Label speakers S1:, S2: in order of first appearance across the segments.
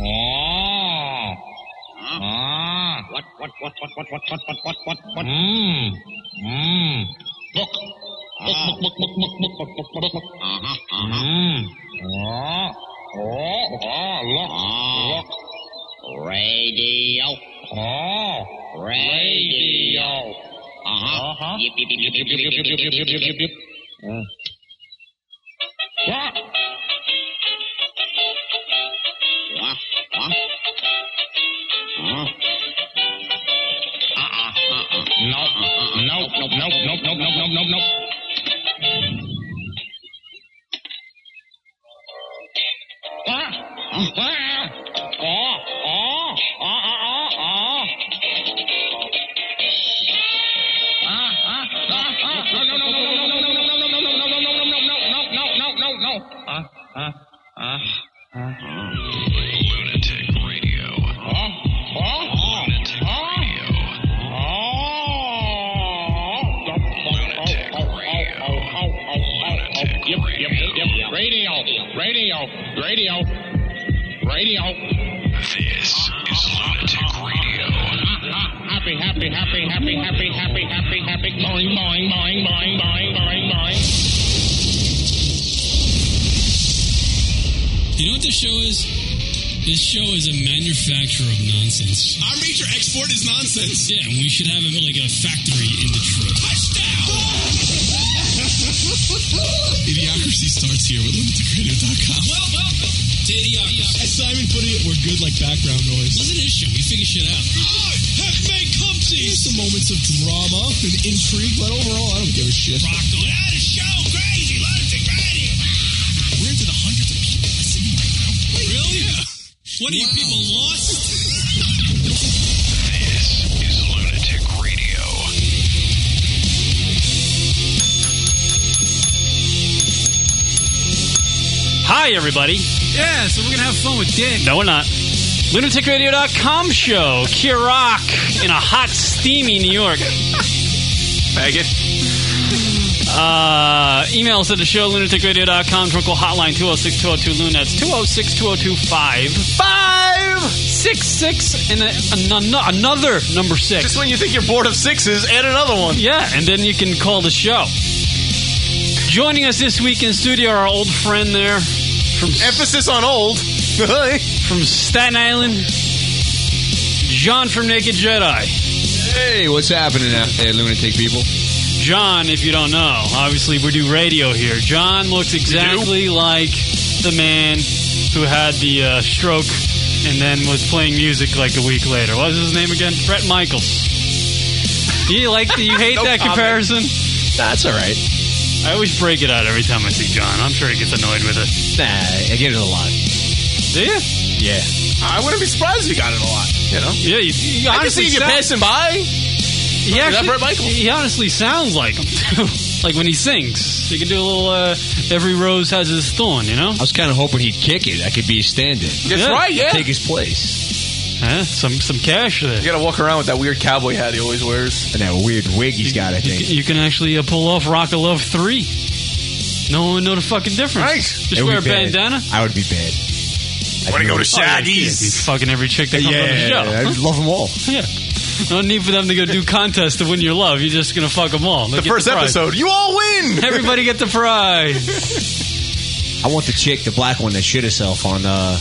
S1: Ah.
S2: Ah.
S1: what, what, what, what, what, what, what?
S3: Mmm. Mmm. Look. Look,
S1: Ah.
S3: look, look, look, look, look, look, look, look, look.
S1: Uh-huh, uh-huh.
S3: Mmm. Ah. Ah, ah, look.
S1: Ah.
S3: Look.
S1: Radio.
S3: Ah.
S1: Radio.
S3: Radio.
S1: Uh-huh.
S3: Uh-huh.
S1: Yip, yip, yip, yip, yip, yip, yip, yip, yip, yip, yip.
S3: Mm. What?
S1: Wah, wah. Uh-huh. Uh-uh, uh-uh.
S3: No, no, no, no, no, no, no, no, no, no. Ah! Ah! Oh, oh, oh, oh, oh, oh. Ah, ah, ah, ah. No, no, no, no, no, no, no, no, no, no, no, no, no, no, no, no, no, no, no, no, no. Ah, ah, ah, ah.
S4: Lunatic Radio.
S3: Oh, oh,
S4: Lunatic
S3: oh.
S4: Radio. Lunatic Radio. Lunatic
S3: Yep, yep, yep. Radio, radio, radio, radio.
S4: This is Lunatic Radio.
S3: Ah, ah, happy, happy, happy, happy, happy, happy, happy, happy. Boing, boing, boing, boing, boing, boing, boing.
S5: You know what this show is? This show is a manufacturer of nonsense.
S6: Our major export is nonsense.
S5: Yeah, and we should have a, like a factory in Detroit.
S6: Idiocracy starts here with lunaticradio.com.
S5: Well, well, to Idiocracy.
S6: As Simon put it, we're good like background noise.
S5: Wasn't his show? We figure shit out.
S6: Here's some moments of drama and intrigue, but overall, I don't give a shit.
S5: Rock on. Yeah, the show crazy. Lunatic Radio.
S6: We're into the hundreds of people listening right now.
S5: Really? What are you people lost?
S4: This is Lunatic Radio.
S7: Hi, everybody.
S8: Yeah, so we're gonna have fun with Dick.
S7: No, we're not. LunaticRadio.com show. Kirok in a hot, steamy New York. Faggot. Uh, email us at the show, lunaticradio.com, Drunkle Hotline, 206 202 Loon. That's 206 202 5566, and a, an- an- another number six.
S9: Just when you think you're bored of sixes, add another one.
S7: Yeah, and then you can call the show. Joining us this week in studio, our old friend there from
S9: Emphasis on old. hey,
S7: from Staten Island, John from Naked Jedi.
S9: what's happening out there, lunatic people?
S7: John, if you don't know, obviously we do radio here. John looks exactly like the man who had the uh, stroke and then was playing music like a week later. What was his name again? Brett Michaels. Do you like? Do you hate
S9: No
S7: that
S9: comment.
S7: comparison?
S9: That's all right.
S7: I always break it out every time I see John. I'm sure he gets annoyed with it.
S9: Nah, I get it a lot.
S7: Do you?
S9: Yeah. I wouldn't be surprised if you got it a lot. You know?
S7: Yeah, you, you
S9: I just
S7: honestly
S9: see you
S7: sound-
S9: passing by.
S7: He
S9: that
S7: actually,
S9: Brett Michaels?
S7: He honestly sounds like him, too. like when he sings. He can do a little, uh, every rose has his thorn, you know?
S2: I was kind of hoping he'd kick it. I could be a stand-in.
S9: That's
S7: Yeah.
S9: right, yeah.
S2: Take his place.
S7: Huh? Some some cash there.
S9: You gotta walk around with that weird cowboy hat he always wears.
S2: And that weird wig he's got, I
S7: You,
S2: think.
S7: can- you can actually uh, pull off Rock of Love 3. No one would know the fucking difference.
S9: Right.
S7: Just
S2: It would
S7: wear a
S2: be bad.
S7: bandana.
S2: I would be bad.
S4: Wanna go to
S7: Oh, Be fucking every chick that comes on the show.
S2: I would love them all.
S7: Yeah. No need for them to go do contests to win your love. You're just going to fuck them all.
S9: The
S7: They'll get
S9: first
S7: prize.
S9: episode, you all win!
S7: Everybody get the prize.
S2: I want the chick, the black one that shit herself on, uh,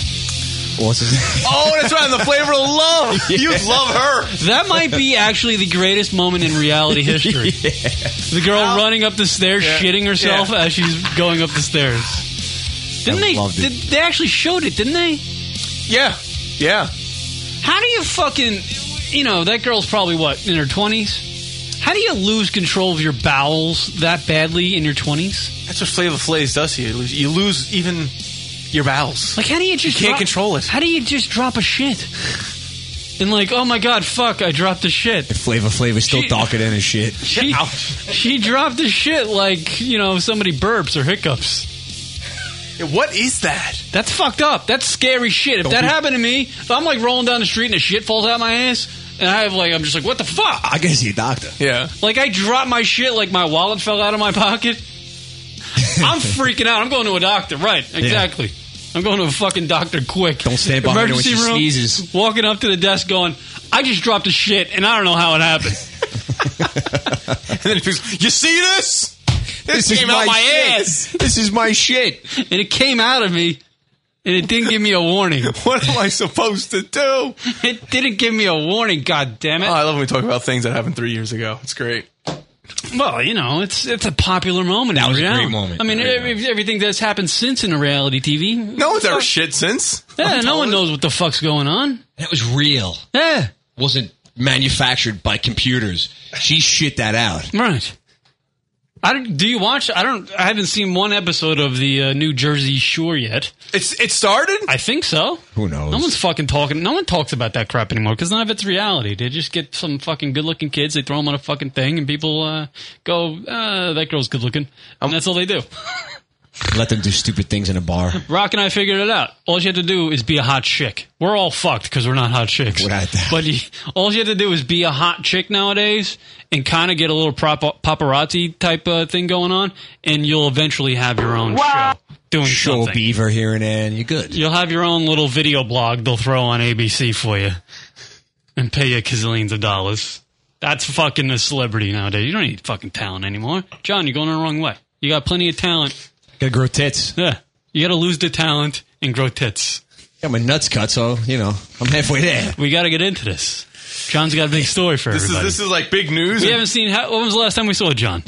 S2: what's his name?
S9: oh, that's right, on the flavor of love. You'd love her.
S7: That might be actually the greatest moment in reality history. The girl running up the stairs,
S9: Yeah.
S7: shitting herself as she's going up the stairs. Didn't
S2: I
S7: they?
S2: loved it.
S7: Did, they actually showed it, didn't they?
S9: Yeah, yeah.
S7: How do you fucking, you know, that girl's probably what in her twenties. How do you lose control of your bowels that badly in your twenties?
S9: That's what Flavor Flays does to you. You lose- You lose even your bowels.
S7: Like, how do you just
S9: can't
S7: drop-
S9: control it.
S7: How do you just drop a shit? And like, oh my god, fuck! I dropped a shit.
S2: Flavor Flavor's still
S7: She-
S2: talking in his shit.
S7: She, she dropped a shit like you know somebody burps or hiccups.
S9: Yeah, What is that?
S7: That's fucked up. That's scary shit. If that happened to me, if I'm like rolling down the street and a shit falls out my ass, and I have like, I'm just like, what the fuck?
S2: I gotta see a doctor.
S9: Yeah.
S7: Like I drop my shit, like my wallet fell out of my pocket. I'm freaking out. I'm going to a doctor. Right? Exactly. I'm going to a fucking doctor quick.
S2: Don't stand behind her when she sneezes.
S7: Walking up to the desk, going, I just dropped a shit, and I don't know how it happened.
S6: and then he goes, you see this? This, came out my
S7: shit.
S6: ass.
S7: This is my shit. And it came out of me, and it didn't give me a warning.
S6: what am I supposed to do?
S7: It didn't give me a warning. God damn it!
S6: Oh, I love when we talk about things that happened three years ago. It's great.
S7: Well, you know, it's it's a popular moment. That
S2: was a great moment.
S7: I mean,
S2: Great
S7: ev- everything that's happened since in the reality TV.
S6: No one's ever shit since.
S7: Yeah, no one knows what the fuck's going on.
S2: That was real.
S7: Yeah.
S2: Wasn't manufactured by computers. She shit that out.
S7: Right. I don't, do you watch? I don't. I haven't seen one episode of the uh, New Jersey Shore yet.
S6: It's it started.
S7: I think so.
S2: Who knows?
S7: No one's fucking talking. No one talks about that crap anymore because none of it's reality. They just get some fucking good-looking kids. They throw them on a fucking thing, and people uh, go, uh, "That girl's good-looking," and that's all they do.
S10: Let them do stupid things in a bar.
S7: Rock and I figured it out. All you had to do is be a hot chick. We're all fucked because we're not hot chicks.
S10: Without doubt.
S7: But you, all you had to do is be a hot chick nowadays and kind of get a little prop, paparazzi type uh, thing going on, and you'll eventually have your own show doing
S10: Show a
S7: something.
S10: beaver here and there, and you're good.
S7: You'll have your own little video blog they'll throw on ABC for you and pay you gazillions of dollars. That's fucking a celebrity nowadays. You don't need fucking talent anymore. John, you're going the wrong way. You got plenty of talent.
S10: Gotta grow tits.
S7: Yeah. You got to lose the talent and grow tits.
S10: Got my nuts cut, so you know I'm halfway there.
S7: We got to get into this. John's got a big story for
S6: This
S7: everybody.
S6: is this is like big news.
S7: we haven't seen. How, when was the last time we saw John?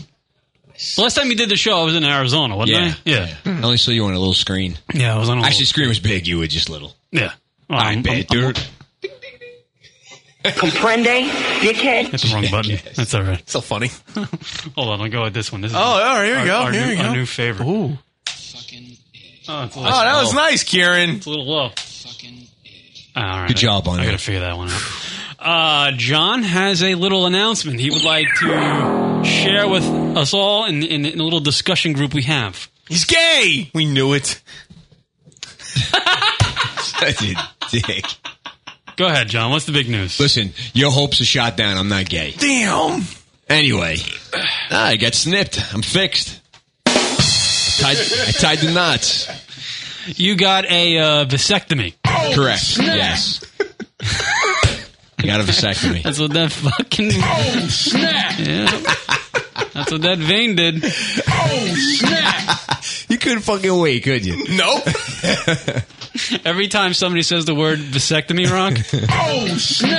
S7: The last time he did the show, I was in Arizona, wasn't
S2: Yeah.
S7: I? Yeah,
S2: I only saw you on a little screen.
S7: yeah. I was on. A
S2: Actually, screen was big. You were just little.
S7: yeah. Well,
S2: I
S7: I'm-
S2: bet,
S7: I'm- I'm
S2: dude.
S3: Comprende, dickhead?
S7: hit the wrong button. That's all right.
S6: so funny.
S7: Hold on, I'll go with this one. This is
S6: Oh, all right, here we
S7: our,
S6: go,
S7: Our
S6: here
S7: new,
S6: we go.
S7: Our new favorite.
S6: Ooh.
S7: Oh, it's a little,
S6: Oh, that was nice, Kieran.
S7: it's a little low. All right.
S2: Good job on
S7: I got to
S2: that.
S7: figure that one out. Uh, John has a little announcement he would like to share with us all in, in, in a little discussion group we have.
S6: He's gay. We knew it.
S2: You dick.
S7: Go ahead, John. What's the big news?
S2: Listen, your hopes are shot down. I'm not gay.
S6: Damn.
S2: Anyway, ah, I got snipped. I'm fixed. Tied, I tied the knots.
S7: You got a uh, vasectomy.
S6: Oh,
S2: Correct. Yes. I got a vasectomy.
S7: That's what that fucking. Oh snap! That's what that vein did.
S2: You couldn't fucking wait, could you?
S6: Nope.
S7: Every time somebody says the word vasectomy wrong, you
S6: How
S7: hit
S6: many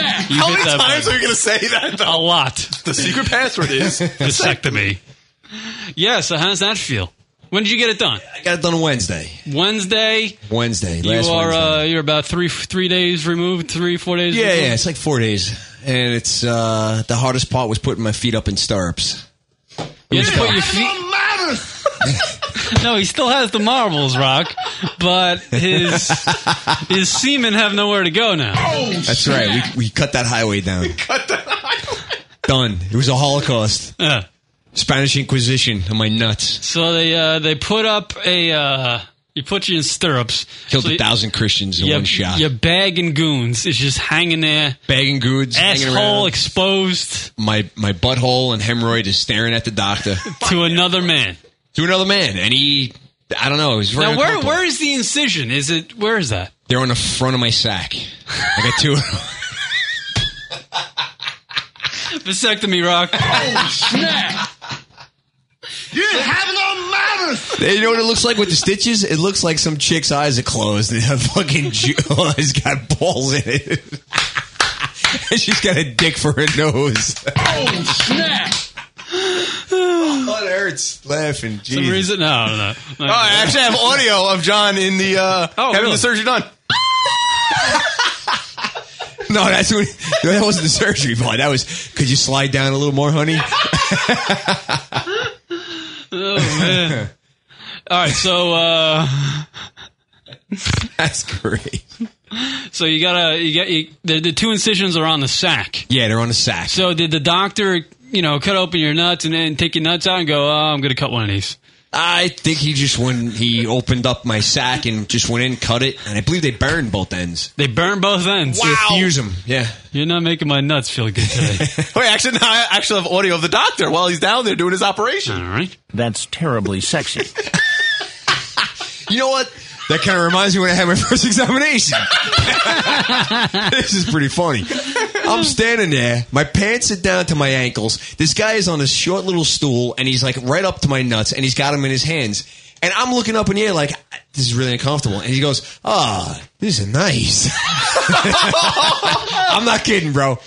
S7: that
S6: times are
S7: button.
S6: you gonna say that?
S7: A
S6: Though?
S7: lot.
S6: The secret password is
S7: Vasectomy. Yeah. So how's that feel? When did you get it done?
S2: I got it done Wednesday.
S7: Wednesday.
S2: Wednesday. Last
S7: you are
S2: Wednesday.
S7: uh, you're about three three days removed, three four days.
S2: yeah,
S7: removed?
S2: yeah. It's like four days, and it's uh, the hardest part was putting my feet up in stirrups.
S7: You had to put your feet. no, he still has the marbles, Rock, but his his semen have nowhere to go now.
S2: That's right. We, we cut that highway down.
S6: cut the highway.
S2: Done. It was a Holocaust.
S7: Yeah.
S2: Spanish Inquisition on my nuts.
S7: So they uh, they put up a uh, you put you in stirrups.
S2: Killed
S7: so
S2: a thousand Christians in
S7: Your,
S2: one shot.
S7: your bag and goons is just hanging there,
S2: Bagging goods, hanging
S7: asshole
S2: around.
S7: exposed
S2: my my butthole and hemorrhoid is staring at the doctor
S7: to another man.
S2: to another man, and he. I don't know. It was very
S7: Now where
S2: uncomfortable.
S7: where is the incision? Is it where is that?
S2: They're on the front of my sack. I got two. of 'em.
S7: Vasectomy, Rock. Oh,
S2: Hey, you know what it looks like with the stitches? It looks like some chick's eyes are closed and her fucking jaw has got balls in it. and she's got a dick for her nose. Oh, snap! oh, it hurts. Laughing.
S7: Some
S2: Jesus.
S7: reason? No, no, no. no.
S6: Oh, I actually have audio of John in the uh,
S7: Oh,
S6: having
S7: really?
S6: the surgery done.
S2: No, that's when, no, that wasn't the surgery part. That was, could you slide down a little more, honey?
S7: Oh, man. All right, so uh,
S2: That's great.
S7: so you gotta you got you, the the two incisions are on the sack.
S2: Yeah, they're on a sack.
S7: So did the doctor, you know, cut open your nuts and then take your nuts out and go, oh, I'm gonna cut one of these.
S6: Ah,
S2: I think he just, when he opened up my sack and just went in, cut it, and I believe they burned both ends.
S7: They burn both ends.
S2: Fuse them. Yeah.
S7: You're not making my nuts feel good today.
S6: Wait, actually, no, I actually have audio of the doctor while he's down there doing his operation.
S7: All right.
S3: That's terribly sexy.
S2: You know what? That kind of reminds me when I had my first examination. this is pretty funny. I'm standing there, my pants are down to my ankles. This guy is on a short little stool, and he's like right up to my nuts, and he's got him in his hands. And I'm looking up in the air like, this is really uncomfortable. And he goes, ah, this is nice. I'm not kidding, bro.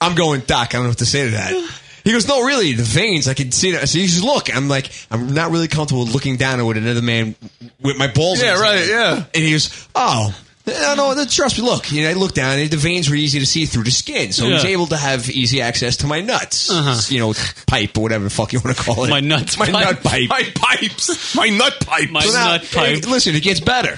S2: I'm going, Doc, I don't know what to say to that. He goes, no, really, the veins, I can see that. So he says, look, I'm like, I'm not really comfortable looking down at what another man with my balls. in
S6: Yeah,
S2: his
S6: right,
S2: hand."
S6: yeah.
S2: And he goes, oh, no, no, no, trust me. Look, you know, I looked down, and the veins were easy to see through the skin, so I was
S6: Yeah. Uh-huh.
S2: able to have easy access to my nuts, you know, pipe or whatever the fuck you want to call it.
S6: My nuts
S2: my
S6: pipe.
S2: nut pipe,
S6: My
S2: pipes, my nut pipe,
S6: My nut pipe.
S2: listen, it gets better.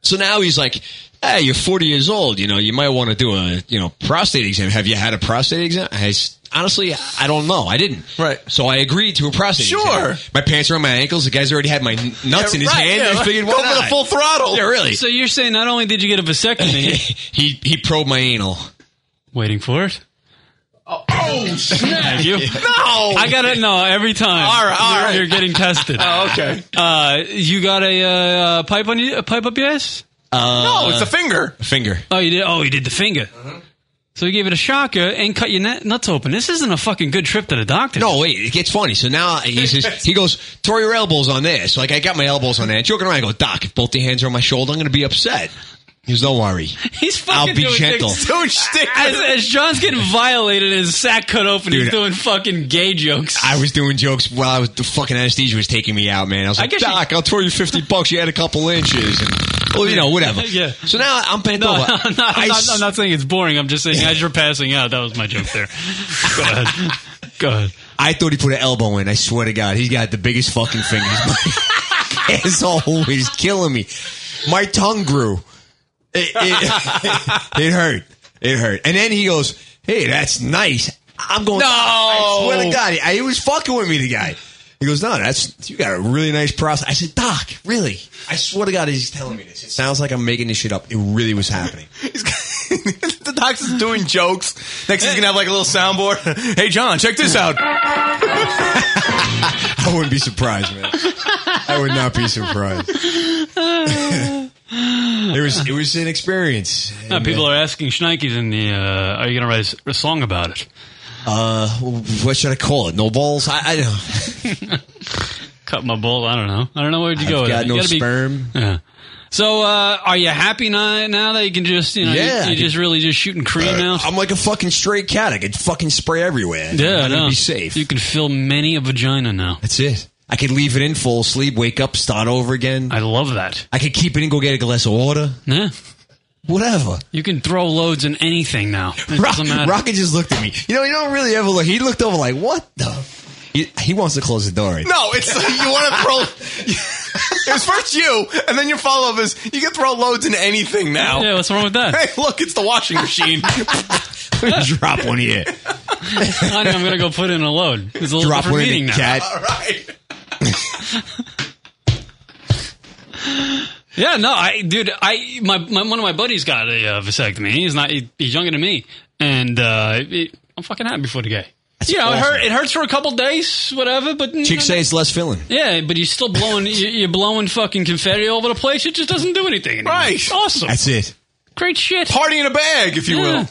S2: So now he's like, "Hey, you're 40 years old. You know, you might want to do a you know prostate exam. Have you had a prostate exam?" I s- honestly, I don't know. I didn't. Right. So I agreed to a prostate.
S6: Sure.
S2: exam. My pants are on my ankles. The guy's already had my n- nuts
S6: Yeah,
S2: in his
S6: right,
S2: hand.
S6: yeah.
S2: I figured, why
S6: Go for the
S2: not?
S6: full throttle.
S2: Yeah, really.
S7: So you're saying not only did you get a vasectomy,
S2: he he probed my anal.
S7: Waiting for it.
S3: Oh,
S7: Thank you. I got it. No, every time.
S3: All right, all
S7: You're-
S3: right.
S7: You're getting tested.
S3: Oh, okay.
S7: Uh, you got a uh, pipe on you? A pipe up your ass?
S2: Uh,
S6: finger.
S2: Finger.
S7: Oh, you did. Oh, you did the finger. So you gave it a shocker and cut your nut- nuts open. This isn't a fucking good trip to the doctor.
S2: No, wait, it gets funny. So now he says, he goes, Tori, your elbow's on there. So like, I got my elbows on there. Joking around, I go, Doc, if both your hands are on my shoulder, I'm going to be upset. He goes, don't worry.
S7: He's fucking
S2: I'll be
S7: doing
S2: gentle.
S7: things- As, as John's getting violated and his sack cut open, he's
S2: Dude.
S7: doing fucking gay jokes.
S2: I was doing jokes while I was, the fucking anesthesia was taking me out, man. I was
S7: I
S2: like,
S7: guess you-
S2: Doc, I'll throw you 50 bucks. You had a couple inches. And, well, you know, whatever.
S7: yeah.
S2: So now I'm bent
S7: No,
S2: over.
S7: no, no,
S2: I
S7: I'm, not,
S2: s-
S7: I'm not saying it's boring. I'm just saying as you're passing out, that was my joke there. Go ahead. Go ahead.
S2: I thought he put an elbow in. I swear to God, he's got the biggest fucking fingers. My asshole is killing me. My tongue grew. It, it, it hurt. It hurt. And then he goes, "Hey, that's nice." I'm going.
S6: No!
S2: I swear to God, I, he was fucking with me. The guy. He goes, "No, that's you got a really nice prostate." I said, "Doc, really?" I swear to God, he's telling me this. It sounds like I'm making this shit up. It really was happening.
S6: the doc's is doing jokes. Next, he's gonna have like a little soundboard. Hey, John, check this out.
S2: I wouldn't be surprised, man. I would not be surprised. It was it was an experience. uh,
S7: No, people are asking Schneikes in the. Uh, are you going to write a song about it?
S2: Uh, what should I call it? No balls? I, I don't.
S7: Cut my bull. I don't know. I don't know where'd you go.
S2: I've
S7: with
S2: got
S7: it.
S2: no
S7: You gotta be-
S2: sperm.
S7: Yeah. So, uh, are you happy now, now that you can just, you know, you,
S2: Yeah, I Uh,
S7: you just really just shooting cream now?
S2: I'm like a fucking stray cat. I could fucking spray everywhere.
S7: Yeah,
S2: I'm
S7: I know.
S2: gonna be safe.
S7: You can fill many a vagina now.
S2: That's it. I could leave it in full sleep, wake up, start over again.
S7: I love that.
S2: I could keep it and go get a glass of water.
S7: Yeah.
S2: Whatever.
S7: You can throw loads in anything now. It
S2: Rock,
S7: doesn't matter.
S2: Rocket just looked at me. You know, he don't really ever look. He looked over like, what the? He, he wants to close the door. Right
S6: No, it's like you want to throw. it was first you, and then your follow up is you can throw loads into anything now.
S7: Yeah, what's wrong with that?
S6: Hey, look, it's the washing machine.
S2: now. Drop one here.
S7: Honey, I'm gonna go put in a load. It's a little
S2: Drop
S7: different
S2: one in
S7: meeting
S2: the
S7: now.
S2: cat.
S7: Yeah, no, I, dude, I, my, my one of my buddies got a uh, vasectomy. He's not, he, he's younger than me, and uh, it- I'm fucking happy for the guy. you know, it, hurt, it hurts for a couple days, whatever. But
S2: Chicks say it's less filling.
S7: mm, yeah, but you're still blowing, you- you're blowing fucking confetti all over the place. It just doesn't do anything. Anymore.
S6: Right.
S7: It's awesome,
S2: That's it.
S7: great shit.
S6: Party in a bag, if you
S7: Yeah.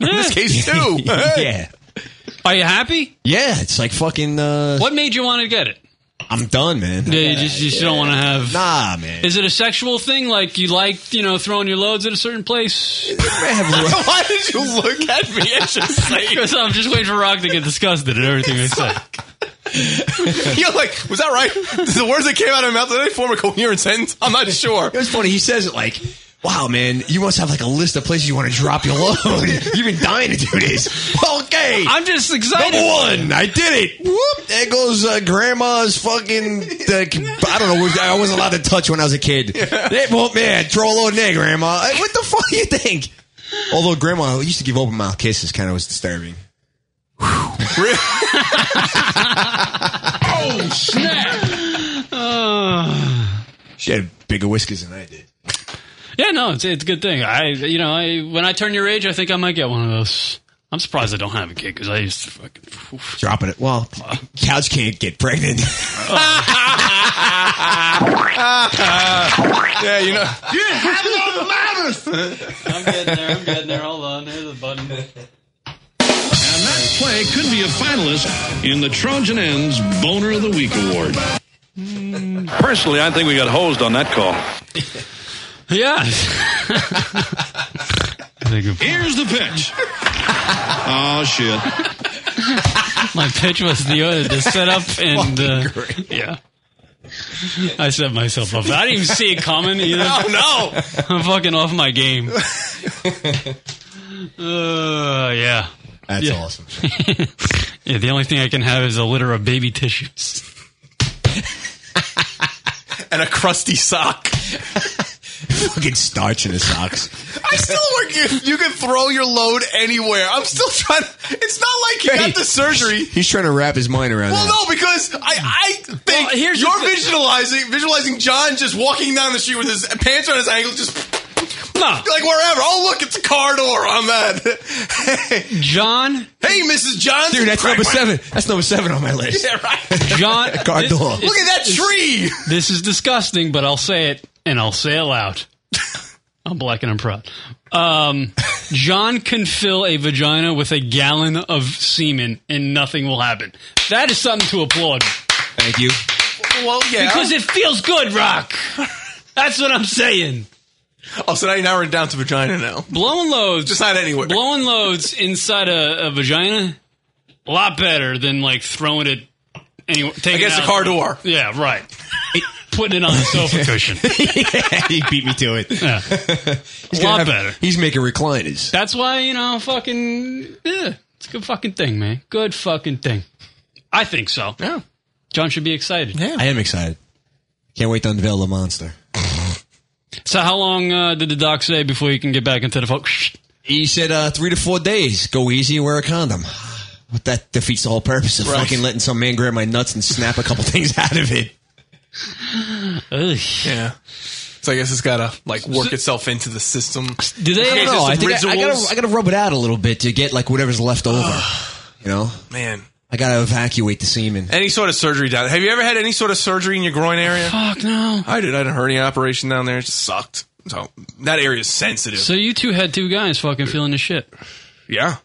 S6: will. In this
S7: Yeah.
S6: case, too.
S2: yeah.
S7: Are you happy?
S2: Yeah, it's like fucking. Uh,
S7: What made you want to get it?
S2: I'm done, man.
S7: Yeah, you just, you just don't want to have.
S2: Nah, man.
S7: Is it a sexual thing? Like you like, you know, throwing your loads at a certain place?
S6: Why did you look at me? I should say.
S7: Because I'm just waiting for Rock to get disgusted at everything I say.
S6: You're like, was that right? The words that came out of my mouth, did they form a coherent sentence? I'm not sure.
S2: It was funny. He says it like, "Wow, man, you must have like a list of places you want to drop your load. You've been dying to do this." Okay,
S7: I'm just excited.
S2: number one, I did it. Whoop! There goes uh, grandma's fucking. the I don't know. I wasn't allowed to touch when I was a kid. Yeah, well, man, throw a load in there, grandma. Hey, What the fuck you think? Although grandma used to give open mouth kisses, kind of was disturbing.
S3: oh, snap.
S2: She had bigger whiskers than I did.
S7: Yeah, no, it's, it's a good thing. I, you know, I when I turn your age, I think I might get one of those. I'm surprised I don't have a kid because I used to fucking.
S2: Dropping it. Well, couch can't get pregnant.
S6: yeah, you know.
S11: You didn't have it on the ladders.
S7: I'm getting there. I'm getting there. Hold on. There's a button.
S12: And that play could be a finalist in the Trojan Ends Boner of the Week Award. Personally, I think we got hosed on that call.
S7: Yeah.
S12: Here's the pitch. oh shit!
S7: My pitch was the uh, the setup and uh, yeah. I set myself up. I didn't even see it coming either.
S11: No, Oh, no.
S7: I'm fucking off my game. Uh, yeah.
S11: That's
S7: Yeah.
S11: awesome.
S7: yeah, the only thing I can have is a litter of baby tissues.
S6: and a crusty sock.
S2: Fucking starch in his socks.
S6: I still work. You, you can throw your load anywhere. I'm still trying. It's not like you got the surgery.
S2: He's trying to wrap his mind around
S6: Well,
S2: that.
S6: no, because I, I think
S11: here's the
S6: you're
S11: thi-
S6: visualizing visualizing John just walking down the street with his pants on his ankles, just like wherever. Oh, look, it's a car door on that.
S7: John.
S6: Hey, Mrs. Johnson.
S2: Dude, that's number seven. That's number seven on my list.
S6: Yeah, right.
S7: John,
S2: Guard
S7: this-
S2: dog.
S6: Look at that tree.
S7: This is disgusting, but I'll say it and I'll say it loud. I'm black and I'm proud. Um, John can fill a vagina with a gallon of semen and nothing will happen. That is something to applaud.
S2: Thank you.
S6: Well, yeah.
S7: Because it feels good, Rock. That's what I'm saying.
S6: Oh, so now you're narrowing it down to vagina now.
S7: Blowing loads.
S6: Just not anywhere.
S7: Blowing loads inside a, a vagina, a lot better than like throwing it anywhere. taking
S6: Against
S7: it
S6: a
S7: out-
S6: car door.
S7: Yeah, right. Putting it on the sofa cushion.
S2: he beat me to it. He's
S7: A
S2: gonna
S7: lot
S2: have-
S7: better.
S2: He's making recliners.
S7: That's why, you know, fucking, yeah, it's a good fucking thing, man. Good fucking thing. I think so.
S6: Yeah.
S7: John should be excited. Yeah.
S2: I am excited. Can't wait to unveil the monster.
S7: So how long uh, did the doc say before you can get back into the folk?
S2: He said uh, three to four days. Go easy and wear a condom. But that defeats the whole purpose of
S7: Right.
S2: fucking letting some man grab my nuts and snap a couple things out of it.
S6: Yeah. So I guess it's gotta like work itself into the system.
S7: Do
S2: I don't know. I think I, I gotta, I gotta rub it out a little bit to get like whatever's left over. you know,
S6: Man.
S2: I gotta evacuate the semen.
S6: Any sort of surgery down? Have you ever had any sort of surgery in your groin area?
S7: Fuck no.
S6: I did. I had a hernia operation down there. It just sucked. So that area is sensitive.
S7: So you two had two guys fucking feeling the shit.
S6: yeah.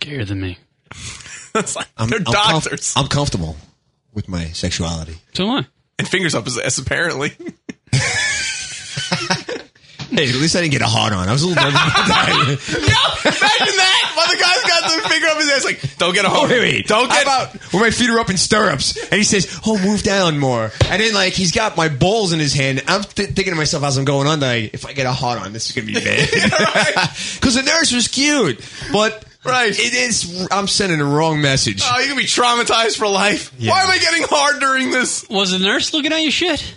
S7: Gayer than me.
S6: That's like
S2: I'm,
S6: they're
S2: I'm comf-
S6: doctors.
S2: I'm comfortable with my sexuality.
S7: So am I.
S6: And fingers up his ass apparently.
S2: Hey, at least I didn't get a hard on. I was a little nervous. about that.
S6: Imagine that. While the guy's got the finger up his ass, like don't get a hold.
S2: Oh, wait, wait.
S6: Don't
S2: How
S6: get
S2: about when my feet are up in stirrups, and he says, "Oh, move down more." And then like he's got my balls in his hand. I'm th- thinking to myself as I'm going on, like, if I get a hot on, this is gonna be bad. Because the nurse was cute, but right, it is. I'm sending the wrong message.
S6: Oh, you're gonna be traumatized for life.
S2: Yeah.
S6: Why am I getting hard during this?
S7: Was the nurse looking at your shit?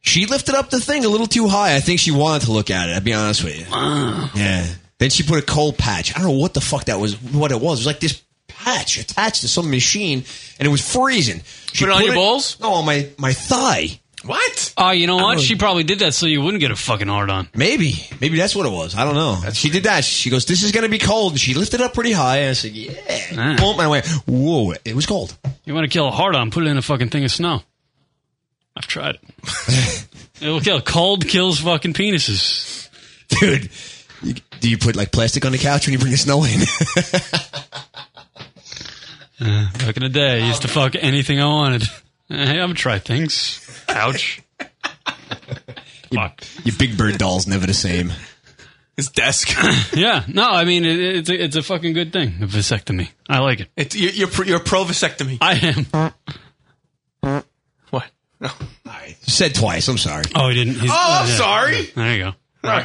S2: She lifted up the thing a little too high. I think she wanted to look at it. I'll be honest with you. Yeah. Then she put a cold patch. I don't know what the fuck that was. What it was? It was like this patch attached to some machine, and it was freezing. She
S7: Put it on your balls?
S2: No, on my my thigh.
S6: What?
S7: Oh, you know what?
S2: Oh.
S7: She probably did that so you wouldn't get a fucking hard on.
S2: Maybe. Maybe that's what it was. I don't know. she did that. She goes, This is going to be cold. And she lifted it up pretty high. And I said, Yeah.
S7: Ah.
S2: Boom. And I went, Whoa. It was cold.
S7: You want to kill a hard on, put it in a fucking thing of snow. I've tried it. It'll kill. Cold kills fucking penises.
S2: Dude, you- do you put like plastic on the couch when you bring the snow in?
S7: Uh, back in the day, I used to fuck anything I wanted. Hey, I'm gonna try things. Ouch. Fuck.
S2: Your Big Bird doll's never the same.
S6: His desk.
S7: Yeah. No, I mean it, it's a, it's a fucking good thing. A vasectomy. I like it.
S6: It's, you're you're, pro- you're pro vasectomy.
S7: I am.
S6: What?
S2: Said twice. I'm sorry.
S7: Oh, he didn't. he's-
S6: Oh, I'm
S7: yeah.
S6: sorry.
S7: There you go.
S2: Dog.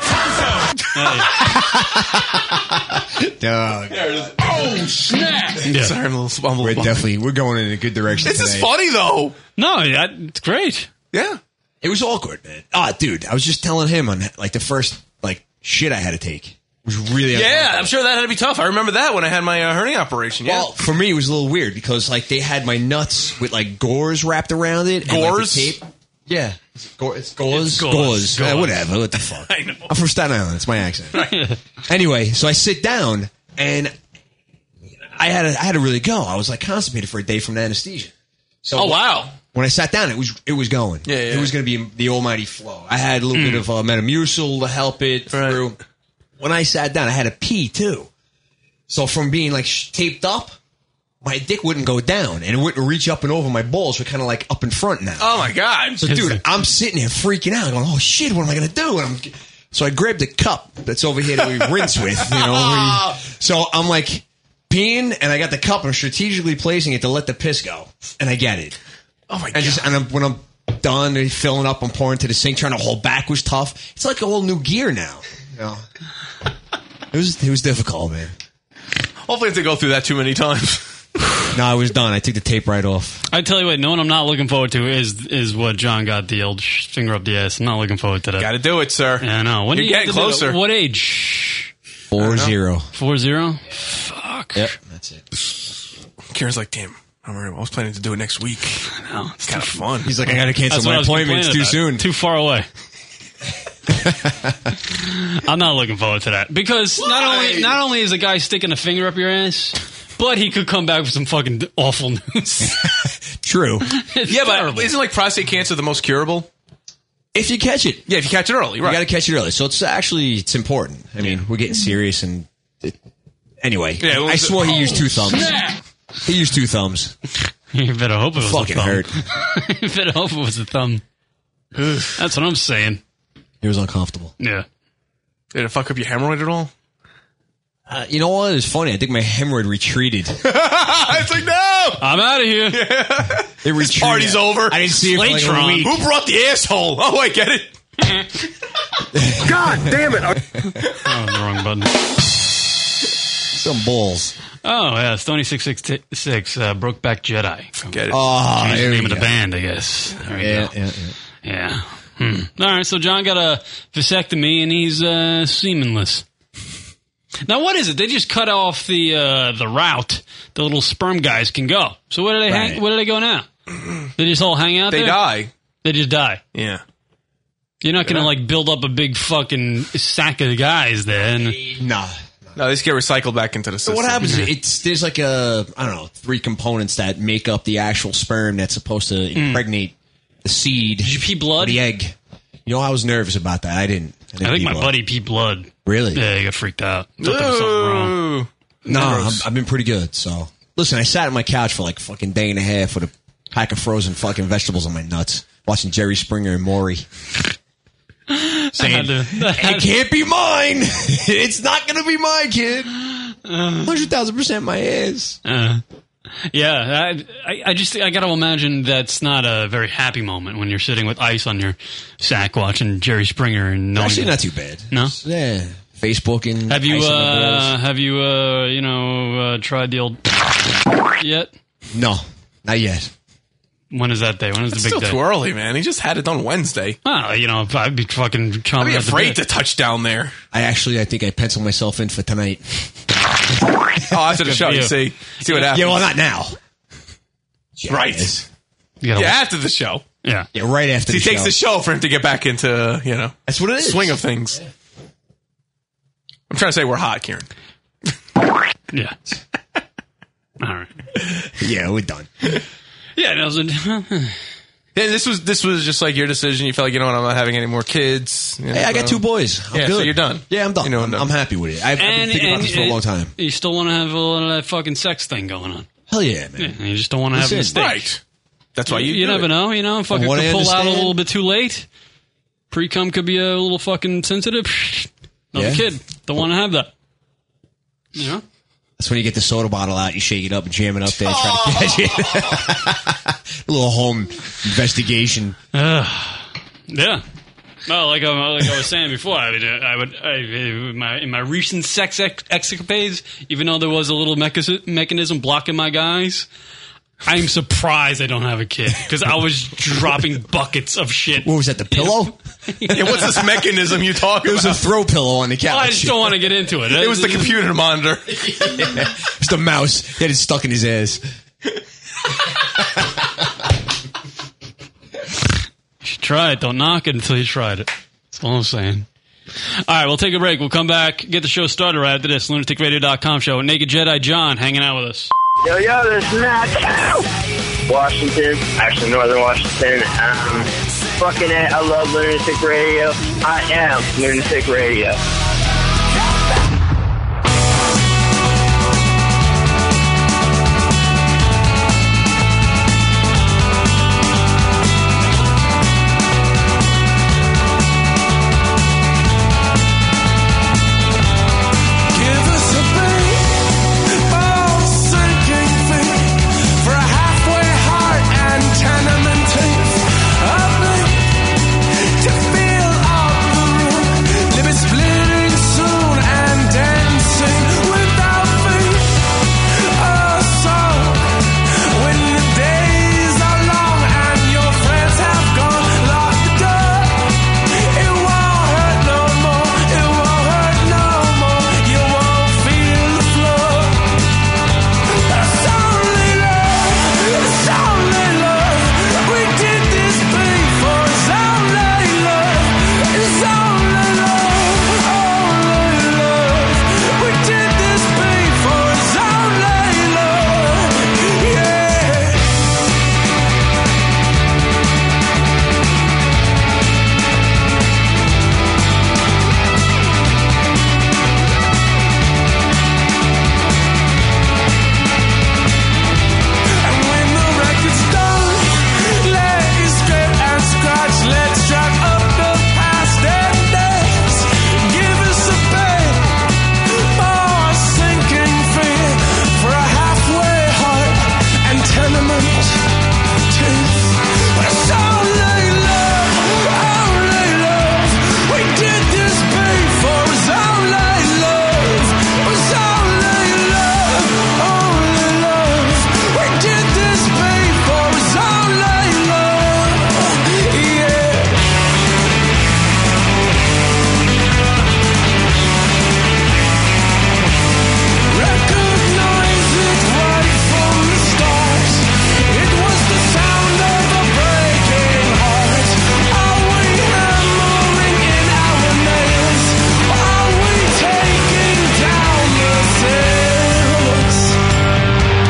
S6: Oh snap!
S7: Yeah.
S6: Sorry, I'm a little. I'm a
S2: We're
S6: little
S2: definitely we're going in a good direction.
S6: This is
S2: today.
S6: funny though.
S7: No, that, it's great.
S6: Yeah.
S2: It was awkward, man. Ah, dude, I was just telling him on like the first like shit I had to take. It was really
S6: Yeah, I'm sure that had to be tough. I remember that when I had my uh, hernia operation. Yeah.
S2: Well, for me, it was a little weird because like they had my nuts with like gores wrapped around it. and, like, the
S6: Gores?
S2: tape. Yeah. Gore, it's gauze.
S7: It's gauze.
S2: gauze. Yeah,
S7: Gauze.
S2: whatever. What the fuck?
S6: I know.
S2: I'm from Staten Island. It's my accent. anyway, so I sit down and I had a, I had to really go. I was like constipated for a day from the anesthesia. So
S13: Oh, wow.
S2: When I sat down, it was it was going.
S13: Yeah, yeah.
S2: It was going to be the almighty flow. I had a little
S13: Mm.
S2: bit of uh, Metamucil to help it through. When I sat down, I had a pee too. So from being like sh- taped up, my dick wouldn't go down and it wouldn't reach up and over. My balls were kind of like up in front now.
S6: Oh my god!
S2: So, dude, I'm sitting here freaking out, going, "Oh shit, what am I gonna do?" And I'm, so I grabbed a cup that's over here that we rinse with, you know. we- so I'm like peeing, and I got the cup. I'm strategically placing it to let the piss go, and I get it.
S6: Oh my
S2: And just and I'm, when I'm done and filling up, I'm pouring to the sink. Trying to hold back was tough. It's like a whole new gear now. You know? it was it was difficult, man.
S6: Hopefully, I have to go through that too many times.
S2: No, I was done. I took the tape right off.
S7: I tell you what, no one I'm not looking forward to is is what John got the old sh- finger up the ass. I'm not looking forward to that. Got
S6: to do it, sir.
S7: Yeah, I know. When do
S6: You're
S7: you
S6: getting
S7: have to do that?
S6: closer.
S7: What age?
S2: Four zero.
S7: Four zero.
S6: Fuck.
S2: Yep, that's it.
S6: Karen's like, damn. I'm already, I was planning to do it next week. I
S7: know.
S6: It's kind of fun.
S2: He's like, I gotta cancel That's what my I was appointment. It's complaining too about. soon.
S7: Too far away. I'm not looking forward to that because not only not only is a guy sticking a finger up your ass, but he could come back with some fucking awful news.
S2: True.
S6: yeah, but isn't like prostate cancer the most curable?
S2: If you catch it.
S6: Yeah, if you catch it early,
S2: You
S6: right.
S2: got to catch it early. So it's actually it's important. I mean, we're getting serious and it, anyway.
S6: Yeah, what
S2: I
S6: was
S2: swore
S6: it?
S2: he used two thumbs.
S6: Snap!
S2: He used two thumbs.
S7: You better hope it was a
S2: fucking
S7: thumb.
S2: hurt.
S7: if it over was a thumb, that's what I'm saying.
S2: It was uncomfortable.
S7: Yeah.
S6: Did it fuck up your hemorrhoid at all?
S2: Uh, you know what? It's funny. I think my hemorrhoid retreated.
S6: it's like, no!
S7: I'm out of here.
S2: It retreated.
S6: Party's over.
S2: I didn't see it for like a week.
S6: Who brought the asshole? Oh, I get it.
S7: God damn it! oh, the wrong button.
S2: Some balls.
S7: Oh yeah, Stony six six six uh, Brokeback Jedi. Get
S6: it.
S2: Oh,
S7: Change
S2: there
S7: the
S2: we
S7: name of the
S2: go.
S7: band, I guess. There we
S2: Yeah,
S7: go. Yeah. Hmm. All right, so John got a vasectomy and he's uh, semenless. Now, what is it? They just cut off the uh, the route the little sperm guys can go. So where do they hang,
S6: Right.
S7: where do they go now? They just all hang out.
S6: They
S7: there?
S6: die.
S7: They just die.
S6: Yeah.
S7: You're not gonna like build up a big fucking sack of guys there. And...
S2: Nah.
S6: No, they just get recycled back into the
S2: So
S6: system.
S2: what happens? is It's there's like a I don't know three components that make up the actual sperm that's supposed to impregnate the seed. Did
S7: Hmm. you pee blood?
S2: The egg. You know, I was nervous about that. I didn't. I,
S7: I
S2: didn't
S7: think
S2: pee
S7: my
S2: blood.
S7: buddy pee blood.
S2: Really?
S7: Yeah, he got freaked out. Thought there was something wrong.
S2: No, I'm,
S7: Gross.
S2: I've been pretty good. So listen, I sat on my couch for like a fucking day and a half with a pack of frozen fucking vegetables on my nuts, watching Jerry Springer and Maury. Saying, it can't be mine. it's not gonna be my kid. Hundred thousand percent my ass.
S7: Uh, yeah, I, I, I just I gotta imagine that's not a very happy moment when you're sitting with ice on your sack watching Jerry Springer and knowing
S2: Actually,
S7: that-
S2: not too bad.
S7: No,
S2: Yeah, Facebook and
S7: have you
S2: ice on the
S7: uh,
S2: balls.
S7: have you uh, you know uh, tried the old yet?
S2: No, not yet.
S7: When is that day? When is
S6: It's
S7: the big
S6: still
S7: day?
S6: too early, man. He just had it on Wednesday.
S7: Oh, you know, I'd be fucking.
S6: I'd
S7: chomping
S6: be
S7: at the
S6: afraid
S7: bit.
S6: to touch down there.
S2: I actually, I think I penciled myself in for tonight.
S6: Oh, after the
S2: Good
S6: show,
S2: for
S6: you
S2: you.
S6: see, see what happens.
S2: Yeah, well, not now.
S6: Right.
S7: Yeah,
S2: gotta-
S6: after the show.
S7: Yeah.
S2: Yeah, right after
S6: he
S2: the
S6: takes
S2: show.
S6: the show for him to get back into you know
S2: that's what it is
S6: swing of things. I'm trying to say we're hot, Karen.
S7: yeah. All right.
S2: Yeah, we're done.
S7: Yeah, that was a,
S6: Yeah, this was this was just like your decision. You felt like you know what, I'm not having any more kids. you
S2: Hey, I got
S6: know.
S2: two boys. I'm
S6: yeah,
S2: good.
S6: so you're done.
S2: Yeah, I'm done. I'm, I'm happy with it. I've, I've been thinking about this for a long time.
S7: You still want to have a lot of that fucking sex thing going on.
S2: Hell yeah, man.
S7: Yeah, you just don't want to have a mistake.
S6: Right. That's why you.
S7: you
S6: do
S7: never
S6: it.
S7: know. You know, fucking
S6: what I
S7: could pull out a
S6: understand-
S7: little bit too late. Pre cum could be a little fucking sensitive. Another
S2: Yeah.
S7: kid don't want to have that. Yeah.
S2: That's when you get the soda bottle out, you shake it up and jam it up there, and try to catch it. a little home investigation.
S7: Yeah. Well, like, I, like I was saying before, I would, uh, I would I, in my in my recent sex ex- escapades, even though there was a little mecha- mechanism blocking my guys, I'm surprised I don't have a kid because I was dropping buckets of shit.
S2: What was that? The pillow?
S6: Yeah, what's this mechanism you talk
S2: It was a
S6: about?
S2: throw pillow on the couch.
S7: Well, I just don't want to get into it.
S6: it was the computer monitor.
S2: It's the mouse that is stuck in his ass.
S7: Try it. Don't knock it until you tried it. That's all I'm saying. All right, we'll take a break. We'll come back, get the show started right after this. LunaticRadio.com show. Naked Jedi John hanging out with us.
S14: Yo, yo, this is Matt. Washington, actually Northern Washington. Um, fucking it, I love Lunatic Radio. I am Lunatic Radio.
S3: Give us a beat, oh sinking feet, for a halfway heart and tenement teeth. A beat to feel up the room, live splitting soon and dancing without feet. Oh, so when the days are long and your friends have gone, lock the door. It won't hurt no more. It won't hurt no more. You won't feel the floor. It's only love. It's only love. We did this before. It's only love. It's only love. Only love. We did this before. It's only love. Yeah. When the record's done, let it scrape and scratch. Let's drive up the past and dance. Give us a bit more sinking fear for a halfway heart and tenement teeth. It's only love, only love. We did this before. It's only love. It's only love, only love. We did this before. It's only love. Yeah. Record noise, it right from the start. It was the sound of a breaking heart. Are we hammering in our nails? Are we taking down the sails?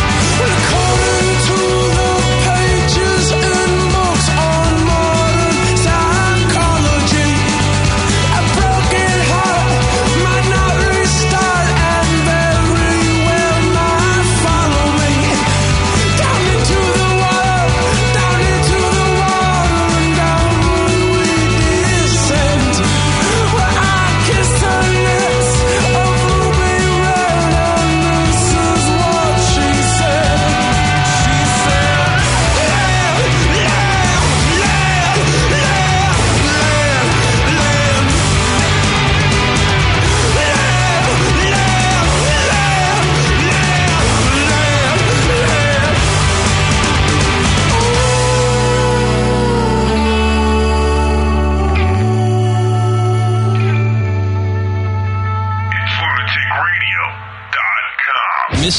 S3: According to the pages and books on modern psychology, a broken heart might not restart, and very well might follow me down into the water, down into the water, and down we descend, where I kiss the lips of ruby red, and this is what she said.
S15: Miss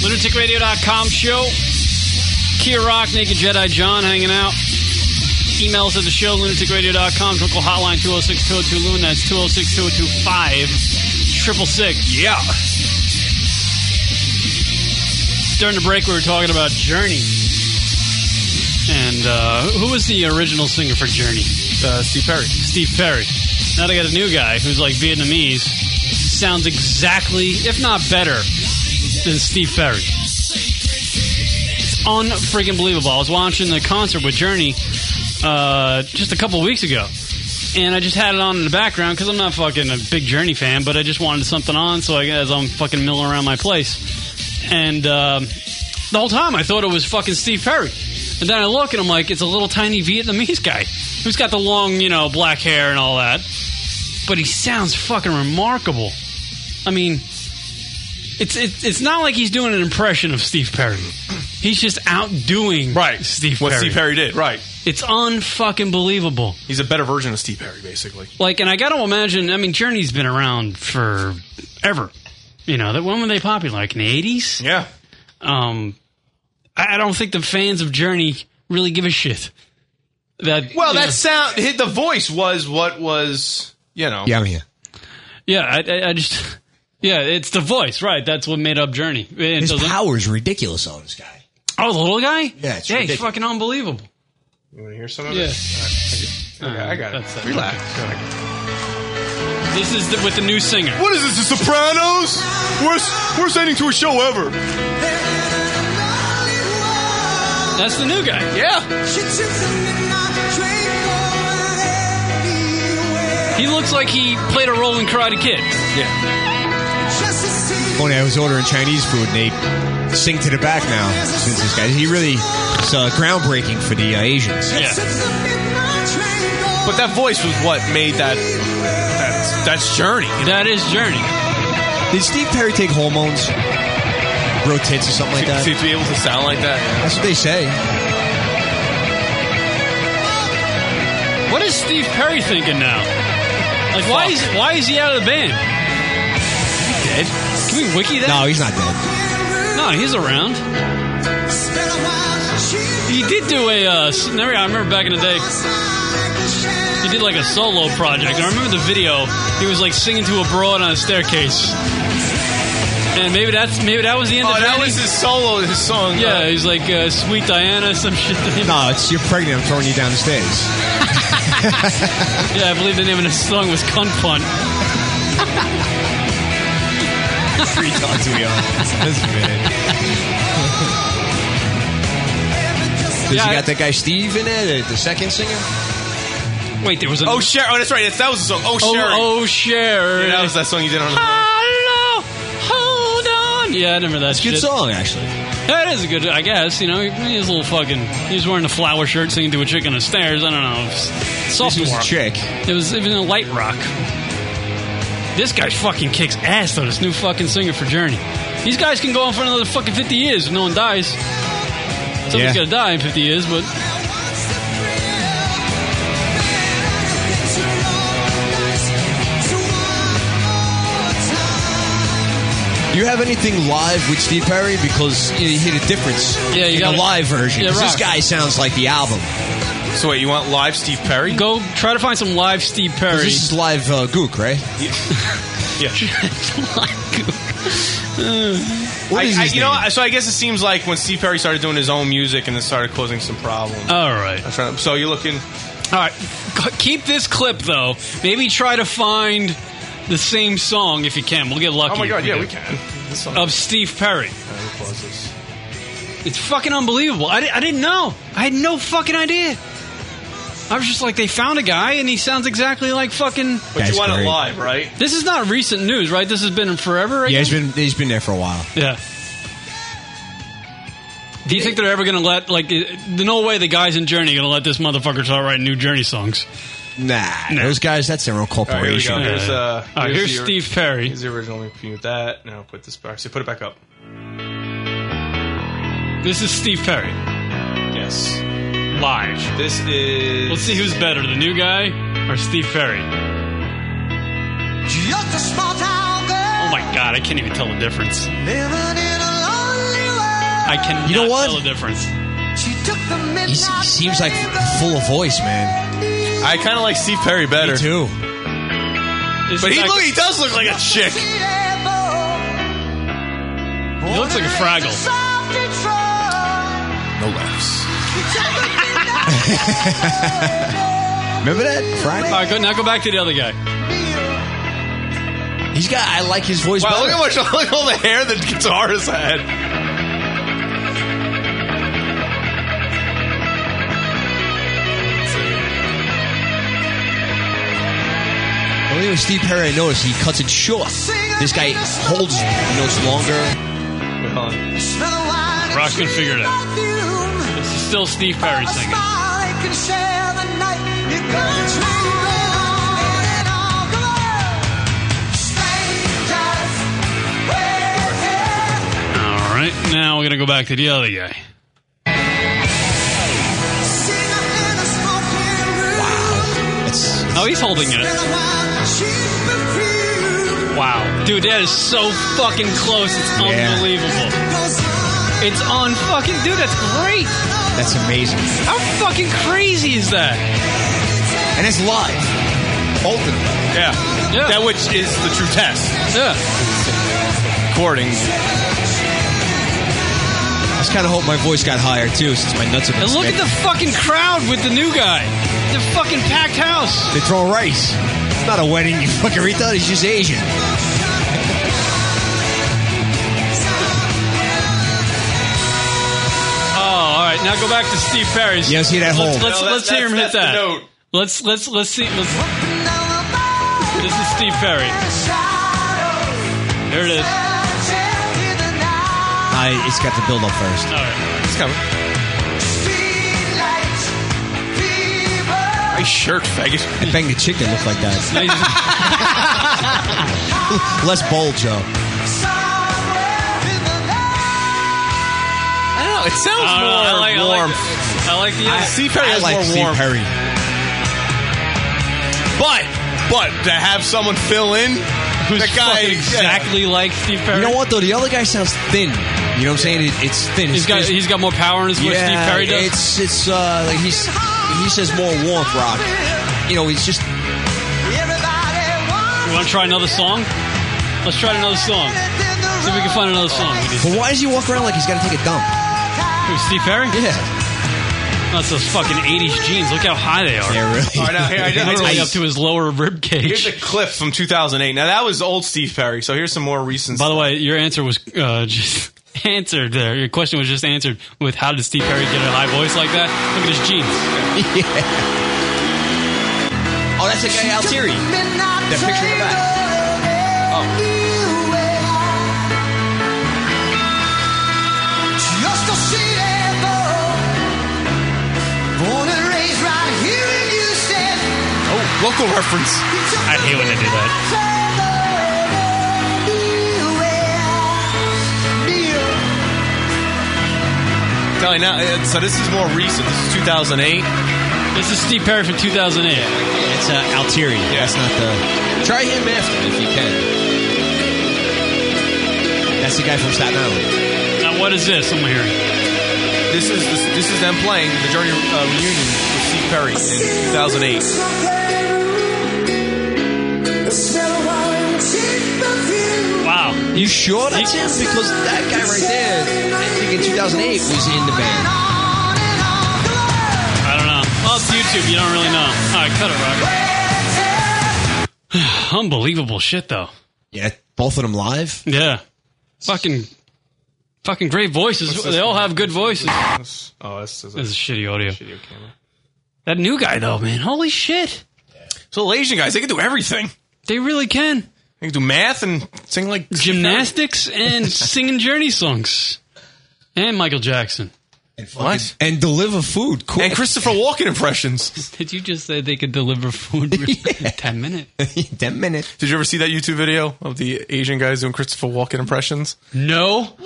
S7: LunaticRadio.com show. Kia Rock, Naked Jedi John hanging out. Emails at the show, lunaticradio.com. Twinkle hotline 206 202 Loon. That's 206 202 Yeah. During the break, we were talking about Journey. And uh, who was the original singer for Journey? uh, Steve Perry. Steve Perry. Now they got a new guy who's like Vietnamese. Sounds exactly, if not better, than Steve Perry. It's unfreaking believable. I was watching the concert with Journey uh, just a couple weeks ago. And I just had it on in the background because I'm not fucking a big Journey fan, but I just wanted something on. So I, as I'm fucking milling around my place, and um the whole time I thought it was fucking Steve Perry, and then I look and I'm like, it's a little tiny Vietnamese guy who's got the long, you know, black hair and all that, but he sounds fucking remarkable. I mean, it's it, it's not like he's doing an impression of Steve Perry. He's just outdoing right Steve
S11: What
S7: Perry.
S11: Steve Perry did, right.
S7: It's unfucking believable.
S11: He's a better version of Steve Perry, basically.
S7: Like, and I got to imagine. I mean, Journey's been around for ever. You know, that when were they popular? Like in the eighties?
S11: Yeah.
S7: Um, I I don't think the fans of Journey really give a shit. That
S11: Well,
S7: you know-
S11: that sound, hit the voice was what was, you know.
S2: Yeah, I'm here.
S7: Yeah, I, I, I just. Yeah, it's the voice, right? That's what made up Journey. It
S2: His
S7: doesn't-
S2: power is ridiculous on this guy.
S7: oh, the little guy.
S2: Yeah, it's
S7: yeah, he's
S2: ridiculous.
S7: fucking unbelievable.
S11: You want to hear some of
S7: Yeah.
S11: it? All right, I got it. Okay, I got it. Relax. Go ahead.
S7: This is the, with the new singer.
S6: What is this, The Sopranos? Worst, worst ending to a show ever.
S7: That's the new guy. He looks like he played a role in Karate Kid.
S11: Yeah.
S2: Funny, I was ordering Chinese food and they sing to the back now. Since this guy, he really is uh, groundbreaking for the uh, Asians.
S11: But that voice was what made that. That's, that's Journey.
S7: That is Journey.
S2: Did Steve Perry take hormones, grow tits or something like that?
S11: To, to be able to sound like that. yeah.
S2: That's what they say.
S7: What is Steve Perry thinking now? Like, why is why is he out of the band? Dead? Can we wiki that?
S2: No, he's not dead.
S7: No, he's around.
S2: Oh
S7: He did do a. Uh, s- never- I remember back in the day. He did like a solo project. I remember the video. He was like singing to a broad on a staircase. And maybe that's maybe that was the end
S11: Oh,
S7: of
S11: that
S7: Journey.
S11: was his solo, his song.
S7: Yeah, he's like uh, Sweet Diana, some shit.
S2: No, it's you're pregnant. I'm throwing you down the stairs.
S7: Yeah, I believe the name of the song was Cunt Punt.
S2: Free talk to me on. That's Does
S7: Yeah,
S2: he
S7: I-
S2: got that guy Steve in it, the second singer?
S7: Wait, there was a.
S11: Oh, Sherry. Oh, that's right. That's, that was the song. Oh,
S7: Oh,
S11: Sherry.
S7: oh, Sherry.
S11: Yeah, that was that song you did on the.
S7: Hello, hold on. Yeah, I remember that. It's
S2: Good song, actually.
S7: That is a good. I guess you know he, he's a little fucking. He was wearing a flower shirt, singing to a chick on the stairs. I don't know. It's
S2: This
S7: sophomore.
S2: was a chick.
S7: It was even a light rock. This guy fucking kicks ass though. This new fucking singer for Journey. These guys can go on for another fucking fifty years if no one dies. Somebody's
S2: Yeah.
S7: gonna die in fifty years, but
S2: Do you have anything live with Steve Perry? Because you, know, you hear the difference
S7: Yeah, you
S2: in
S7: gotta-
S2: the live version.
S7: Yeah,
S2: 'Cause this
S7: rock.
S2: guy sounds like the album.
S11: So wait, you want live Steve Perry?
S7: go try to find some live Steve
S2: 'Cause
S7: Perry.
S2: This is live uh, Gook, right?
S11: Yeah.
S2: What
S11: I,
S2: is
S11: I,
S2: his
S11: you know,
S2: name?
S11: I- so I guess it seems like when Steve Perry started doing his own music and it started causing some problems.
S7: All right.
S11: I'm trying to- so you're looking.
S7: All right, c- keep this clip though. Maybe try to find the same song if you can. We'll get lucky.
S11: Oh my
S7: if
S11: god, yeah,
S7: do.
S11: we can. This song.
S7: Of Steve Perry.
S11: All right, we'll pause this.
S7: It's fucking unbelievable. I, di- I didn't know. I had no fucking idea. I was just like, they found a guy and he sounds exactly like fucking.
S11: But you want it live, right?
S7: This is not recent news, right? This has been forever. Right
S2: Yeah, he's been he's been there for a while.
S7: Yeah. Do you think they're ever gonna let like? uh, No way the guys in Journey are gonna let this motherfucker start writing new Journey songs.
S2: Nah, those guys. That's their own
S11: All right, here we
S2: corporation.
S11: go. Here's, uh,
S7: All right, here's
S11: the-
S7: Steve Perry.
S11: Here's the original thing with that. Now put this back. So put it back up.
S7: This is Steve Perry
S11: Yes.
S7: live.
S11: This is.
S7: Let's see who's better, the new guy or Steve Perry. Oh my god, I can't even tell the difference. I can.
S2: You know what?
S7: Tell the difference.
S2: He's, he seems like full of voice, man.
S11: I kind of like Steve Perry better.
S2: Me too.
S7: This
S11: But
S7: is
S11: he,
S7: like-
S11: look, he does look like a chick.
S7: he looks like a Fraggle.
S11: No laughs.
S2: Remember that? Friday?
S7: All right, go, now go back to the other guy.
S2: He's got. I like his voice.
S6: Wow, look
S2: better.
S6: how much look at all the hair the guitarist had.
S2: The only thing with Steve Perry I noticed he cuts it short. This guy holds notes longer.
S7: Rock can figure it out. This is still Steve Perry singing. All right, now we're gonna go back to the other guy. Oh, he's holding it. Wow, dude, that is so fucking close. It's
S2: Yeah.
S7: unbelievable. It's on fucking dude. That's great.
S2: That's amazing.
S7: How fucking crazy is that?
S2: And it's live. Both of them.
S6: Yeah. That which is the true test.
S7: Yeah.
S6: Recording.
S2: I was kind of hoping my voice got higher too, since my nuts have been.
S7: And look at the fucking crowd with the new guy. The fucking packed house.
S2: the. They throw rice. It's not a wedding, you fucking retard. He's just Asian.
S7: Oh, all right. Now go back to Steve Perry's.
S2: Yeah, see that
S7: let's,
S2: hole.
S7: Let's,
S2: No, that-
S7: let's hear him hit that.
S2: that's- that's the
S7: Let's let's let's see. Let's, this is Steve Perry. Here it is.
S2: I, it's got to build up first.
S7: All right.
S2: It's coming.
S6: Nice shirt, faggot.
S2: I banged a chick that looked like that. Less bold, Joe.
S6: I don't know. It sounds
S7: I don't know,
S6: more
S7: I like- I like
S6: warm.
S7: I like the other.
S6: Steve Perry
S2: I
S6: is
S2: like
S6: more
S2: Steve
S6: warm.
S2: Perry.
S6: But but to have someone fill in,
S7: Who's
S6: the guy
S7: fucking exactly like Steve Perry.
S2: You know what though? The other guy sounds thin. You know what I'm saying? It, it's thin.
S7: He's
S2: It's
S7: got
S2: thin.
S7: he's got more power in his voice.
S2: yeah,
S7: Steve Perry does.
S2: It's it's uh like he's he says more warmth rock. You know, he's just
S7: You want to try another song? Let's try another song. See if we can find another song.
S2: But why does he walk around like he's gotta take a dump?
S7: Who, Steve Perry?
S2: Yeah.
S7: That's those fucking 80s jeans. Look how high they are.
S2: Yeah, really.
S6: All right, now, here, I- I-
S7: Literally up to his lower rib
S6: Here's
S7: cage.
S6: a clip from 2008. Now that was old Steve Perry. So here's some more recent.
S7: By the way, your answer was uh, just answered there. Your question was just answered with how did Steve Perry get a high voice like that? Look at his jeans.
S2: Oh, that's a guy Altieri. That picture in the back. Oh.
S6: Oh, local reference.
S7: I hate when they do that.
S6: Tell you now, uh, so this is more recent. This is 2008.
S7: This is Steve Perry from 2008.
S2: It's uh, Altieri. That's not the. Try him after if you can. That's the guy from Staten Island.
S7: Now, what is this? I'm hearing.
S6: This is this, this is them playing the Journey uh, reunion with Steve Perry in 2008.
S7: Wow.
S2: You sure that's him? Because that guy right there, I think in 2008 was in the band.
S7: I don't know. Well, it's YouTube. You don't really know. All right, cut it, Rock. Unbelievable shit, though.
S2: Yeah, both of them live.
S7: Yeah. Fucking, fucking great voices. They all have good voices.
S6: Oh, that's,
S7: This is shitty audio.
S6: video camera.
S7: That new guy, though, man. Holy shit.
S6: So Asian guys, they can do everything.
S7: They really can.
S6: They can do math and sing like
S7: Gymnastics and singing Journey songs. And Michael Jackson.
S6: What?
S2: And deliver food. Cool.
S6: And Christopher Walken impressions.
S7: Did you just say they could deliver food in 10 minutes?
S2: 10 minutes.
S6: Did you ever see that YouTube video of the Asian guys doing Christopher Walken impressions?
S7: No.
S6: What?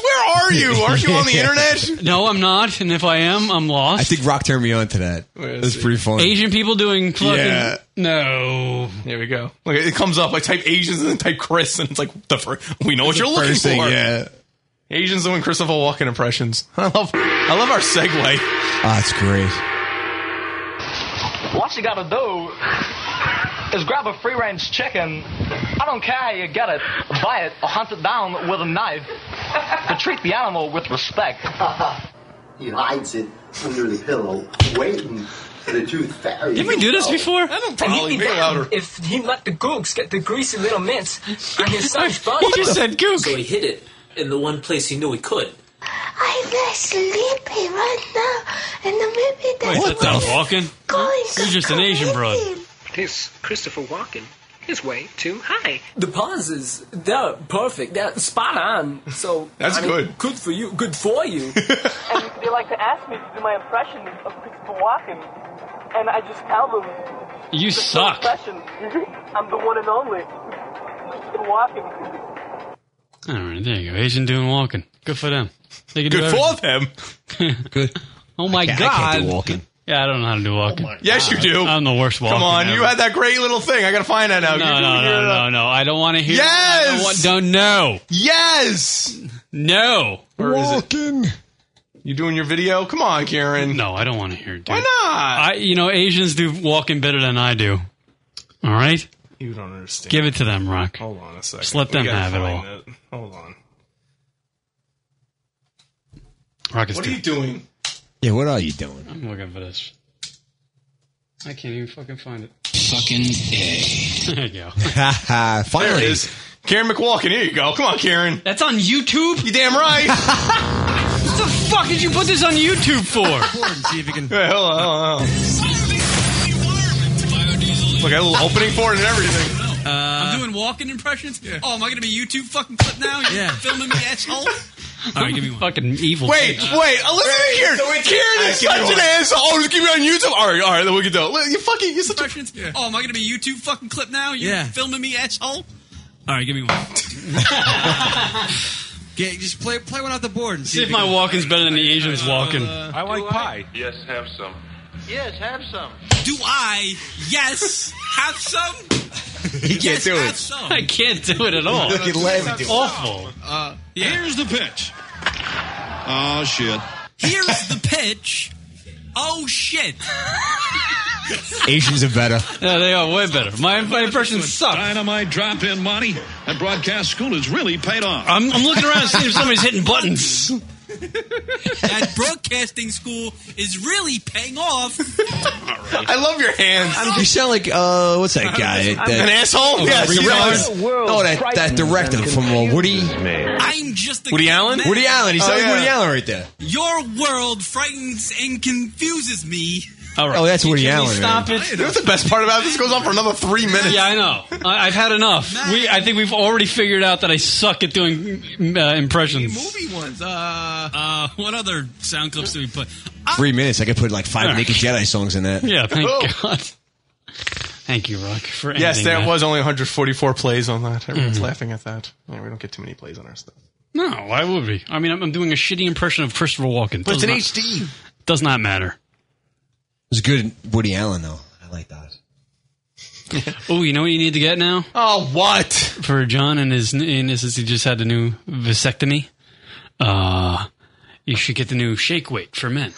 S6: Where are you? Aren't you on the internet?
S7: No, I'm not. And if I am, I'm
S2: I
S7: lost.
S2: think Rock turned me on to that.
S6: Wait,
S2: That's
S6: see.
S2: pretty funny.
S7: Asian people doing fucking.
S6: Yeah.
S7: No.
S6: There we go. Look, it comes up. I type Asians and then type Chris, and it's like the fir- we know what you're looking
S2: First thing,
S6: for.
S2: yeah.
S6: Asians doing Christopher Walken impressions. I love, I love our segue.
S2: Ah, it's great.
S16: What you gotta do is grab a free range chicken. I don't care how you get it, buy it, or hunt it down with a knife. But treat the animal with respect.
S4: He hides it under the pillow, waiting The tooth fairy.
S7: Did we do this before?
S6: I don't
S4: probably
S7: be louder.
S17: If he let the gooks get the greasy little mints on his son's body.
S7: He just said gook.
S17: So he hid it in the one place he knew he could.
S18: I'm not sleepy right now, and maybe that's
S7: Wait, what the Walken?
S18: going
S7: You're just an Asian broad.
S17: This Christopher Walken is way too high. The pauses, they're perfect. They're spot on. So
S6: That's
S17: I mean,
S6: good.
S17: Good for you. Good for you.
S3: and they like to ask me to do my impression of Christopher Walken, and I just tell them
S7: You suck.
S3: impression. I'm the one and only Christopher Walken.
S7: All right, there you go. Asian doing walking. Good for them. They can do
S6: Good for
S7: everything.
S6: them.
S7: Good. Oh my
S6: I can't- I can't do God.
S7: walking. Yeah, I don't know how to do walking.
S6: Oh Yes, you do.
S7: I'm the worst walking.
S6: Come on, you
S7: ever.
S6: had that great little thing. I gotta find that
S7: No,
S6: out.
S7: no,
S6: You're doing
S7: no,
S6: your-
S7: no, no, I don't want to hear.
S6: Yes!
S7: I don't, want, don't know.
S6: Yes.
S7: No.
S6: Where is it? You doing your video? Come on, Karen.
S7: No, I don't want to hear it. Dude.
S6: Why
S7: I,
S6: not?
S7: you know, Asians do walking better than I do. All right,
S6: You don't understand.
S7: give it to them, Rock.
S6: Hold on a second.
S7: Just let
S6: We
S7: them
S6: gotta
S7: have it all.
S6: find
S12: Uh,
S6: that. Hold on.
S7: Rock is
S6: What are you doing?
S2: Yeah, what are you doing?
S7: I'm looking for this. I can't even fucking find it.
S2: Fucking A.
S7: There you go.
S6: There it
S2: Finally.
S6: is. Karen McWalken. Here you go. Come on, Karen.
S7: That's on YouTube.
S6: You damn right.
S7: what the fuck did you put this on YouTube for?
S6: See if you can. hold on, hold on, hold on. Look, I had a little opening for it and everything.
S8: Uh,
S19: I'm doing walking impressions. Oh, am I going to be YouTube fucking clip now? You're
S8: Yeah.
S19: filming me, asshole.
S7: All right, give me one. Fucking evil.
S6: Wait, wait. Uh, listen to Karen. Karen is
S8: All right, give me
S6: such an
S8: one.
S6: asshole. Oh, just keep it on YouTube. All right, all right. Then we can do it. Look, You fucking. You're such a
S19: impressions. Oh, am I going to be YouTube fucking clip now? You're
S8: Yeah.
S19: filming me, asshole.
S8: All right, give me one. Get, just play play one off the board and see,
S7: See if my walking's better than the Asians walking.
S8: Uh, I like pie.
S12: Yes, have some.
S19: Yes, have some. Do I? Yes, have some.
S2: He can't do
S19: have
S2: it.
S19: some.
S7: I can't do it at all.
S2: Look at Larry do it.
S7: Awful.
S19: Uh,
S12: Here's the pitch. Oh shit.
S19: here's the pitch. Oh shit!
S2: Asians are better.
S7: Yeah, they are way better. My, my impression sucks.
S12: Dynamite drop in, Monty. That broadcast school has really paid off.
S7: I'm, I'm looking around to see if somebody's hitting buttons.
S19: That broadcasting school is really paying off.
S6: I love your hands.
S2: You sound like uh, what's that guy?
S19: I'm
S2: that,
S19: an asshole?
S2: Oh,
S19: Yes,
S2: Reed
S19: you are.
S2: Richards?
S19: World
S2: No, that that
S19: frightens
S2: director
S19: and
S2: from uh, Woody.
S19: I'm just a
S2: Woody
S19: good
S2: Allen.
S19: man.
S2: Woody Allen. He sounds like Woody Allen right there.
S19: Your world frightens and confuses me.
S7: All right.
S2: Oh, that's Woody
S7: Can we
S2: Allen.
S7: Stop
S2: man.
S7: it.
S6: You know what's the best part about it? this? Goes on for another three minutes.
S7: Yeah, I know. I, I've had enough. We, I think we've already figured out that I suck at doing uh, impressions.
S8: Movie ones. Uh, uh, what other sound clips do we put?
S2: Three minutes. I could put like five Naked Jedi songs in that.
S7: Yeah, thank
S8: Oh.
S7: God. Thank you, Rock, for
S6: Yes,
S7: ending
S6: there
S7: that.
S6: was only 144 plays on that. Everyone's
S7: Mhm.
S6: laughing at that. Yeah, we don't get too many plays on our stuff.
S7: No, why would we? I mean, I'm, I'm doing a shitty impression of Christopher Walken.
S2: But it's an
S7: HD. Does not matter.
S2: It was good Woody Allen though. I like that.
S7: Oh, you know what you need to get now?
S6: Oh, what?
S7: For John and his and his, since he just had the new vasectomy, uh, you should get the new shake weight for men.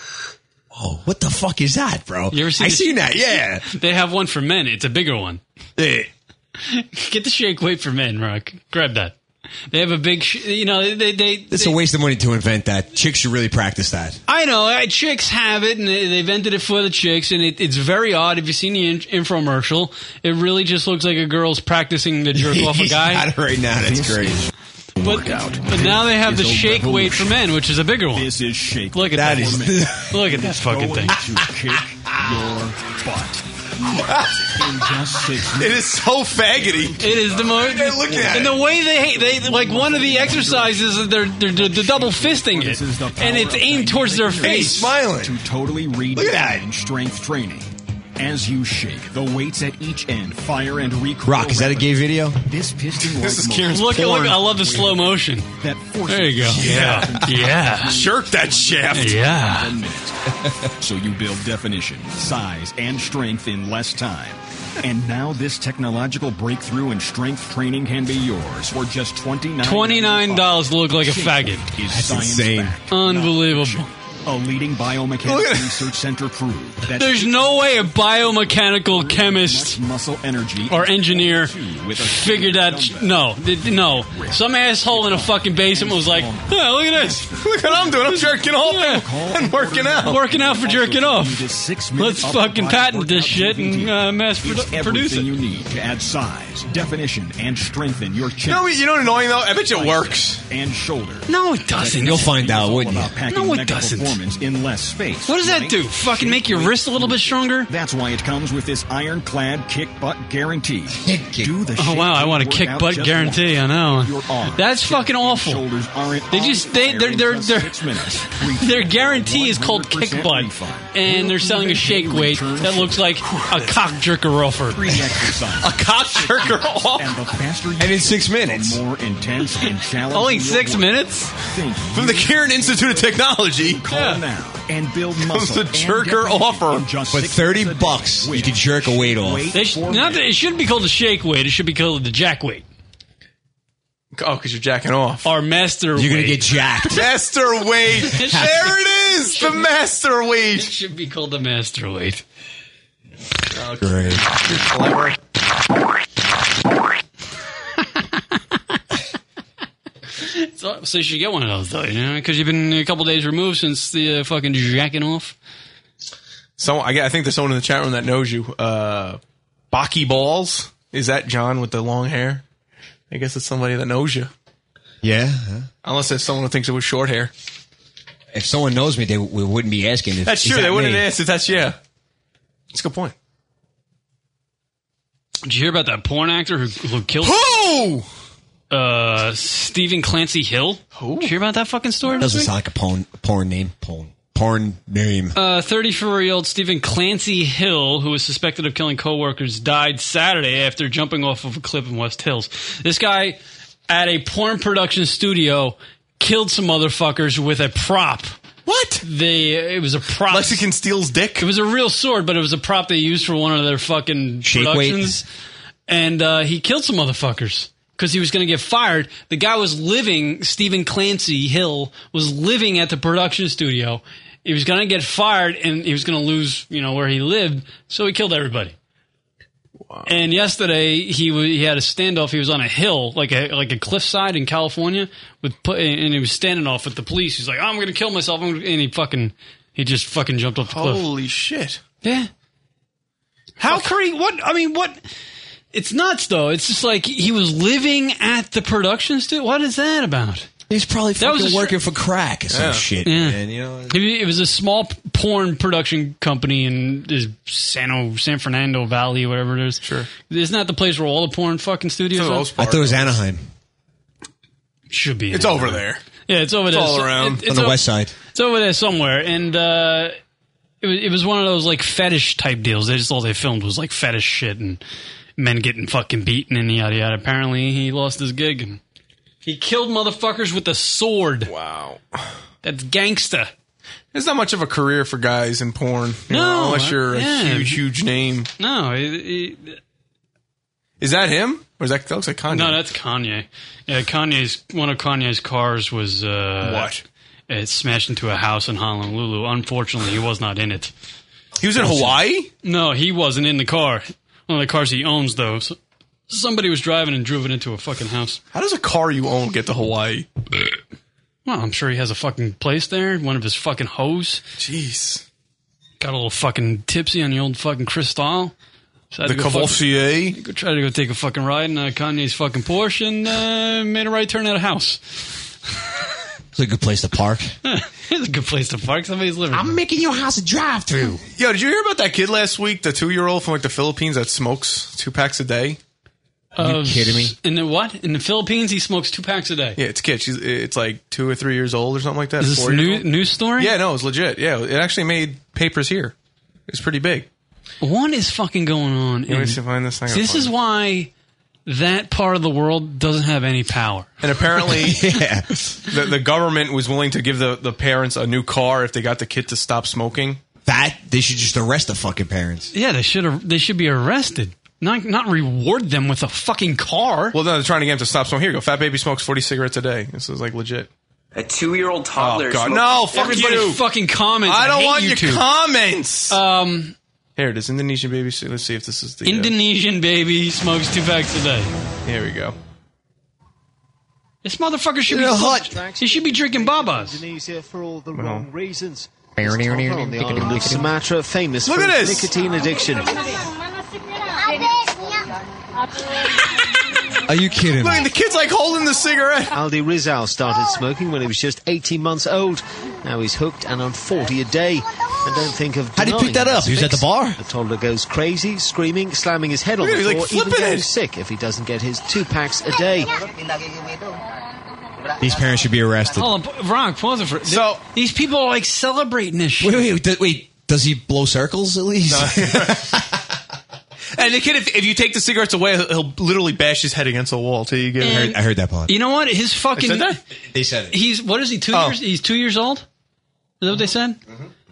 S2: Oh, what the fuck is that, bro?
S7: You ever seen
S2: I
S7: the-
S2: seen that. Yeah. Eh.
S7: They have one for men. It's a bigger one. Get the shake weight for men, Rock. Grab that. They have a big, sh- you know, they, they, they
S2: It's a waste of money to invent that. Chicks should really practice that.
S7: I know uh, chicks have it, and they- they've invented it for the chicks, and it, it's very odd. If you've seen the in- infomercial, it really just looks like a girl's practicing the jerk off a
S2: He's
S7: guy.
S2: got it right now. That's great.
S7: But, but now they have the shake weight for men, which is a bigger one. This
S8: is shake.
S7: Look at
S8: That
S7: that.
S8: is-
S7: Look at that fucking thing.
S6: It is so faggoty.
S7: It is the most.
S6: Look at
S7: and
S6: it.
S7: the way they they like one of the exercises is they're they're, they're, double fisting it, and it's aimed towards their face.
S2: smiling.
S20: To totally redefine strength training. As you shake, the weights at each end fire and recoil.
S2: Rock, is that a gay video?
S20: This piston
S2: This is
S20: like
S2: Kieran's
S7: Look, look!
S2: porn.
S7: I love the slow motion. There you go. Yeah, yeah.
S6: Shirk that shaft.
S7: Yeah.
S20: so you build definition, size, and strength in less time. And now this technological breakthrough in strength training can be yours for just twenty nine.
S7: Twenty nine dollars to look like a faggot.
S20: Is science fact.
S7: Unbelievable.
S20: A leading
S7: Look
S20: biomechanics
S7: at-
S20: research center proved that
S7: There's no way a biomechanical chemist
S20: muscle energy
S7: or engineer figured that. No, th- no. Some asshole in a fucking basement was like, "Yeah, look at this.
S6: look what I'm doing. I'm jerking off and working out.
S7: Working out for jerking off. Let's
S20: up-to-body
S7: fucking patent this shit and uh, mass
S20: It's
S7: produ- produce
S20: everything
S7: it."
S20: you need to add size, definition, and strengthen your chest.
S6: You know what- you know what annoying, though? I bet you it works.
S20: And shoulder.
S7: No, it doesn't. You'll
S20: find out,
S7: wouldn't you? No, it
S20: Performance
S7: doesn't.
S20: in less space.
S7: What does that
S20: Right?
S7: do? Fucking make your wrist a little bit stronger?
S20: That's why it comes with this ironclad kick butt guarantee. Do the
S7: Oh
S20: shit
S7: wow, I
S20: you
S7: want a
S20: work
S7: kick
S20: out
S7: butt
S20: just
S7: guarantee. I know.
S20: Your arms,
S7: That's fucking awful. They just they they're they're, they're their guarantee is called kick butt, and they're selling a shake weight that looks like a cock jerker offer.
S20: a
S7: cock jerker
S20: offer.
S7: And in six minutes.
S20: More intense and challenging.
S7: Only
S20: your
S7: six
S20: work.
S7: minutes?
S20: Think
S6: From the Kieran Institute of Technology.
S20: Call now and build
S6: Comes
S20: muscle.
S6: the jerker offer.
S20: Just
S2: But 30 bucks, you could jerk a weight off.
S7: They sh- not that- it shouldn't be called the shake weight. It should be called the jack weight.
S6: Oh, because you're jacking off.
S7: Our master.
S2: You're going to get jacked.
S6: Master weight. there it is. The master weight. It
S7: should be called the master weight.
S6: Oh,
S2: Great.
S7: So, so you should get one of those though, you know, because you've been a couple days removed since the uh, fucking jacking off.
S6: So I, get- I think there's someone in the chat room that knows you. Uh, Baki Balls. Is that John with the long hair? I guess it's somebody that knows you.
S2: Yeah.
S6: Unless there's someone who thinks it was short hair.
S2: If someone knows me, they we wouldn't be asking. If,
S6: That's
S2: is
S6: true.
S2: that
S6: They wouldn't
S2: me?
S6: ask if that's yeah. That's a good point.
S7: Did you hear about that porn actor who, who killed?
S6: Who?
S7: Uh, Stephen Clancy Hill. Who? Did you hear about that fucking story?
S2: Doesn't
S7: this week?
S2: sound like a porn porn name. Porn porn name.
S7: Uh, 34-year-old Stephen Clancy Hill, who was suspected of killing coworkers, died Saturday after jumping off of a cliff in West Hills. This guy at a porn production studio killed some motherfuckers with a prop.
S6: What?
S7: They it was a prop.
S6: Lexington steals dick.
S7: It was a real sword, but it was a prop they used for one of their fucking
S2: Shake weight.
S7: productions. And uh, he killed some motherfuckers because he was going to get fired. The guy was living. Stephen Clancy Hill was living at the production studio. He was going to get fired, and he was going to lose, you know, where he lived. So he killed everybody. And yesterday he wa he had a standoff. He was on a hill, like a like a cliffside in California, with pu- and he was standing off with the police. He's like, "I'm going to kill myself," I'm gonna-" and he fucking he just fucking jumped off the cliff.
S6: Holy shit!
S7: Yeah. How crazy? What I mean, what? It's nuts, though. It's just like he was living at the production studio. What is that about?
S2: He's probably
S7: That was
S2: fucking
S7: a
S2: working for crack or some
S7: Yeah.
S2: shit,
S7: Yeah.
S2: man. You know.
S7: It it was a small p- porn production company in this San, San Fernando Valley, whatever it is. Sure. Isn't that the place where all the porn fucking studios are?
S2: I thought it was Anaheim.
S7: Should be. in
S2: It's over
S7: Anaheim. Yeah, it's over
S2: It's
S7: there.
S2: all
S7: So-
S2: around.
S7: it- it's
S2: On the
S7: o-
S2: west side.
S7: It's over there somewhere, and uh, it was it was one of those like fetish type deals. They just all they filmed was like fetish shit and men getting fucking beaten and yada yada. Apparently, he lost his gig. And he killed motherfuckers with a sword.
S6: Wow,
S7: that's gangsta.
S6: There's not much of a career for guys in porn,
S7: No,
S6: you know, unless you're
S7: yeah.
S6: a huge, huge name.
S7: No, it, it-
S6: Is that him? Or is that, that looks like Kanye?
S7: no, that's Kanye. Yeah, Kanye's one of Kanye's cars was uh,
S6: What?
S7: It smashed into a house in Honolulu. Unfortunately, he was not in it.
S6: He was in Hawaii?
S7: No, he wasn't in the car. One of the cars he owns, though. So somebody was driving and drove it into a fucking house.
S6: How does a car you own get to Hawaii?
S7: Well, I'm sure he has a fucking place there. One of his fucking hoes.
S6: Jeez.
S7: Got a little fucking tipsy on the old fucking Cristal. So I had
S6: The
S7: to go fucking-
S6: Cavassier.
S7: go- Tried to go take a fucking ride in uh, Kanye's fucking Porsche and uh, made a right turn at a house.
S2: It's a good place to park.
S7: it's a good place to park. Somebody's living.
S2: I'm making your house a drive-through.
S6: Yo, did you hear about that kid last week? The two year old from like the Philippines that smokes two packs a day? Um,
S7: Are
S6: you kidding me?
S7: Uh, In the what? In the Philippines, he smokes two packs a day.
S6: Yeah, it's a kid. She's it's like two or three years old or something like that.
S7: Is this
S6: four years
S7: new
S6: old.
S7: news story?
S6: Yeah, no, it's legit. Yeah, it actually made papers here. It's pretty big.
S7: What is fucking going on?
S6: Let me
S7: in-
S6: see if I can find this thing.
S7: See, this is why that part of the world doesn't have any power.
S6: And apparently, the, the government was willing to give the, the parents a new car if they got the kid to stop smoking.
S2: That they should just arrest the fucking parents.
S7: Yeah, they should they should be arrested. Not not reward them with a fucking car.
S6: Well, no, they're trying to get him to stop smoking. Here you go. Fat baby smokes 40 cigarettes a day. This is like legit. Oh,
S21: A two-year-old toddler.
S7: Oh,
S6: God,
S21: smoked-
S6: no, fuck
S7: Everybody
S6: you.
S7: fucking comments.
S6: I don't
S7: hate
S6: want your
S7: YouTube.
S6: comments.
S7: Um,
S6: Here it is, Indonesian baby. So Let's see if this is the uh,
S7: Indonesian baby smokes two packs a day.
S6: Here we go.
S7: This motherfucker should
S6: In
S7: be
S6: a
S7: hut. He should be drinking babas.
S19: Indonesia for all the
S7: Well.
S19: wrong reasons.
S7: Meow,
S19: It's
S7: meow,
S19: top
S7: meow,
S19: on the
S7: meow,
S19: island
S7: meow,
S19: of Sumatra, famous
S7: Look
S19: for
S7: at
S19: its
S7: this.
S19: nicotine addiction.
S2: Are you kidding?
S19: the kid's like holding the cigarette. Aldi Rizal started smoking when he was just 18 months old. Now he's hooked and on 40 a day. And don't think of
S2: How'd he
S19: denying
S2: pick that
S19: this
S2: up? He was at
S19: fix.
S2: the bar?
S19: The toddler goes crazy, screaming, slamming his head on
S2: Look at
S19: the
S2: him,
S19: floor,
S2: he's, like,
S19: even
S2: flipping
S19: going
S2: it.
S19: sick if he doesn't get his two packs a day.
S2: These parents should be arrested.
S7: Hold on, wrong. Pause it for. So these people are like celebrating this shit.
S2: Wait, wait, wait, do- wait. Does he blow circles at least?
S6: And the kid, if, if you take the cigarettes away, he'll, he'll literally bash his head against a wall till you get.
S7: And- I heard- I heard that
S2: part.
S7: You know what? His fucking.
S6: They said that?
S2: They said it.
S7: He's what is he? Two
S6: Oh.
S7: years. He's two years old. Is that what they said?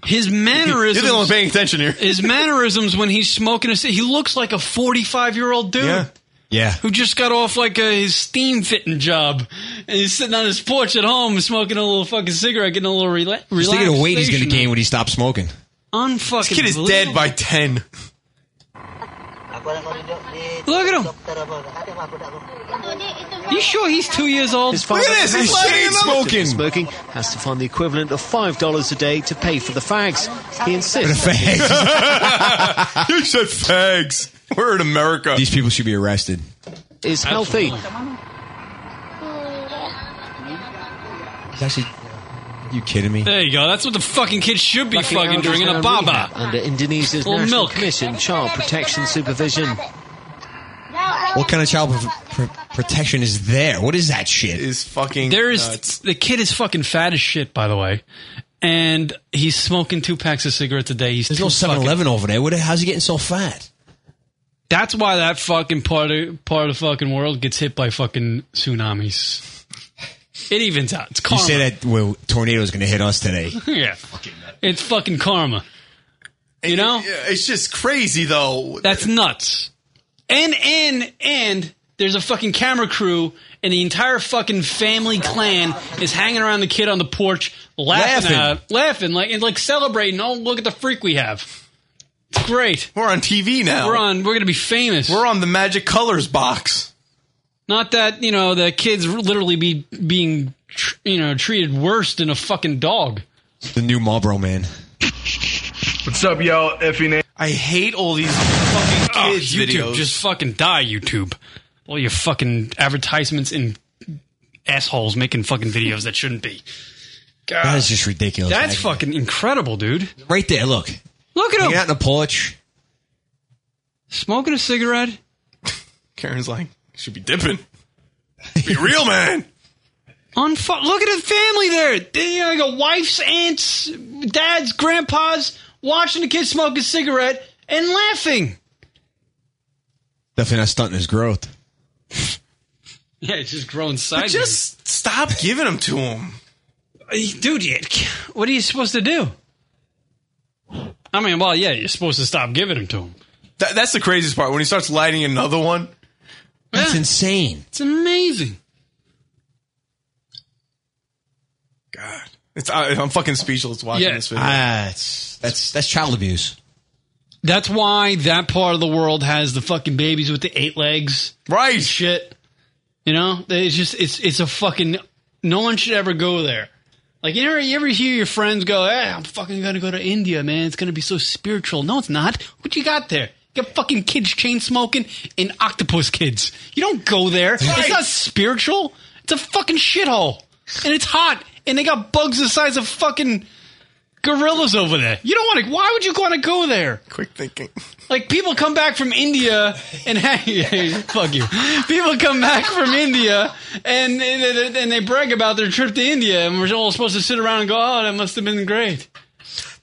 S7: His mannerisms.
S6: You're the only one paying attention here.
S7: his mannerisms when he's smoking a cig- he looks like a 45 year old dude
S2: Yeah.
S7: who just got off like a, his steam fitting job and he's sitting on his porch at home smoking a little fucking cigarette getting a little rela- relax
S2: Just think of the weight he's going to gain when he stops smoking.
S7: unfucking
S2: This kid is dead by
S6: 10.
S7: look at him you sure he's two years old
S19: His father- smoking has to find the equivalent of five dollars a day to pay for the fags. He insists.
S2: The fags.
S19: you said
S6: fags. We're in America.
S2: These people should be arrested.
S19: Is healthy.
S2: He's actually. You kidding me?
S7: there you go that's what the fucking kid should be
S19: Lucky
S7: fucking
S19: Aldo's
S7: drinking
S19: now
S7: a
S19: in rehab
S7: baba
S19: Under Indonesia's
S7: Or
S19: National
S7: milk.
S19: Commission Child Protection Supervision.
S2: What kind of child pro- pro- protection is there? What is that shit?
S6: Is fucking
S7: there is the kid is fucking fat as shit by the way and he's smoking two packs of cigarettes a day he's
S2: There's no
S7: too fucking-
S2: 7-Eleven over there. What, how's he getting so fat?
S7: That's why that fucking part of part of the fucking world gets hit by fucking tsunamis. It evens out. It's karma.
S2: You say that well, tornado's going to hit us today.
S7: yeah. It's fucking karma. You know?
S6: It's just crazy though.
S7: That's nuts. And and and there's a fucking camera crew and the entire fucking family clan is hanging around the kid on the porch laughing,
S6: Laughing.
S7: at laughing like and like celebrating, oh look at the freak we have. It's great.
S6: We're on TV now.
S7: We're on we're gonna be famous.
S6: We're on the Magic Colors box.
S7: Not that you know the kids literally be being tr- you know treated worse than a fucking dog.
S2: The new Marlboro man.
S7: What's up, y'all? Effie
S6: I hate all these fucking kids
S7: YouTube,
S6: videos.
S7: just fucking die, YouTube. All your fucking advertisements and assholes making fucking videos that shouldn't be.
S2: That is just ridiculous.
S7: That's fucking incredible, dude.
S2: Right there, look.
S7: Look at
S2: Hanging
S7: him
S2: out in the porch.
S7: smoking a cigarette.
S6: Karen's like, should be dipping. Be real, man.
S7: On fu- look at the family there. They, you know, got wife's, aunts, dad's, grandpa's watching the kid smoke a cigarette and laughing.
S2: Definitely not stunting his growth.
S7: Yeah, it's just growing
S6: But
S7: sideways.
S6: just stop giving them to him.
S7: Uh, dude, you- what are you supposed to do? I mean, well, yeah, you're supposed to stop giving them to him.
S6: That, that's the craziest part. When he starts lighting another one,
S2: That's insane.
S7: It's amazing.
S6: it's I, I'm fucking speechless watching
S7: Yeah.
S6: this video.
S2: Ah, it's, that's that's child abuse.
S7: That's why that part of the world has the fucking babies with the eight legs,
S6: right?
S7: shit, you know, it's just it's it's a fucking. No one should ever go there. Like you ever you ever hear your friends go, "Hey, I'm fucking gonna go to India, man. It's gonna be so spiritual." No, it's not. What you got there? You got fucking kids chain smoking and octopus kids. You don't go there. It's not spiritual. It's a fucking shithole, and it's hot, and they got bugs the size of fucking gorillas over there. You don't want to. Why would you want to go there?
S6: Quick thinking.
S7: Like people come back from India and hey, fuck you. People come back from India and and, and they brag about their trip to India, and we're all supposed to sit around and go, "Oh, that must have been great."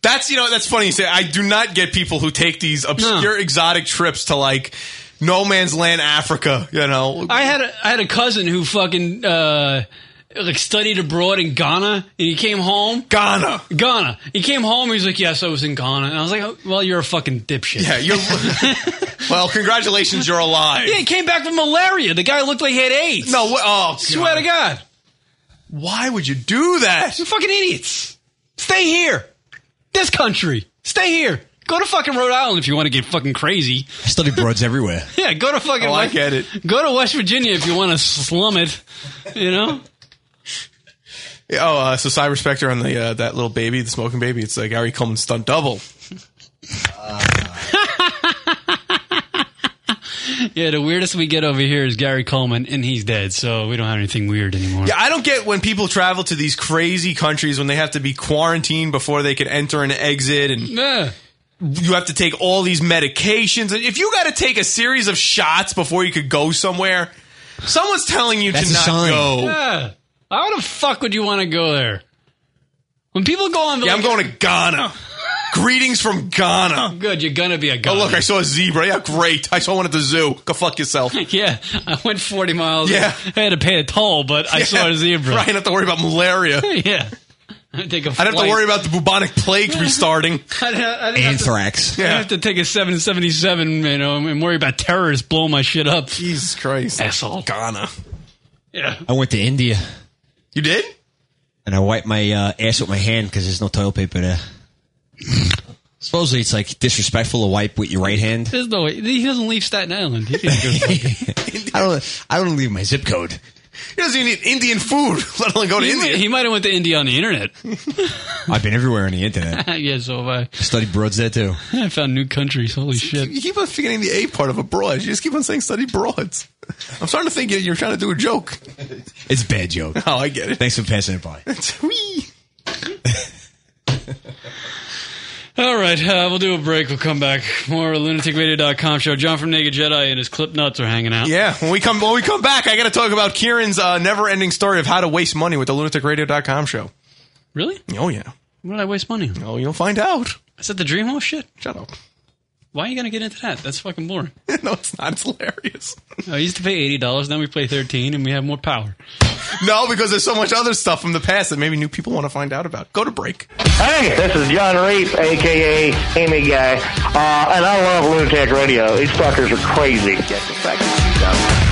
S6: That's you know that's funny. You say I do not get people who take these obscure exotic trips to like no man's land, Africa. You know,
S7: I had a, I had a cousin who fucking uh, like studied abroad in Ghana, and he came home.
S6: Ghana,
S7: Ghana. He came home. He was like, "Yes, I was in Ghana," and I was like, oh, "Well, you're a fucking dipshit."
S6: yeah. You're well. Congratulations, you're alive.
S7: Yeah, he came back with malaria. The guy looked like he had AIDS.
S6: No, wha- oh,
S7: swear to God.
S6: Why would you do that?
S7: You fucking idiots. Stay here. This country. Stay here. Go to fucking Rhode Island if you want to get fucking crazy.
S2: I study broads everywhere.
S7: Yeah, go to fucking.
S2: Oh, I
S7: West-
S2: get
S6: it.
S7: Go to West Virginia if you want to slum it. You know.
S6: Yeah, Oh, uh, so Cyber Spectre on the uh, that little baby, the smoking baby. It's like Gary Coleman stunt double.
S7: Yeah, the weirdest we get over here is Gary Coleman, and he's dead, so we don't have anything weird anymore.
S6: Yeah, I don't get when people travel to these crazy countries when they have to be quarantined before they can enter and exit, and you have to take all these medications. And if you got to take a series of shots before you could go somewhere, someone's telling you to not go.
S7: Yeah. Why the fuck would you want to go there? When people go on, the
S6: Yeah, I'm going to Ghana. Greetings from Ghana.
S7: Good, you're gonna be a Ghana.
S6: Oh look, I saw a zebra. Yeah, great. I saw one at the zoo. Go fuck yourself.
S7: yeah, I went 40 miles.
S6: Yeah.
S7: I had to pay a toll, but I
S6: Yeah.
S7: saw a zebra.
S6: Right, I don't have to worry about malaria.
S7: yeah, I take a.
S6: I'd have to
S7: flight.
S6: worry about the bubonic plague restarting.
S7: I'd have- I'd have to-
S2: Anthrax.
S7: I have to take a 777, you know, and worry about terrorists blowing my shit up.
S6: Jesus Christ.
S7: Asshole.
S6: Ghana.
S7: Yeah.
S2: I went to India.
S6: You did?
S2: And I wiped my uh, ass with my hand because there's no toilet paper there. Supposedly it's like disrespectful to wipe with your right hand.
S7: There's no way. He doesn't leave Staten Island. He didn't go
S2: I don't. I don't leave my zip code.
S6: He doesn't even eat Indian food, let alone go to
S7: he
S6: India.
S7: Might, he might have went to India on the internet.
S2: I've been everywhere on the internet.
S7: yeah, so have
S2: Studied broads there too.
S7: I. I found new countries. Holy shit.
S6: You keep on forgetting the A part of abroad. You just keep on saying study broads. I'm starting to think you're trying to do a joke.
S2: It's a bad joke.
S6: Oh, I get it.
S2: Thanks for passing it by.
S7: All right, uh, we'll do a break. We'll come back. More lunaticradio.com show. John from Naked Jedi and his clip nuts are hanging out.
S6: Yeah, when we come when we come back, I got to talk about Kieran's uh, never-ending story of how to waste money with the lunaticradio.com show.
S7: Really?
S6: Oh yeah.
S7: What did I waste money on?
S6: Oh, you'll find out.
S7: Is that the dream hall shit?
S6: Shut up.
S7: Why are you going to get into that? That's fucking boring.
S6: no, it's not. It's hilarious.
S7: I used to pay $80, now we play 13 and we have more power.
S6: No, because there's so much other stuff from the past that maybe new people want to find out about. Go to break.
S22: Hey, this is John Reap, aka Amy Guy, uh, and I love Lunatic Radio. These fuckers are crazy. Get the fuck out.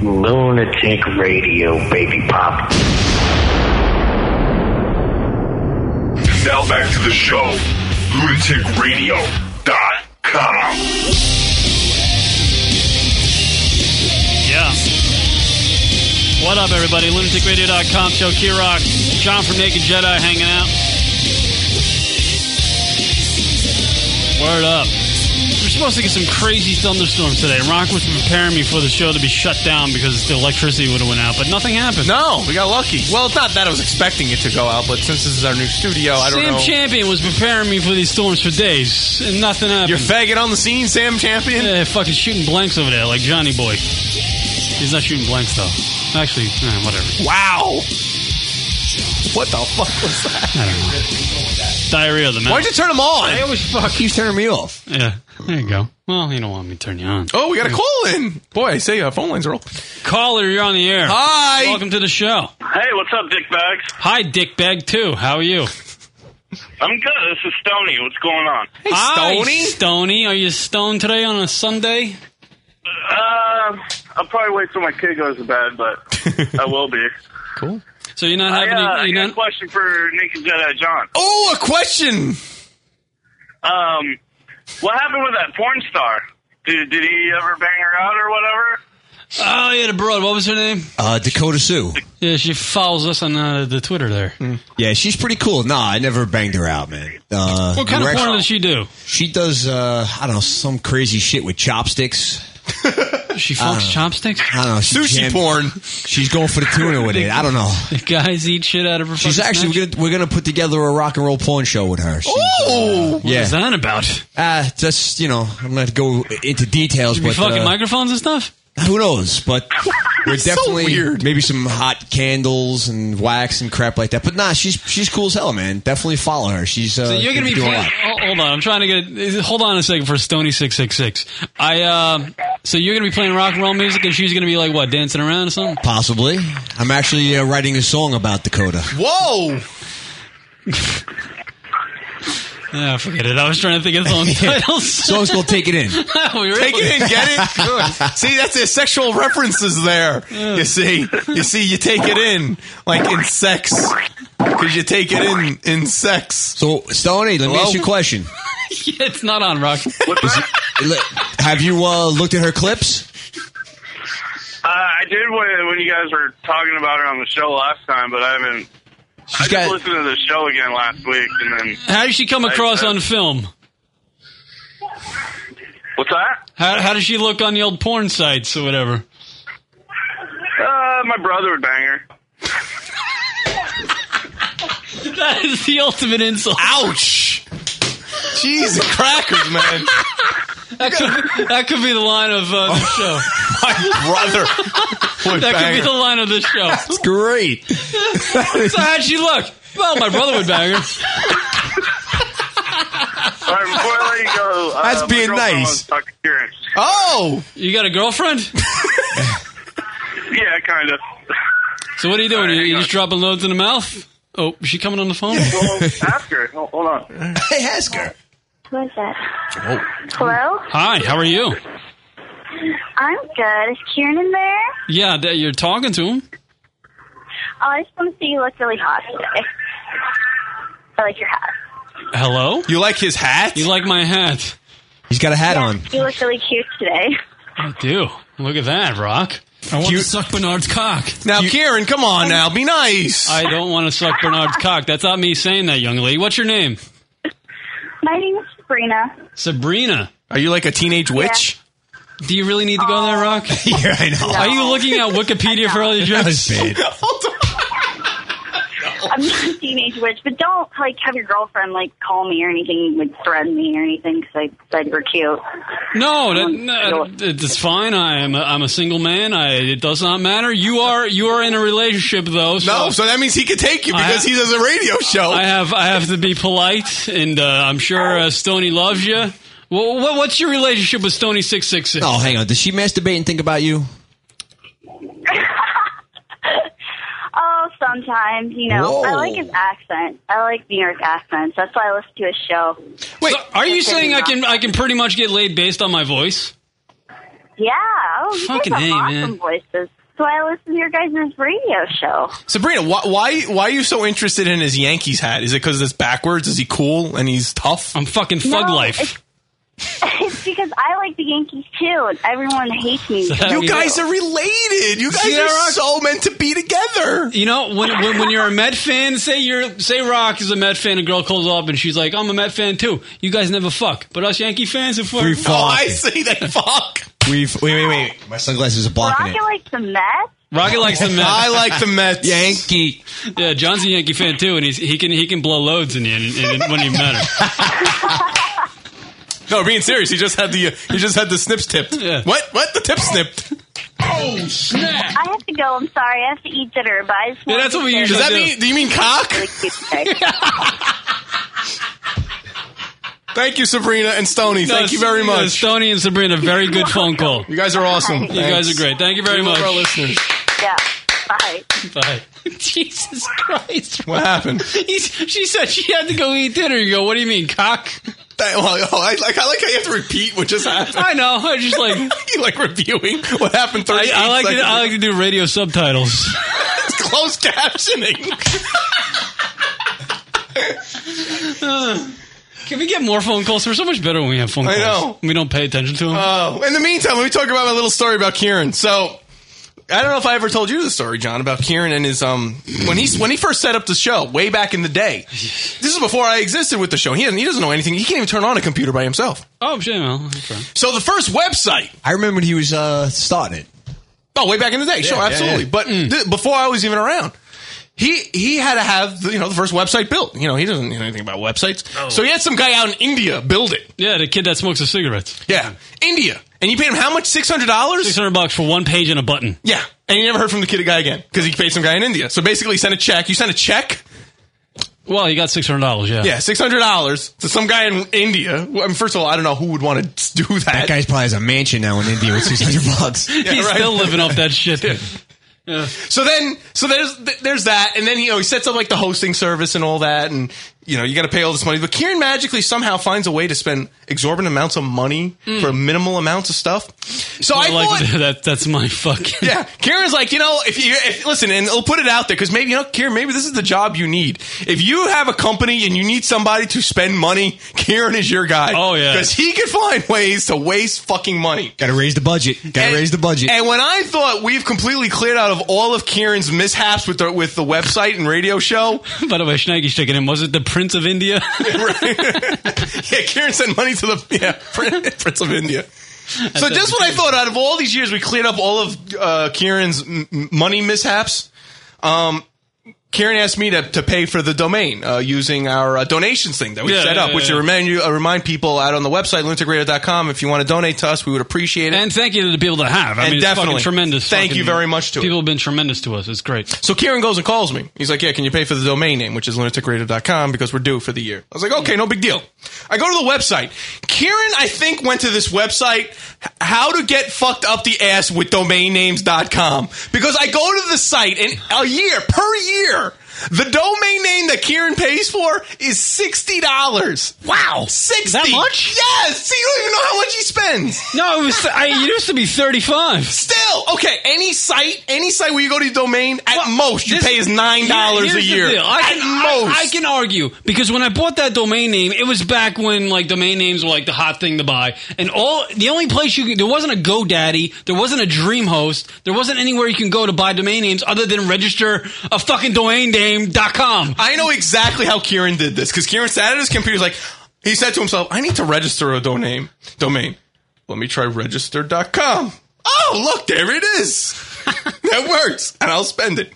S22: Lunatic Radio, baby pop.
S23: Now back to the show. LunaticRadio.com.
S7: Yeah. What up, everybody? LunaticRadio.com show. Key Rock, John from Naked Jedi hanging out. Word up. We're supposed to get some crazy thunderstorms today. Rock was preparing me for the show to be shut down because the electricity would have went out, but nothing happened.
S6: No, we got lucky. Well, it's not that I was expecting it to go out, but since this is our new studio, I don't
S7: Sam
S6: know.
S7: Champion was preparing me for these storms for days, and nothing happened. You're
S6: fagging on the scene, Sam Champion?
S7: Yeah, fucking shooting blanks over there like Johnny Boy. He's not shooting blanks, though. Actually, eh, whatever.
S6: Wow. What the fuck was that?
S7: Diarrhea of the mouth.
S6: Why'd you turn them on?
S7: I always fuck.
S2: Keeps turning me off.
S7: Yeah, there you go. Well, you don't want me to turn you on.
S6: Oh, we got a call in. Boy, I say uh, phone lines are open.
S7: Caller, you're on the air.
S6: Hi.
S7: Welcome to the show.
S1: Hey, what's up, dickbags?
S7: Hi, Dickbag Two. How are you?
S1: I'm good. This is Stony. What's going on?
S7: Hi, Stony. Are you stoned today on a Sunday?
S1: Uh, I'll probably wait till my kid goes to bed, but I will be.
S7: Cool. So you're not
S1: Uh, I,
S7: having
S1: uh,
S7: any,
S1: I
S7: you're
S1: got a
S7: not,
S1: question for Naked Jedi John.
S6: Oh, a question.
S1: Um, what happened with that porn star? Did, did he ever bang her out or whatever?
S7: Oh, yeah, the broad. What was her name?
S2: Uh, Dakota Sue.
S7: Yeah, she follows us on uh, the Twitter there.
S2: Yeah, she's pretty cool. Nah, I never banged her out, man. Uh,
S7: What kind
S2: we're
S7: of porn
S2: actually-
S7: does she do?
S2: She does, uh, I don't know, some crazy shit with chopsticks. Uh,
S7: She fucks chopsticks?
S2: I don't know. She
S7: Sushi
S2: porn. She's going for the tuna with it. I don't know.
S7: The guys eat shit out of her.
S2: She's
S7: fucking
S2: actually, we're gonna, we're gonna put together a rock and roll porn show with her. She- uh,
S7: Oh, what
S2: yeah.
S7: is that about?
S2: Uh, just, you know, I'm not going to go into details,
S7: You be
S2: but.
S7: fucking
S2: uh,
S7: microphones and stuff.
S2: Who knows? But we're
S7: So
S2: definitely
S7: weird.
S2: maybe some hot candles and wax and crap like that. But nah, she's she's cool as hell, man. Definitely follow her. She's uh,
S7: So you're gonna be
S2: doing a
S7: playing.
S2: lot.
S7: Hold hold on, I'm trying to get. Hold on a second for Stony six six six. I um. So you're gonna be playing rock and roll music, and she's gonna be like what, dancing around or something?
S2: Possibly. I'm actually uh, writing a song about Dakota.
S6: Whoa!
S7: Yeah, forget it. I was trying to think of song titles.
S2: Song's called "Take It In."
S6: Take it in, get it. Good. See, that's it. Sexual references there. You see, you see, you take it in like in sex because you take it in in sex.
S2: So, Stoney, let me
S6: Hello?
S2: ask you a question.
S7: yeah, it's not on rock.
S2: Look, Have you uh, looked at her clips?
S1: Uh, I did when, when you guys were talking about her on the show last time, but I haven't. I just listened to the show again last week, and then
S7: How did she come
S1: I-
S7: across
S1: I-
S7: on film?
S1: What's that?
S7: How how does she look on the old porn sites or whatever?
S1: Uh, my brother would bang her.
S7: That is the ultimate insult.
S6: Ouch! Jesus crackers, man.
S7: That could, that could be the line of uh, the show.
S6: My Oh,
S7: that could
S6: brother. bang
S7: be
S6: her.
S7: the line of this show.
S2: That's great.
S7: so how'd she look? Well, my brother would bang her.
S1: All right, before I let you go, uh,
S7: That's
S1: my
S7: being
S1: girlfriend
S7: nice.
S1: wants to talk appearance.
S6: Oh,
S7: you got a girlfriend?
S1: Yeah, kind of.
S7: So what are you doing? You, you just dropping loads in the mouth? Oh, is she coming on the phone?
S1: ask her. Hold on.
S2: Hey, ask her.
S24: What is that?
S6: Oh.
S24: Hello?
S7: Hi, how are you?
S24: I'm good. Is Kieran in there?
S7: Yeah, that you're talking to him.
S24: Oh, I just want to see you look really hot today. I like your hat.
S7: Hello?
S6: You like his hat?
S7: You like my hat?
S2: He's got a hat on.
S24: You look really cute today.
S7: I do. Look at that, Rock. I want to suck Bernard's cock.
S6: Now, Karen, come on now. Be nice.
S7: I don't want to suck Bernard's cock. That's not me saying that, young lady. What's your name?
S24: My name is Sabrina.
S7: Sabrina.
S6: Are you like a teenage witch?
S7: Do you really need to go there,
S24: Oh.
S7: Rock?
S2: yeah, I know.
S7: Are you looking at Wikipedia for all your jokes?
S6: Oh.
S24: I'm not a teenage witch, but don't like have your girlfriend like call me or anything, like threaten me or anything because I said you're cute.
S7: No, that, no, it's fine. I am. A, I'm a single man. I, it does not matter. You are. You are in a relationship, though. So
S6: No, so that means he could take you
S7: I
S6: because
S7: ha-
S6: he does a radio show.
S7: I have. I have to be polite, and uh, I'm sure uh, Stony loves you. Well, what, what's your relationship with Stony Six Six Six?
S2: Oh, hang on. Does she masturbate and think about you?
S24: Oh, sometimes you know I
S2: Whoa.
S24: like his accent. I like New York accents. That's why I listen to his show.
S7: Wait, are you saying I can? I can pretty much get laid based on my voice?
S24: Yeah. Oh, you
S7: Fucking
S24: guys
S7: A,
S24: have
S7: man.
S24: awesome voices. why I listen to your guys' radio show.
S6: Sabrina, why, why why are you so interested in his Yankees hat? Is it because it's backwards? Is he cool and he's tough?
S7: I'm fucking
S24: No, it's- It's because I like the Yankees too, and everyone hates me.
S6: You guys are related. You guys
S7: Yeah,
S6: are
S7: Rock.
S6: so meant to be together.
S7: You know, when, when when you're a Met fan, say you're say Rock is a Met fan, a girl calls up and she's like, "I'm a Met fan too." You guys never fuck, but us Yankee fans have fucked.
S2: We fuck.
S7: I
S6: see they fuck.
S2: We wait, wait, wait. My sunglasses are blocking
S24: Rocket
S2: it.
S24: likes the Mets.
S7: Rocket likes the Mets.
S2: I like the Mets.
S7: Yankee. Yeah, John's a Yankee fan too, and he's, he can he can blow loads in you, and, and it wouldn't even matter.
S6: No, being serious, he just had the uh, he just had the snips tipped. What? What? The tip snipped?
S24: Oh snap! I have to go. I'm sorry. I have to eat dinner, but I just
S6: Yeah,
S24: wanted
S6: that's what
S24: to
S6: we
S24: say-
S6: usually Does that do. mean- do you mean cock?
S24: Really cute pic.
S6: Thank you, Sabrina and Stony.
S7: No,
S6: Thank you very
S7: Sabrina,
S6: much.
S7: Stony and Sabrina, very good phone call.
S6: You guys are awesome.
S7: You guys are great. Thank you very
S6: We love
S7: much.
S6: our listeners.
S24: yeah. Bye.
S7: Bye. Jesus Christ!
S6: What happened?
S7: He's, she said she had to go eat dinner. You go. What do you mean, cock?
S6: well, oh, I like I like how you have to repeat what just happened.
S7: I know. I just like
S6: you like reviewing what happened.
S7: I,
S6: 38
S7: I like to,
S6: seconds.
S7: I like to do radio subtitles.
S6: closed captioning.
S7: Uh, can we get more phone calls? We're so much better when we have phone
S6: I
S7: calls.
S6: know.
S7: We don't pay attention to them.
S6: Oh, in the meantime, let me talk about my little story about Kieran. So, I don't know if I ever told you the story, John, about Kieran and his um when he when he first set up the show way back in the day. This is before I existed with the show. He doesn't he doesn't know anything. He can't even turn on a computer by himself.
S7: oh, shit. Well, that's right.
S6: So the first website.
S2: I remember when he was uh, starting it.
S6: Oh, way back in the day,
S2: Yeah,
S6: sure,
S2: yeah,
S6: absolutely.
S2: yeah.
S6: But
S7: Mm.
S6: th- before I was even around, he he had to have the, you know the first website built. You know he doesn't know anything about websites, so he had some guy out in India build it.
S7: Oh. Yeah, the kid that smokes a cigarette.
S6: Yeah, India, and you paid him how much? Six hundred dollars.
S7: Six hundred bucks for one page and a button.
S6: Yeah, and you never heard from the kid guy again because he paid some guy in India. So basically, he sent a check. You sent a check.
S7: Well, you got six hundred dollars. Yeah.
S6: Yeah, six hundred dollars to some guy in India. Well, I mean, first of all, I don't know who would want to do that.
S2: That guy probably has a mansion now in India with six hundred bucks.
S7: He's still living off that shit.
S6: So then, so there's th- there's that, and then you know he sets up like the hosting service and all that, and you know you got to pay all this money. But Kieran magically somehow finds a way to spend exorbitant amounts of money
S2: Hmm.
S6: for minimal amounts of stuff. So I,
S7: like
S6: thought,
S7: that. That's my fuck.
S6: yeah, Kieran's like, you know, if you if, listen, and I'll put it out there because maybe you know, Kieran, maybe this is the job you need. If you have a company and you need somebody to spend money, Kieran is your guy.
S2: Oh, yeah.
S6: because he can find ways to waste fucking money.
S2: Got to raise the budget. Got to raise the budget.
S6: And when I thought we've completely cleared out of all of Kieran's mishaps with the with the website and radio show,
S7: By the way, Schneike's checking in. Was it the Prince of India?
S6: yeah, Kieran sent money to the yeah, Prin- Prince of India. So
S7: That's
S6: just when I thought out of all these years we cleared up all of uh, Kieran's m- m- money mishaps, um, Kieran asked me to, to pay for the domain uh, using our uh, donations thing that we
S7: Yeah,
S6: set
S7: yeah,
S6: up, which
S7: yeah.
S6: to remind you, uh, remind people out on the website lunaticradio.com if you want to donate to us, we would appreciate it.
S7: And thank you to the people that have. I
S6: And
S7: mean, it's fucking
S6: definitely.
S7: tremendous.
S6: Thank you
S7: fucking-
S6: very much to it.
S7: people have been tremendous to us. It's great.
S6: So Kieran goes and calls me. He's like, Yeah, can you pay for the domain name, which is lunaticradio.com, because we're due for the year. I was like, Okay, no big deal. I go to the website. Kieran, I think, went to this website, h- how to get fucked up the ass with domainnames.com. Because I go to the site, and a year, per year, the domain name that Kieran pays for is $60. Wow. 60
S7: That much?
S6: Yes. See, you don't even know how much he spends.
S7: No, it was. I, it used to be thirty-five.
S6: Still, okay. Any site, any site where you go to domain, at most you
S7: This-
S6: pay is nine dollars
S7: Here-
S6: a
S7: here's the
S6: year.
S7: deal. I
S6: At
S7: can,
S6: most.
S7: I, I can argue because when I bought that domain name, it was back when like domain names were like the hot thing to buy, and all the only place you could, there wasn't a GoDaddy, there wasn't a DreamHost, there wasn't anywhere you can go to buy domain names other than register a fucking domain name dot com.
S6: I know exactly how Kieran did this because Kieran sat at his computer. He's like, he said to himself, "I need to register a domain. Domain. Let me try register.com. Oh, look, there it is. that works, and I'll spend it."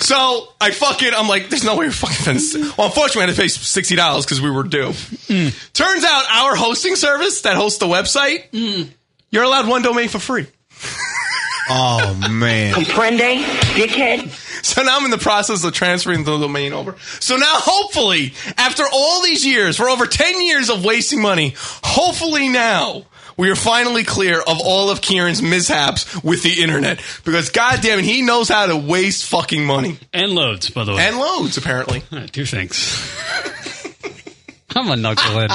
S6: So I fucking, I'm like, there's no way you're fucking. spending si- Well, unfortunately, I had to pay sixty dollars because we were due.
S7: Hmm.
S6: Turns out, our hosting service that hosts the website, you're allowed one domain for free.
S2: Oh man.
S6: Comprende, dickhead. So now I'm in the process of transferring the domain over. So now, hopefully, after all these years, for over 10 years of wasting money, hopefully now we are finally clear of all of Kieran's mishaps with the internet. Because goddamn it, he knows how to waste fucking money.
S7: And loads, by the way.
S6: And loads, apparently.
S7: Two things. I'm a knucklehead.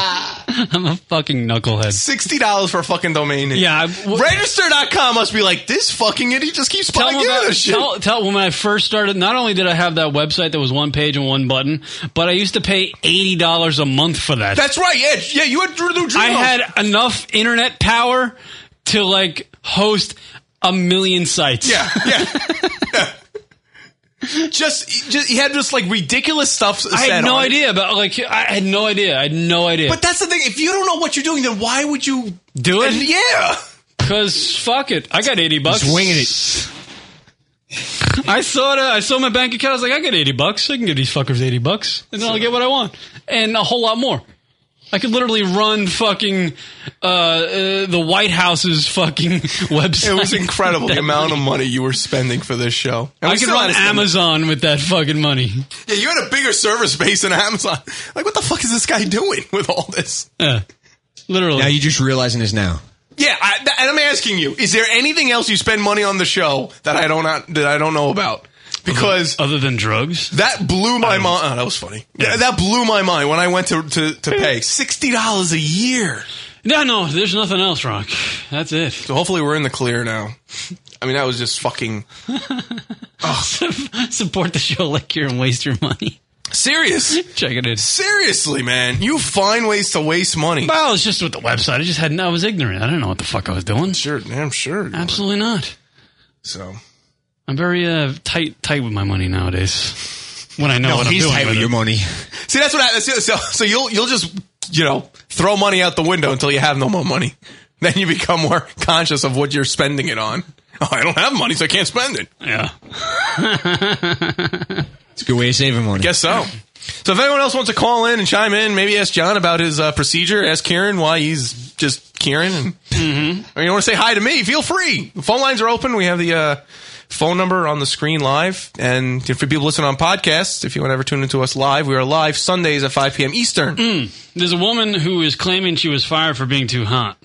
S7: I'm a fucking knucklehead.
S6: Sixty dollars for a fucking domain name.
S7: Yeah, I-
S6: Register.com must be like this fucking idiot just keeps
S7: Tell
S6: buying
S7: them
S6: other
S7: about,
S6: shit.
S7: tell, tell when I first started. Not only did I have that website that was one page and one button, but I used to pay eighty dollars a month for that.
S6: That's right. Yeah, yeah. You had Drew. Drew
S7: I had enough internet power to like host a million sites.
S6: Yeah, yeah. just, just he had just like ridiculous stuff.
S7: I
S6: set
S7: had no
S6: on it.
S7: idea about like I had no idea. I had no idea.
S6: But that's the thing. If you don't know what you're doing, then why would you
S7: do it?
S6: yeah.
S7: Cause fuck it, I got eighty bucks. winging it. I saw it. I saw my bank account. I was like, I got eighty bucks. I can give these fuckers eighty bucks, and then I'll get what I want, and a whole lot more. I could literally run fucking uh, uh, the White House's fucking website.
S6: It was incredible the amount of money you were spending for this show.
S7: I
S6: And we
S7: could
S6: still
S7: run
S6: had to-
S7: Amazon with that fucking money.
S6: Yeah, you had a bigger server space than Amazon. Like, what the fuck is this guy doing with all this?
S7: Yeah, Uh, literally.
S2: Now you're just realizing this now.
S6: Yeah, I, th- and I'm asking you: Is there anything else you spend money on the show that I don't not, that I don't know about? Because
S7: other, than drugs,
S6: that blew my mind. Oh, that was funny. Yeah, that blew my mind when I went to to, to pay sixty dollars a year.
S7: No, no, there's nothing else, Rock. That's it. So
S6: hopefully we're in the clear now. I mean, that was just fucking
S7: Support the show like you're and waste your money.
S6: serious.
S7: Check it in.
S6: Seriously, man, you find ways to waste money.
S7: Well, it's just with the website. I just had I was ignorant. I didn't know what the fuck I was doing.
S6: Sure, damn sure.
S7: Absolutely not.
S6: So
S7: I'm very uh, tight tight with my money nowadays. When I know
S6: No,
S7: what I'm
S6: he's
S7: doing
S6: tight with your
S2: money.
S6: See, that's what happens. So, so you'll you'll just you know throw money out the window until you have no more money. Then you become more conscious of what you're spending it on. Oh, I don't have money, so I can't spend it.
S7: Yeah.
S2: It's a good way of saving money.
S6: Guess so. So if anyone else wants to call in and chime in, maybe ask John about his uh, procedure. Ask Kieran why he's just Kieran. And,
S7: Mm-hmm.
S6: Or you want to say hi to me? Feel free. The phone lines are open. We have the uh, phone number on the screen live. And for people listening on podcasts, if you want to ever tune into us live, we are live Sundays at 5 p.m. Eastern.
S7: Mm. There's a woman who is claiming she was fired for being too hot.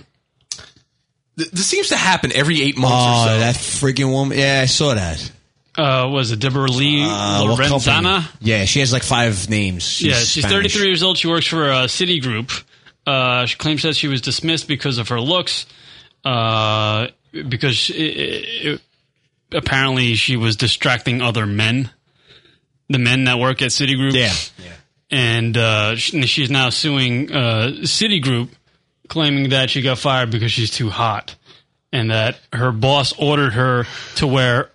S6: Th- This seems to happen every eight months or
S2: Oh,
S6: so.
S2: that freaking woman. Yeah, I saw that.
S7: Uh, was it Deborah Lee
S2: Uh, what
S7: Lorenzana?
S2: company? Yeah, she has like five names. She's
S7: yeah, she's
S2: Spanish.
S7: 33 years old. She works for uh, Citigroup. Uh, she claims that she was dismissed because of her looks, uh, because she, it, it, apparently she was distracting other men, the men that work at Citigroup. Yeah, yeah. And uh, sh- and she's now suing uh, Citigroup, claiming that she got fired because she's too hot, and that her boss ordered her to wear,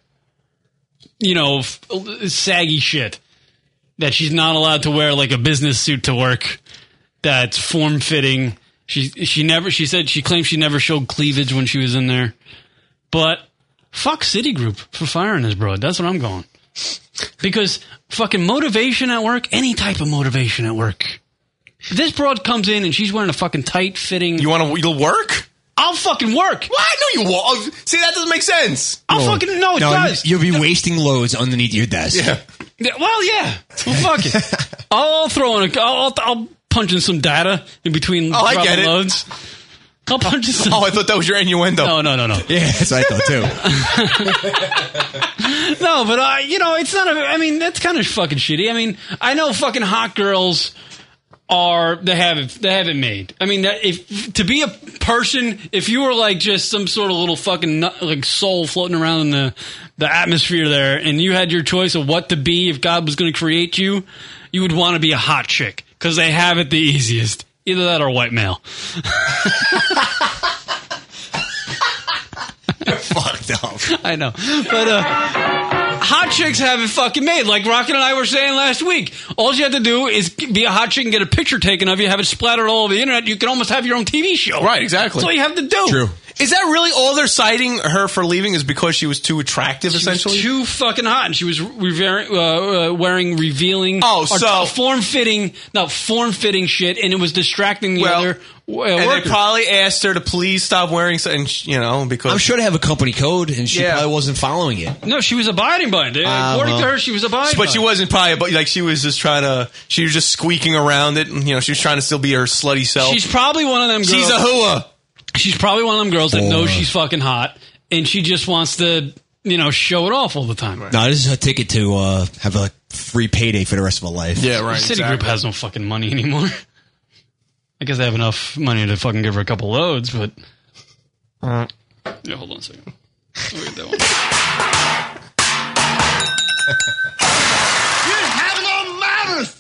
S7: you know, f- saggy shit that she's not allowed to wear like a business suit to work that's form fitting. She she never she said she claimed she never showed cleavage when she was in there. But fuck Citigroup for firing this bro. That's what I'm going. Because fucking motivation at work, any type of motivation at work. If this broad comes in and she's wearing a fucking tight fitting. You
S6: want to? You'll work.
S7: I'll fucking work.
S6: Well, I know you won't. Oh, See, that doesn't make sense.
S7: I'll fucking no, it does.
S2: You'll be wasting loads underneath your desk.
S7: Yeah, Well, yeah. Well, fuck it. I'll throw in a. I'll, I'll, I'll punch in some data in between.
S6: Oh, I
S7: dropping
S6: get it.
S7: Loads. I'll punch in some.
S6: Oh, I thought that was your innuendo.
S7: No, no, no, no.
S2: Yeah, that's what I thought too.
S7: no, but I, you know, it's not a. I mean, that's kind of fucking shitty. I mean, I know fucking hot girls are they have it they have it made. I mean, that if to be a person, if you were like just some sort of little fucking nut, like soul floating around in the the atmosphere there, and you had your choice of what to be if God was going to create you, you would want to be a hot chick because they have it the easiest. Either that or white male.
S2: fucked up.
S7: I know. But uh, hot chicks have it fucking made. Like Rocket and I were saying last week. All you have to do is be a hot chick and get a picture taken of you, have it splattered all over the internet. You can almost have your own TV show.
S6: Right, exactly.
S7: That's all you have to do.
S6: True. Is that really all they're citing her for leaving is because she was too attractive,
S7: She was
S6: essentially?
S7: too fucking hot, and she was rever- uh, uh, wearing revealing, oh,
S6: so-
S7: form fitting, no form fitting shit, and it was distracting the other. Uh,
S6: and
S7: workers.
S6: they probably asked her to please stop wearing something, you know, because
S2: I'm sure they have a company code, and she
S6: Yeah.
S2: probably wasn't following it.
S7: no, she was abiding by it. They-
S2: Ah,
S7: According to
S2: well.
S7: her, she was abiding.
S6: Um, But
S7: by
S6: she
S7: it.
S6: wasn't probably, but like she was just trying to, she was just squeaking around it, and you know, she was trying to still be her slutty self.
S7: She's probably one of them. Girls,
S6: She's a hua.
S7: She's probably one of them girls that knows she's fucking hot, and she just wants to, you know, show it off all the time.
S2: No, this is a ticket to uh, have a free payday for the rest of her life.
S7: Citigroup has no fucking money anymore. I guess I have enough money to fucking give her a couple loads, but. yeah, hold on a second. I'll get that one.
S13: You have no manners.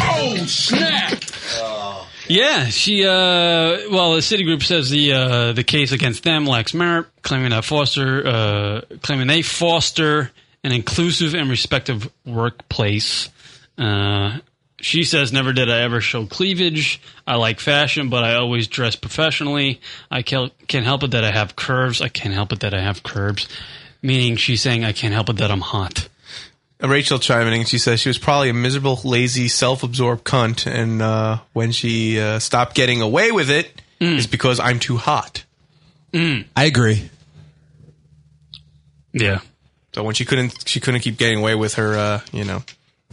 S13: Oh snap!
S7: Yeah, she. Uh, well, the Citigroup says the uh, the case against them lacks merit, claiming that Foster, uh, claiming they foster an inclusive and respective workplace. Uh, she says, "Never did I ever show cleavage. I like fashion, but I always dress professionally. I can, can't help it that I have curves. I can't help it that I have curves." Meaning, she's saying, "I can't help it that I'm hot."
S6: Uh, Rachel chiming in, she says she was probably a miserable, lazy, self-absorbed cunt, and uh, when she uh, stopped getting away with it, it's because I'm too hot.
S2: I agree.
S7: Yeah.
S6: So when she couldn't, she couldn't keep getting away with her, uh, you know,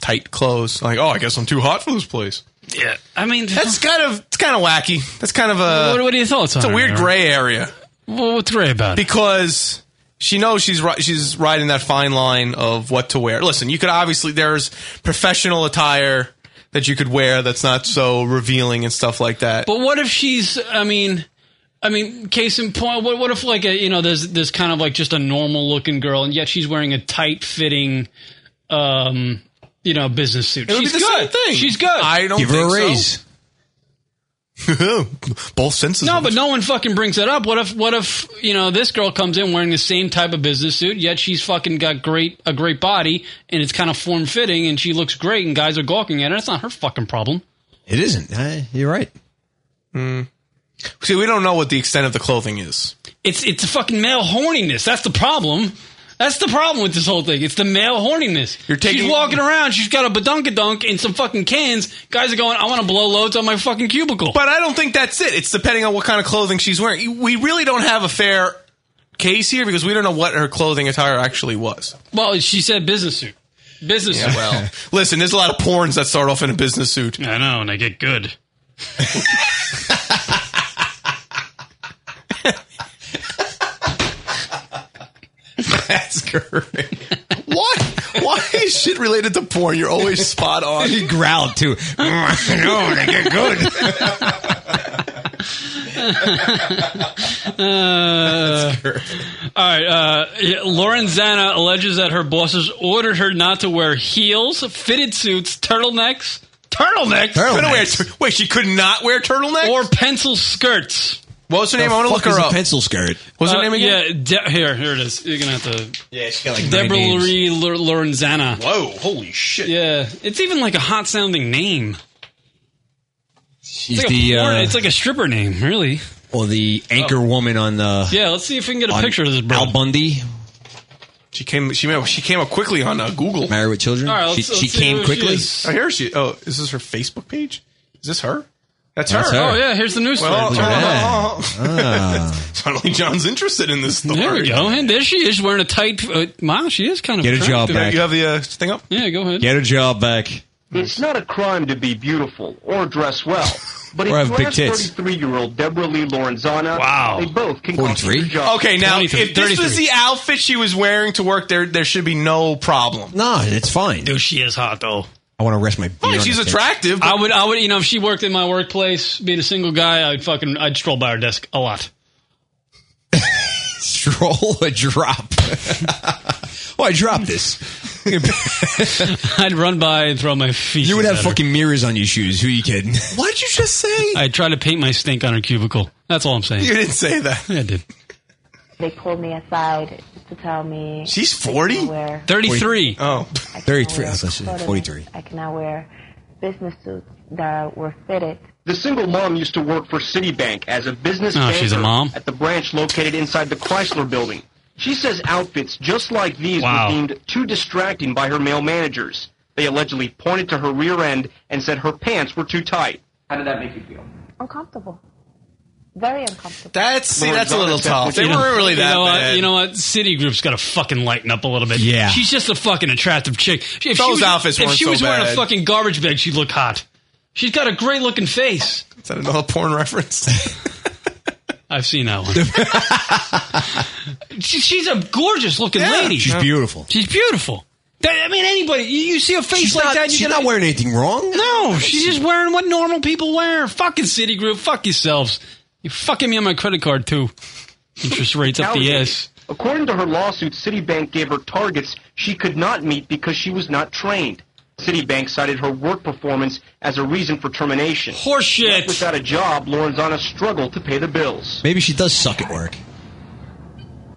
S6: tight clothes. Like, oh, I guess I'm too hot for this place.
S7: Yeah, I mean
S6: that's kind of it's kind of wacky. That's kind of a
S7: What- what are your thoughts
S6: Uh, It's
S7: on
S6: a
S7: it,
S6: weird
S7: Aaron?
S6: gray area.
S7: Well, what's gray about it?
S6: because she knows she's ri- she's riding that fine line of what to wear. Listen, you could obviously there's professional attire that you could wear that's not so revealing and stuff like that.
S7: But what if she's? I mean, I mean, case in point. What, what if like a you know there's there's kind of like just a normal looking girl, and yet she's wearing a tight fitting, um, you know, business suit.
S6: It would be
S7: she's
S6: the
S7: good.
S6: same thing.
S7: She's good.
S6: I don't Give her a think so. raise. Both senses.
S7: No, but no one fucking brings that up. What if what if you know this girl comes in wearing the same type of business suit, yet she's fucking got great a great body, and it's kind of form fitting, and she looks great, and guys are gawking at her. That's not her fucking problem.
S2: It isn't. I, you're right.
S6: Hmm. See, we don't know what the extent of the clothing is.
S7: It's it's a fucking male horniness. That's the problem. That's the problem with this whole thing. It's the male horniness. You're
S6: taking-
S7: she's walking around. She's got a badunkadunk and some fucking cans. Guys are going. I want to blow loads on my fucking cubicle.
S6: But I don't think that's it. It's depending on what kind of clothing she's wearing. We really don't have a fair case here because we don't know what her clothing attire actually was.
S7: Well, she said business suit. Business
S6: Yeah,
S7: suit.
S6: well, listen, there's a lot of porns that start off in a business suit.
S7: I know, and I get good.
S6: That's great. What? Why is shit related to porn? You're always spot on.
S2: He growled too. no, they get good.
S7: Uh, all right. Uh, yeah, Lauren Zana alleges that her bosses ordered her not to wear heels, fitted suits, turtlenecks, turtlenecks,
S6: Couldn't wear tur- wait, she could not wear turtlenecks
S7: or pencil skirts.
S6: What was her name? I want to look her up.
S2: skirt.
S6: What's her
S7: Uh,
S6: name again?
S7: Yeah, De- here, here it is. You're gonna have to.
S2: Yeah, she
S6: got, like, nine
S7: Deborah
S6: names.
S7: Marie Lor- Lorenzana.
S6: Whoa, holy shit!
S7: Yeah, it's even like a hot sounding name.
S2: She's
S7: it's like
S2: the
S7: a porn-
S2: uh,
S7: it's like a stripper name, really. Oh.
S2: Or the anchor woman on the
S7: Yeah, let's see if we can get a
S2: on
S7: picture of this. Bro.
S2: Al Bundy,
S6: She came. She ma- she came up quickly on uh, Google.
S2: Married with Children.
S6: All right,
S2: she
S6: let's-
S2: she
S6: let's see
S2: came
S6: who
S2: quickly.
S6: is. Oh, here she. Oh, is this her Facebook page? Is this her? That's,
S2: That's
S6: her.
S2: her. Oh, yeah,
S7: here's the news
S6: Well,
S7: story. Look at
S6: oh,
S2: that.
S6: oh, oh. Suddenly, John's interested in this story.
S7: There we go. And there she is wearing a tight. Uh, wow, she is kind of.
S2: Get a job
S7: attractive.
S2: back. You
S6: have the uh, thing up.
S7: Yeah, go ahead.
S2: Get her job back.
S25: It's not a crime to be beautiful or dress well, but
S2: Or
S25: if
S2: have
S25: you
S2: big
S25: ask
S2: tits.
S25: 33-year-old Deborah Lee Lorenzana, they both can cost you your job.
S6: Okay, now if this was the outfit she was wearing to work, there there should be no problem.
S2: No, it's fine.
S7: Dude, she is hot though.
S2: I want to rest
S7: Oh,
S2: my. beer on the tip.
S7: I would, I would, you know, if she worked in my workplace, being a single guy, I'd fucking, I'd stroll by her desk a lot.
S2: Stroll a drop. oh, I dropped this.
S7: I'd run by and throw my feet.
S2: You would have fucking mirrors on your shoes. Who are you kidding? What did you just say?
S7: I'd try to paint my stink on her cubicle. That's all I'm saying.
S2: You didn't say
S6: that.
S7: Yeah, I did.
S26: They pulled me aside to tell me.
S6: She's
S26: I can
S6: 40?
S26: wear-
S7: 33.
S6: Oh,
S26: I can
S2: 33.
S26: wear
S2: I was actually
S26: turtlenecks.
S2: 43.
S26: I cannot wear business suits that were fitted.
S25: The single mom used to work for Citibank as a business
S7: Oh,
S25: banker
S7: she's a mom?
S25: at the branch located inside the Chrysler building. She says outfits just like these
S7: Wow.
S25: were deemed too distracting by her male managers. They allegedly pointed to her rear end and said her pants were too tight. How did that make you feel?
S26: Uncomfortable. Very uncomfortable.
S6: That's see, that's a little tough. They
S7: You know-
S6: weren't really that
S7: you know
S6: bad.
S7: What, you know what? Citigroup's got to fucking lighten up a little bit.
S6: Yeah.
S7: she's just a fucking attractive chick. She- If she
S6: Those
S7: was,
S6: outfits
S7: If
S6: weren't
S7: she
S6: so
S7: was wearing a
S6: bad.
S7: fucking garbage bag, she'd look hot. She's got a great looking face.
S6: Is that another porn reference?
S7: I've seen that one. she, she's a gorgeous looking
S6: Yeah.
S7: lady.
S6: She's beautiful.
S7: She's beautiful.
S19: That, I mean, anybody. You, you see a face
S2: She's
S19: like
S2: not-
S19: that. you
S2: she's
S19: gotta-
S2: not wearing anything wrong.
S19: No, she's just wearing what normal people wear. Fucking Citigroup. Fuck yourselves. You're fucking me on my credit card too. Interest rates up the ass.
S25: According to her lawsuit, Citibank gave her targets she could not meet because she was not trained. Citibank cited her work performance as a reason for termination.
S19: Horseshit!
S25: Without a job, Lorenzana struggled to pay the bills.
S2: Maybe she does suck at work.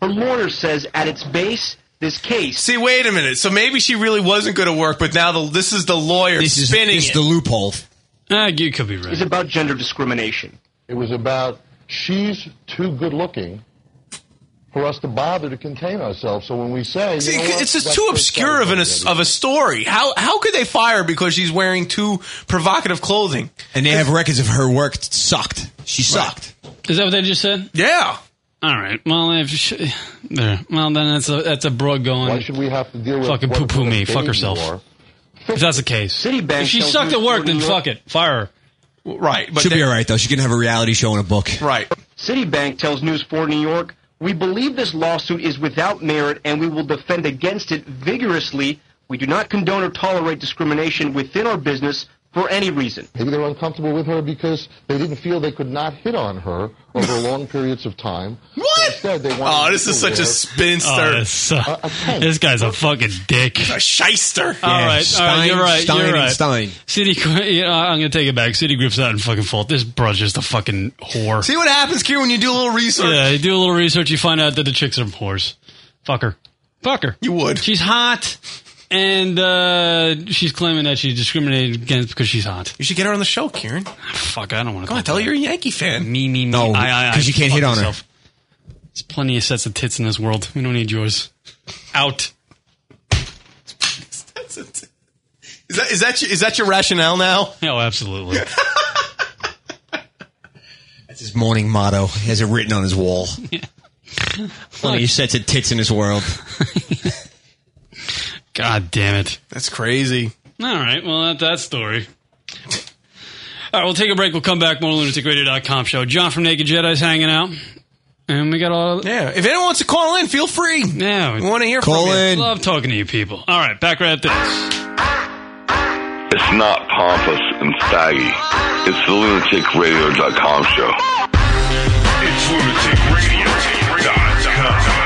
S25: Her lawyer says at its base, this case.
S6: See, wait a minute. So maybe she really wasn't going to work, but now the, this is the lawyer spinning it.
S2: loophole.
S19: Ah, you could be
S25: Is about gender discrimination.
S27: It was about she's too good looking for us to bother to contain ourselves. So when we say,
S6: See,
S27: you know what,
S6: it's just
S27: that's
S6: too
S27: her
S6: obscure of an of a story. How how could they fire her because she's wearing too provocative clothing?
S2: And they have records of her work sucked. She sucked.
S19: Is that what they just said?
S6: Yeah.
S19: All right. Well, if she, there. Well, then that's a that's a broad going. Why should
S27: we have to deal
S19: with fucking poo poo me? Fuck
S27: baby
S19: herself.
S27: you are?
S19: If that's the case,
S25: Citibank.
S19: If she
S27: don't
S19: sucked
S27: do
S19: at work, then
S27: forty
S19: fuck it. Fire
S6: her. Right.
S2: She'll be all right though. She can have a reality show and a book.
S6: Right.
S25: Citibank tells News 4 New York, we believe this lawsuit is without merit and we will defend against it vigorously. We do not condone or tolerate discrimination within our business for any reason.
S27: Maybe they were uncomfortable with her because they didn't feel they could not hit on her over long periods of time. What? Instead, they wanted
S6: Oh, this
S27: to
S6: is such a
S27: wear-
S6: spinster.
S27: Oh,
S7: this sucks. This guy's a fucking dick.
S6: A shyster.
S7: All right, all right, you're right, you're right.
S2: Stein.
S7: City, yeah, I'm gonna take it back. Citigroup's not in fucking fault. This bro's just a fucking whore.
S6: See what happens, Kieran, when you do a little research.
S7: Yeah, you do a little research, you find out that the chicks are whores. Fuck her. Fuck her.
S6: You would.
S7: She's hot, and uh, she's claiming that she's discriminated against because she's hot.
S6: You should get her on the show, Kieran.
S7: Fuck, I don't want to.
S6: Come on, tell her you're a Yankee fan.
S7: Me, me, me.
S6: No,
S7: I- I- I
S6: 'cause you can't
S7: fuck
S6: hit on her.
S7: myself. There's plenty of sets of tits in this world. We don't need yours. Out.
S6: Is that is that your, is that your rationale now?
S2: Oh,
S7: No, absolutely.
S2: That's his morning motto. He has it written on his wall. Plenty of sets of tits in his world.
S7: God damn it.
S6: That's crazy.
S7: All right. Well, that, that story. All right. We'll take a break. We'll come back. More lunaticradio.com show. John from Naked Jedi's hanging out. And we got all.
S6: Yeah. If anyone wants to call in, feel free.
S7: Yeah. We
S6: want to hear
S7: call
S6: from you.
S7: in. Love talking to you people. All right. Back right at this.
S23: It's not pompous and staggy. It's the lunaticradio.com show. It's lunaticradio.com.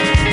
S13: It's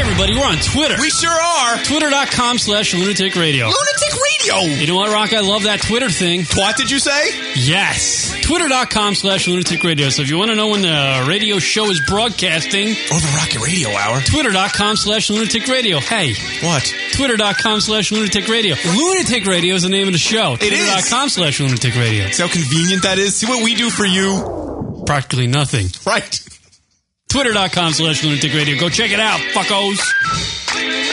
S7: everybody. We're on Twitter. We
S2: sure are.
S7: Twitter.com slash lunatic radio.
S2: Lunatic Radio.
S7: You know what, Rock? I love that Twitter thing.
S2: What did you say?
S7: Yes. Twitter.com slash lunatic radio. So if you want to know when the radio show is broadcasting,
S2: or Oh, the Rocket Radio Hour,
S7: Twitter.com slash lunatic radio. Hey.
S2: What?
S7: Twitter.com slash lunatic radio. Lunatic radio is the name of the show.
S2: It is.
S7: Twitter.com slash lunatic radio.
S2: See how convenient that is? See what we do for you?
S7: Practically nothing.
S2: Right.
S7: Twitter.com slash lunatic radio. Go check it out, fuckos.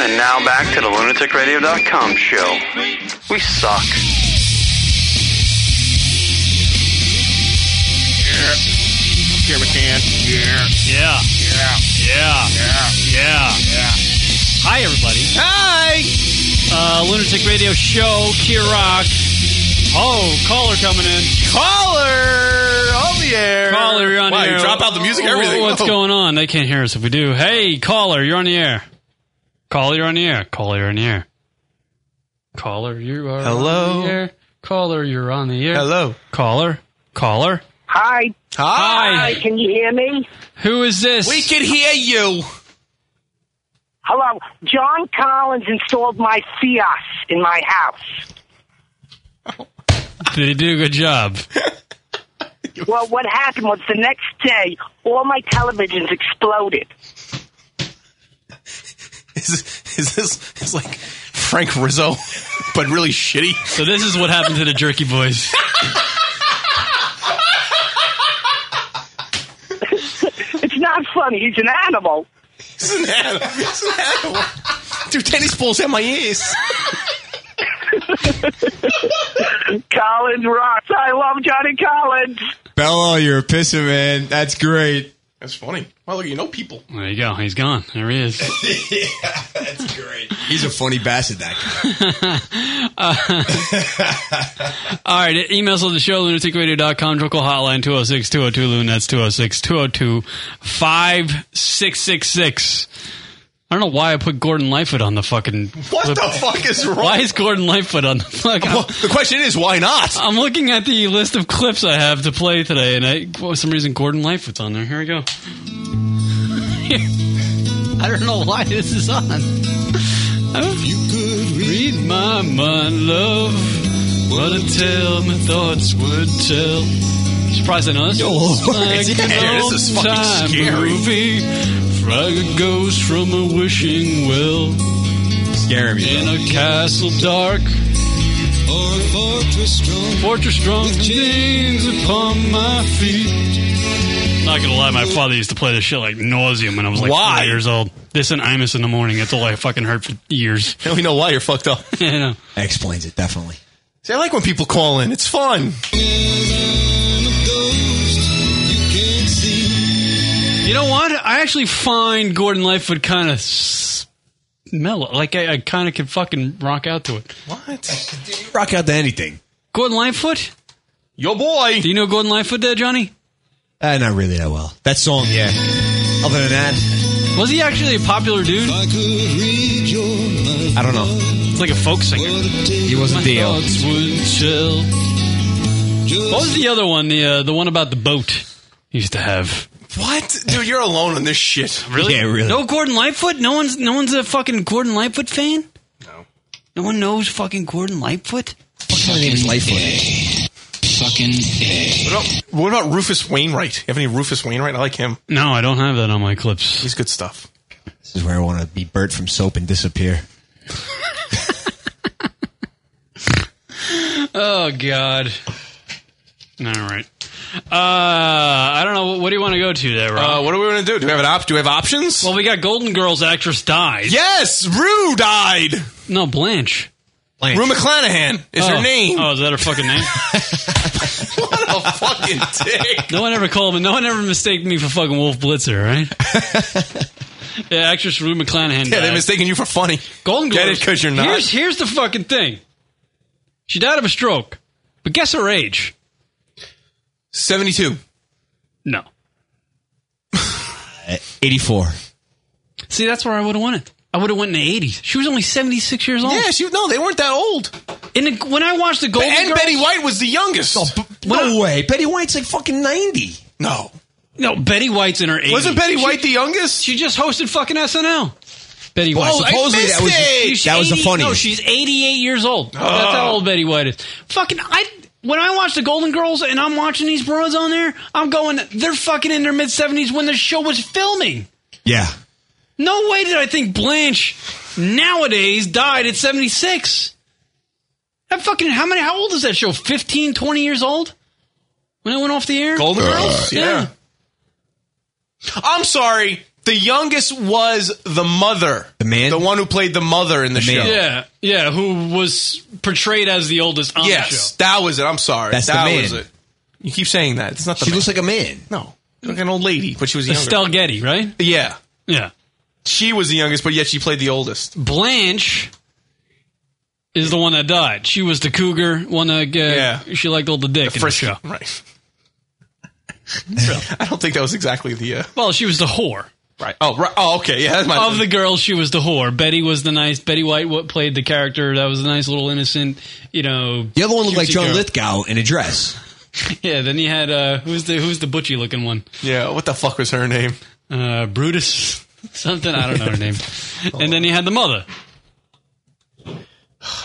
S28: And now back to the lunaticradio.com show. We suck.
S2: Yeah. Here we can. Yeah.
S7: Yeah. Yeah. Yeah. Yeah. Yeah. Hi, everybody.
S2: Hi.
S7: Uh, Lunatic Radio Show, Key Rock. Oh, caller coming in.
S6: Caller on the air.
S7: Caller, you're on
S6: Wow,
S7: the
S6: you
S7: air.
S6: drop out the music, everything. Oh.
S7: What's
S6: Whoa.
S7: going on? They can't hear us if we do. Hey, caller, you're on the air. Caller, you're on the air. Caller, you're on the air. Caller, you are
S6: Hello?
S7: on the air. Caller, you're on the air.
S6: Hello.
S7: Caller. Caller.
S22: Hi.
S7: Hi.
S22: Can you hear me?
S7: Who is this?
S22: We
S2: can hear you.
S22: Hello. John Collins installed my Fios in my house.
S7: Did he do a good job?
S22: Well, what happened was the next day, all my televisions exploded.
S6: Is this is like Frank Rizzo, but really shitty?
S7: So this is what happened to the Jerky Boys.
S22: It's not funny. He's an animal.
S6: He's an animal. He's an animal. Two tennis balls in my ears.
S22: Collins rocks. I love Johnny Collins.
S2: Bello, you're a pisser, man. That's great.
S6: That's funny. Well, look, you know people.
S7: There you go. He's gone. There he is.
S2: That's great. He's a funny bastard, that guy.
S7: All right. Emails on the show, lunaticradio.com, Drunkle Hotline, 206 202 Loon. That's 206 202 5666. I don't know why I put Gordon Lightfoot on the fucking.
S6: What the fuck is wrong?
S7: Why is Gordon Lightfoot on the fuck?
S6: the question is, why not?
S7: I'm looking at the list of clips I have to play today, and I, for some reason, Gordon Lightfoot's on there. Here we go. I don't know why this is on. If you could read my mind, love, what a tale my thoughts would tell. Surprised I know this.
S13: Yo,
S7: It's
S13: yeah, this is fucking
S7: old-time
S13: scary.
S7: Movie. Frog a ghost from a wishing well.
S2: Scare me.
S7: In a castle dark. Or a fortress strong. Fortress strong. Chains upon my feet. Not gonna lie, my father used to play this shit like nauseum when I was like
S6: Why?
S7: four years old. This and Imus in the morning. That's all I fucking heard for years.
S6: Now we know why you're fucked up.
S7: yeah, I know.
S2: That explains it, definitely.
S6: See, I like when people call in. It's fun.
S7: You know what? I actually find Gordon Lightfoot kind of mellow. Like I, I kind of can fucking rock out to it.
S2: What? Rock out to anything.
S7: Gordon Lightfoot?
S6: Yo, boy.
S7: Do you know Gordon Lightfoot there, Johnny?
S2: Uh, not really that well. That
S7: Oh,
S2: song, yeah. Other than that,
S7: Was he actually a popular dude?
S2: I don't know.
S7: It's like a folk singer.
S2: He wasn't the
S7: My thoughts would chill. What was the other one? The uh, the one about the boat he used to have.
S6: What? Dude, you're alone on this shit.
S7: Really? No Gordon Lightfoot. No one's no one's a fucking Gordon Lightfoot fan. No. No one knows fucking Gordon Lightfoot.
S2: My name is Lightfoot.
S7: Fucking
S6: What about, what about Rufus Wainwright? You have any Rufus Wainwright? I like him.
S7: No, I don't have that on my clips.
S6: He's good stuff.
S2: This is where I want to be Bert from Soap and disappear.
S7: Oh God. All right. Uh, I don't know. What do you want to go to there, Rob?
S6: Uh, what do we want to do? Do we have an op? Do we have options?
S7: well, we got Golden Girls actress died.
S6: yes, Rue died.
S7: No, Blanche.
S6: Rue McClanahan is
S7: Oh.
S6: her name.
S7: Oh, is that her fucking name?
S6: What a fucking dick.
S7: No one ever called me. No one ever mistaked me for fucking Wolf Blitzer, right? yeah, actress Rue McClanahan.
S6: Yeah, they're
S7: died.
S6: mistaking you for funny.
S7: Golden
S6: Get
S7: Globes.
S6: it because you're not.
S7: Here's, here's the fucking thing. She died of a stroke, but guess her age?
S6: 72.
S7: No.
S2: Uh, 84.
S7: See, that's where I would have won it. I would have went in the 80s. She was only 76 years old.
S6: Yeah, she, no, they weren't that old.
S7: In the, when I watched the Golden
S6: and
S7: Girls,
S6: Betty White was the youngest.
S2: Oh, No way. Betty White's like fucking 90.
S6: no.
S7: no, Betty White's in her 80s.
S6: Wasn't Betty White the youngest?
S7: She just hosted fucking SNL. Betty White.
S2: Oh, I
S7: Supposedly
S2: missed
S7: that was
S2: it!
S7: She's
S2: that was the
S7: 80
S2: funniest.
S7: No, she's 88 years old. That's how
S2: Oh.
S7: old Betty White is. Fucking I when I watch the Golden Girls and I'm watching these broads on there, I'm going they're fucking in their mid 70s when the show was filming.
S2: Yeah.
S7: No way did I think Blanche nowadays died at 76. That fucking how many how old is that show? 15, 20 years old? When it went off the air?
S6: Golden Girls? Yeah. I'm sorry. The youngest was the mother. The man? The one who played the mother in the, show.
S7: Yeah, yeah, who was portrayed as the oldest on the show.
S6: Yes, that was it. I'm sorry.
S7: That's the
S6: that
S7: man.
S6: was it. You keep saying that. It's not the
S7: She
S6: man.
S7: looks
S2: like a man.
S6: No. Like an old lady, but she was younger.
S7: Estelle Getty, right?
S6: Yeah.
S7: Yeah.
S6: She was the youngest, but yet she played the oldest.
S7: Blanche is the one that died. She was the cougar, one that uh,
S6: Yeah.
S7: she liked all the dick in the
S6: Frisky,
S7: show.
S6: Right. I don't think that was exactly the. Uh,
S7: Well, Oh, she was the whore.
S6: Right. Oh, right. Oh, okay. Yeah, that's my.
S7: of the girls, she was the whore. Betty was the nice. Betty White wa- played the character that was a nice little innocent. You know,
S2: The other one looked like
S7: cutesy
S2: John
S7: girl.
S2: Lithgow in a dress.
S7: Yeah. Then you had uh, who's the who's the butchy looking one?
S6: Yeah. What the fuck was her name?
S7: Uh, Brutus. Something I don't know her name. And then you had the mother.
S6: God,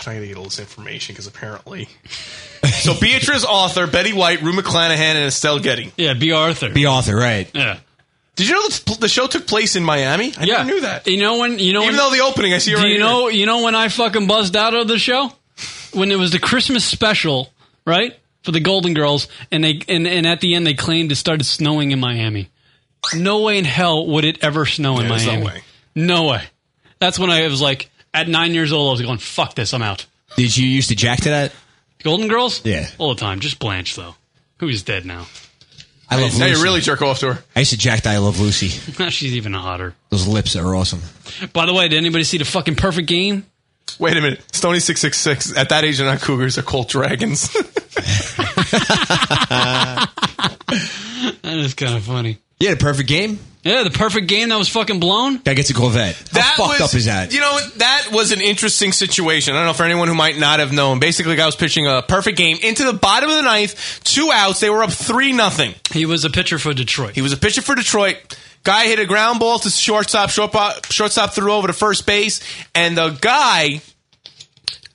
S6: I gotta get all this information because apparently. so Beatrice Arthur, Betty White, Rue McClanahan, and Estelle Getty.
S7: Yeah, B. Arthur.
S2: B. Arthur, right?
S7: Yeah.
S6: Did you know the, the show took place in Miami? I never knew that.
S7: You know when you know
S6: Even
S7: when-
S6: though the opening, I see it
S7: Do
S6: right
S7: you
S6: here.
S7: know you know when I fucking buzzed out of the show when it was the Christmas special, right? For the Golden Girls, and they and, and at the end they claimed it started snowing in Miami. No way in hell would it ever snow in
S6: Yeah, there's no
S7: Miami.
S6: way.
S7: No way. That's when I was like, at nine years old, I was going, "Fuck this, I'm out."
S2: Did you used to jack to that?
S7: Golden Girls,
S2: Yeah.
S7: all the time. Just Blanche though, who is dead now.
S2: I love
S6: Now
S2: Lucy.
S6: you really jerk off to her.
S2: I used to jack to I Love Lucy.
S7: She's even hotter.
S2: Those lips are awesome.
S7: By the way, did anybody see the fucking perfect game?
S6: Wait a minute. Stony 666. At that age, they're not cougars. They're called dragons.
S7: That is kind of funny.
S2: Yeah, the perfect game.
S7: Yeah, the perfect game that was fucking blown.
S2: That gets a Corvette. How fucked up is that?
S6: You know, that was an interesting situation. I don't know for anyone who might not have known. Basically, I was pitching a perfect game into the bottom of the ninth, two outs. They were up three nothing.
S7: He was a pitcher for Detroit.
S6: He was a pitcher for Detroit. Guy hit a ground ball to shortstop. Shortstop, shortstop threw over to first base, and the guy,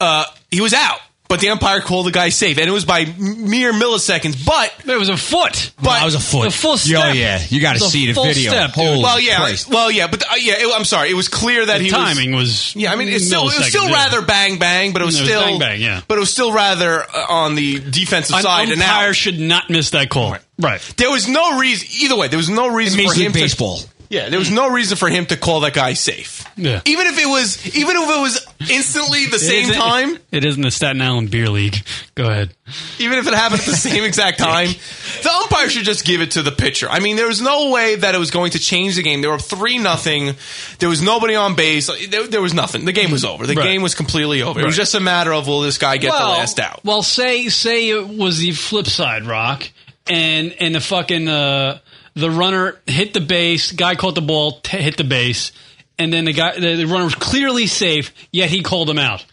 S6: uh, he was out. But the umpire called the guy safe, and it was by mere milliseconds. But
S7: there was a foot.
S6: But
S2: I was a foot. Oh yeah, you got to
S6: It's a
S2: see the
S6: full
S2: video.
S6: step, dude.
S2: Holy
S6: well, yeah,
S2: Christ.
S6: well, yeah, but uh, yeah, it, I'm sorry. It was clear that
S7: The
S6: he
S7: timing was
S6: Yeah, I mean, it's still it was still
S7: milliseconds, yeah.
S6: rather bang bang, but it was
S7: It was
S6: still
S7: bang, bang, yeah.
S6: but it was still rather uh, on the defensive
S7: An
S6: side. and
S7: umpire
S6: out.
S7: should not miss that call. Right.
S6: There was no reason. Either way, there was no reason
S2: Major
S6: for
S2: League
S6: him
S2: Baseball.
S6: to. Yeah, there was no reason for him to call that guy safe.
S7: Yeah.
S6: Even if it was, even if it was instantly the same
S7: isn't-
S6: time,
S7: It isn't the Staten Island Beer League. Go ahead.
S6: even if it happened at the same exact time, the umpire should just give it to the pitcher. I mean, there was no way that it was going to change the game. They were up three nothing. There was nobody on base. There, there was nothing. The game was over. The
S7: Right.
S6: game was completely over. It was
S7: Right.
S6: just a matter of will this guy get the last out.
S7: Well, say say it was the flip side, Rock, and and the fucking uh, the runner hit the base. Guy caught the ball, t- hit the base, and then the guy the, the runner was clearly safe, yet he called him out.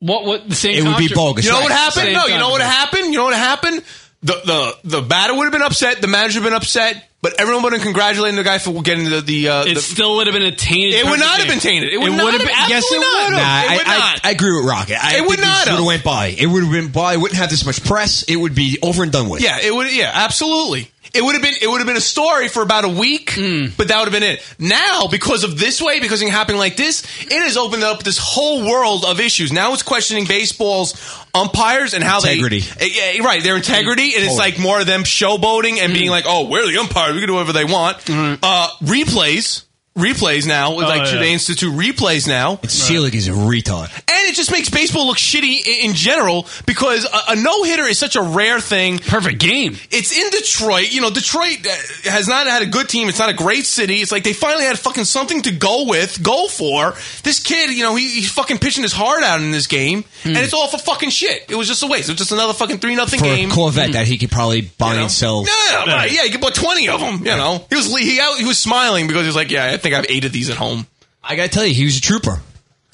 S7: What what the same?
S6: It would be
S7: contra-
S6: bogus. You know what happened?
S7: Same
S6: No, you know what
S7: controversy.
S6: happened? You know what happened? The the the batter would have been upset. The manager would have been upset. But everyone would have congratulated the guy for getting the the. Uh,
S7: It
S6: the
S7: still would have been a tainted.
S6: it
S7: perfect
S6: would not have
S7: game.
S6: been tainted. It would not
S7: would
S6: have
S7: have
S6: been.
S7: been- yes, it
S6: absolutely
S7: would
S6: not.
S2: Nah,
S6: It would
S2: I,
S6: not.
S2: I, I agree with Rocket. I
S6: It
S2: think
S6: would
S2: these
S6: not
S2: Would
S6: have.
S2: have went by. It would have been by. It wouldn't have this much press. It would be over and done with.
S6: Yeah, it would. Yeah, absolutely. It would have been. It would have been a story for about a week,
S2: Hmm.
S6: but that would have been it. Now, because of this way, because it happened like this, it has opened up this whole world of issues. Now it's questioning baseball's umpires and how
S2: Integrity.
S6: they Eh, yeah, right, their integrity, and
S2: Totally.
S6: it's
S2: Hmm.
S6: like more of them showboating and being like, "Oh, we're the umpire. We can do whatever they want." Uh, replays. Replays now,
S7: Oh,
S6: like should
S2: Oh, yeah.
S6: they institute replays now?
S2: And Selig is a retard.
S6: And it just makes baseball look shitty i- in general because a, a no hitter is such a rare thing.
S7: Perfect game.
S6: It's in Detroit. You know, Detroit uh, has not had a good team. It's not a great city. It's like they finally had fucking something to go with, go for. This kid, you know, he, he's fucking pitching his heart out in this game, and it's all for fucking shit. It was just a waste. It was just another fucking three nothing
S2: For
S6: game. Mm-hmm.
S2: a Corvette that he could probably buy and sell.
S6: Yeah, Oh, right. Yeah, you could buy twenty of them. You know, he was le- he, out, he was smiling because he was like, "Yeah, I think I've eight of these at home."
S2: I gotta tell you, he was a trooper.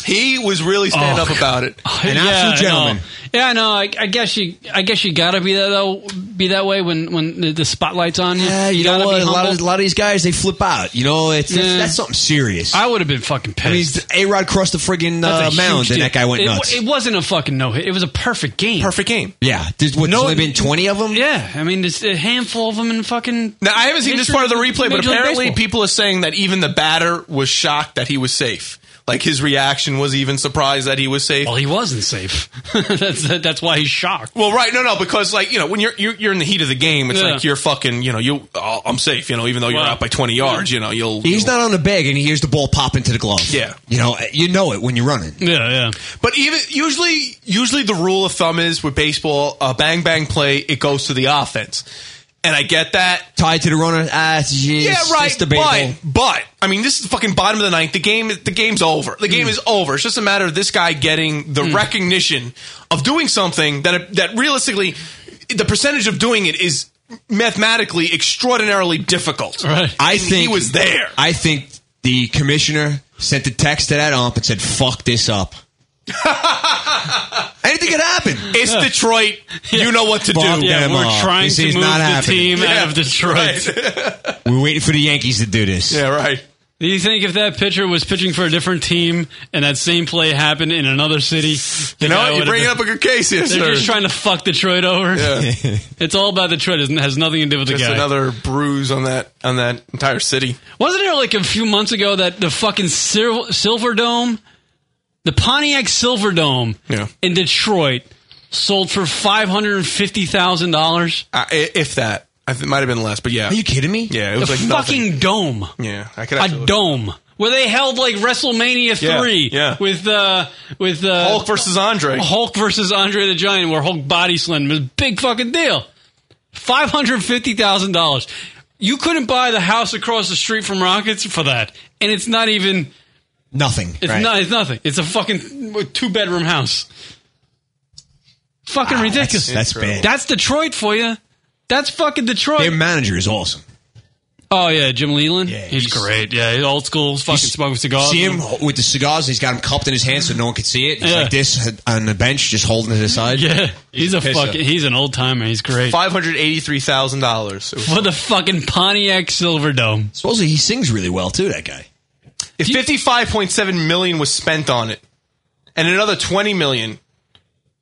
S6: He was really stand up about it.
S7: Oh, No. Yeah, no, I, I guess you, I guess you gotta be that though, be that way when when the, the spotlight's on you.
S2: Yeah, you,
S7: gotta
S2: know what?
S7: be
S2: A lot, of, a
S7: humble.
S2: lot of these guys, they flip out. You know, it's, that's-
S7: Yeah.
S2: that's something serious.
S7: I would have been fucking
S2: I mean,
S7: pissed.
S2: A Rod crossed the friggin'
S7: That's a
S2: uh,
S7: huge
S2: mound, and
S7: deal.
S2: that guy went
S7: It wa-
S2: nuts.
S7: It, wasn't a fucking no hit. It was a perfect game.
S6: Perfect game.
S2: yeah, there's, what, there's only been twenty of them.
S7: Yeah, I mean, there's a handful of them in fucking.
S6: Now I haven't seen this part of the replay, but
S7: Major League
S6: apparently
S7: Baseball.
S6: people are saying that even the batter was shocked that he was safe. Like his reaction was even surprised that he was safe. Well,
S7: he wasn't safe. that's that's why he's shocked.
S6: Well, right, no, no, because like you know when you're you're, you're in the heat of the game, it's
S2: Yeah.
S6: like you're fucking you know you oh, I'm safe, you know, even though you're out by 20 yards, you know you'll
S2: He's not on the bag, and he hears the ball pop into the glove.
S6: Yeah.
S2: you know, you know it when you're running.
S7: Yeah, yeah.
S6: But even usually, usually the rule of thumb is with baseball, a bang bang play, it goes to the offense, and I get that
S2: tied to the runner. Ah, it's- it's
S6: yeah, right.
S2: debatable.
S6: But, but I mean, this is the fucking bottom of the ninth. The game, the game's over. The
S7: Hmm.
S6: game is over. It's just a matter of this guy getting the recognition of doing something that that realistically, the percentage of doing it is mathematically extraordinarily difficult.
S2: I
S6: And
S2: think
S6: he was there.
S2: I think the commissioner sent a text to that ump and said, "Fuck this up." Anything could happen.
S6: It's Detroit. You know what to
S2: Bump
S6: do.
S2: Yeah, them we're up. trying This to is move not the happening. team out of
S7: Detroit.
S2: We're waiting for the Yankees to do this.
S6: Yeah, right.
S7: Do you think if that pitcher was pitching for a different team and that same play happened in another city, the
S6: You know
S7: guy
S6: what? You're
S7: would've
S6: bringing
S7: been-
S6: up a good case here,
S7: They're
S6: sir.
S7: just trying to fuck Detroit over.
S6: Yeah.
S7: it's all about Detroit. It has nothing to do with the
S6: Just
S7: guy.
S6: another bruise on that on that entire city.
S7: Wasn't there like a few months ago that the fucking Sil- Silver Dome, the Pontiac Silver Dome in Detroit, sold for five hundred and fifty thousand dollars?
S6: If that, Uh, I th- it might have been less, but yeah.
S7: Are you
S2: kidding me?
S6: Yeah, it was
S7: the
S6: like
S7: fucking
S6: nothing.
S7: dome.
S6: Yeah, I could actually
S7: A
S6: look-
S7: dome where they held like WrestleMania
S6: Yeah,
S7: three
S6: yeah.
S7: with uh with uh,
S6: Hulk versus Andre.
S7: Hulk versus Andre the Giant, where Hulk body slammed. him. It was a big fucking deal. Five hundred fifty thousand dollars. You couldn't buy the house across the street from Rockets for that, and it's not even.
S2: Nothing.
S7: It's
S2: right?
S7: not. It's nothing. It's a fucking two bedroom house. Fucking ridiculous.
S2: that's bad.
S7: That's Detroit for you. That's fucking Detroit.
S2: Their manager is awesome.
S7: Oh yeah, Jim Leland. Yeah, he's, great. Yeah, he's old school. Fucking smoking cigars.
S2: See him with the cigars. He's got him cupped in his hand so no one could see it. He's
S7: Yeah.
S2: like this on the bench, just holding it to the side.
S7: Yeah, he's, a
S2: pisser.
S7: fucking. He's an old timer. He's great.
S6: Five hundred eighty-three thousand dollars.
S7: for the fucking Pontiac Silverdome.
S2: Supposedly he sings really well too. That guy.
S6: If fifty-five point seven million was spent on it, and another twenty million.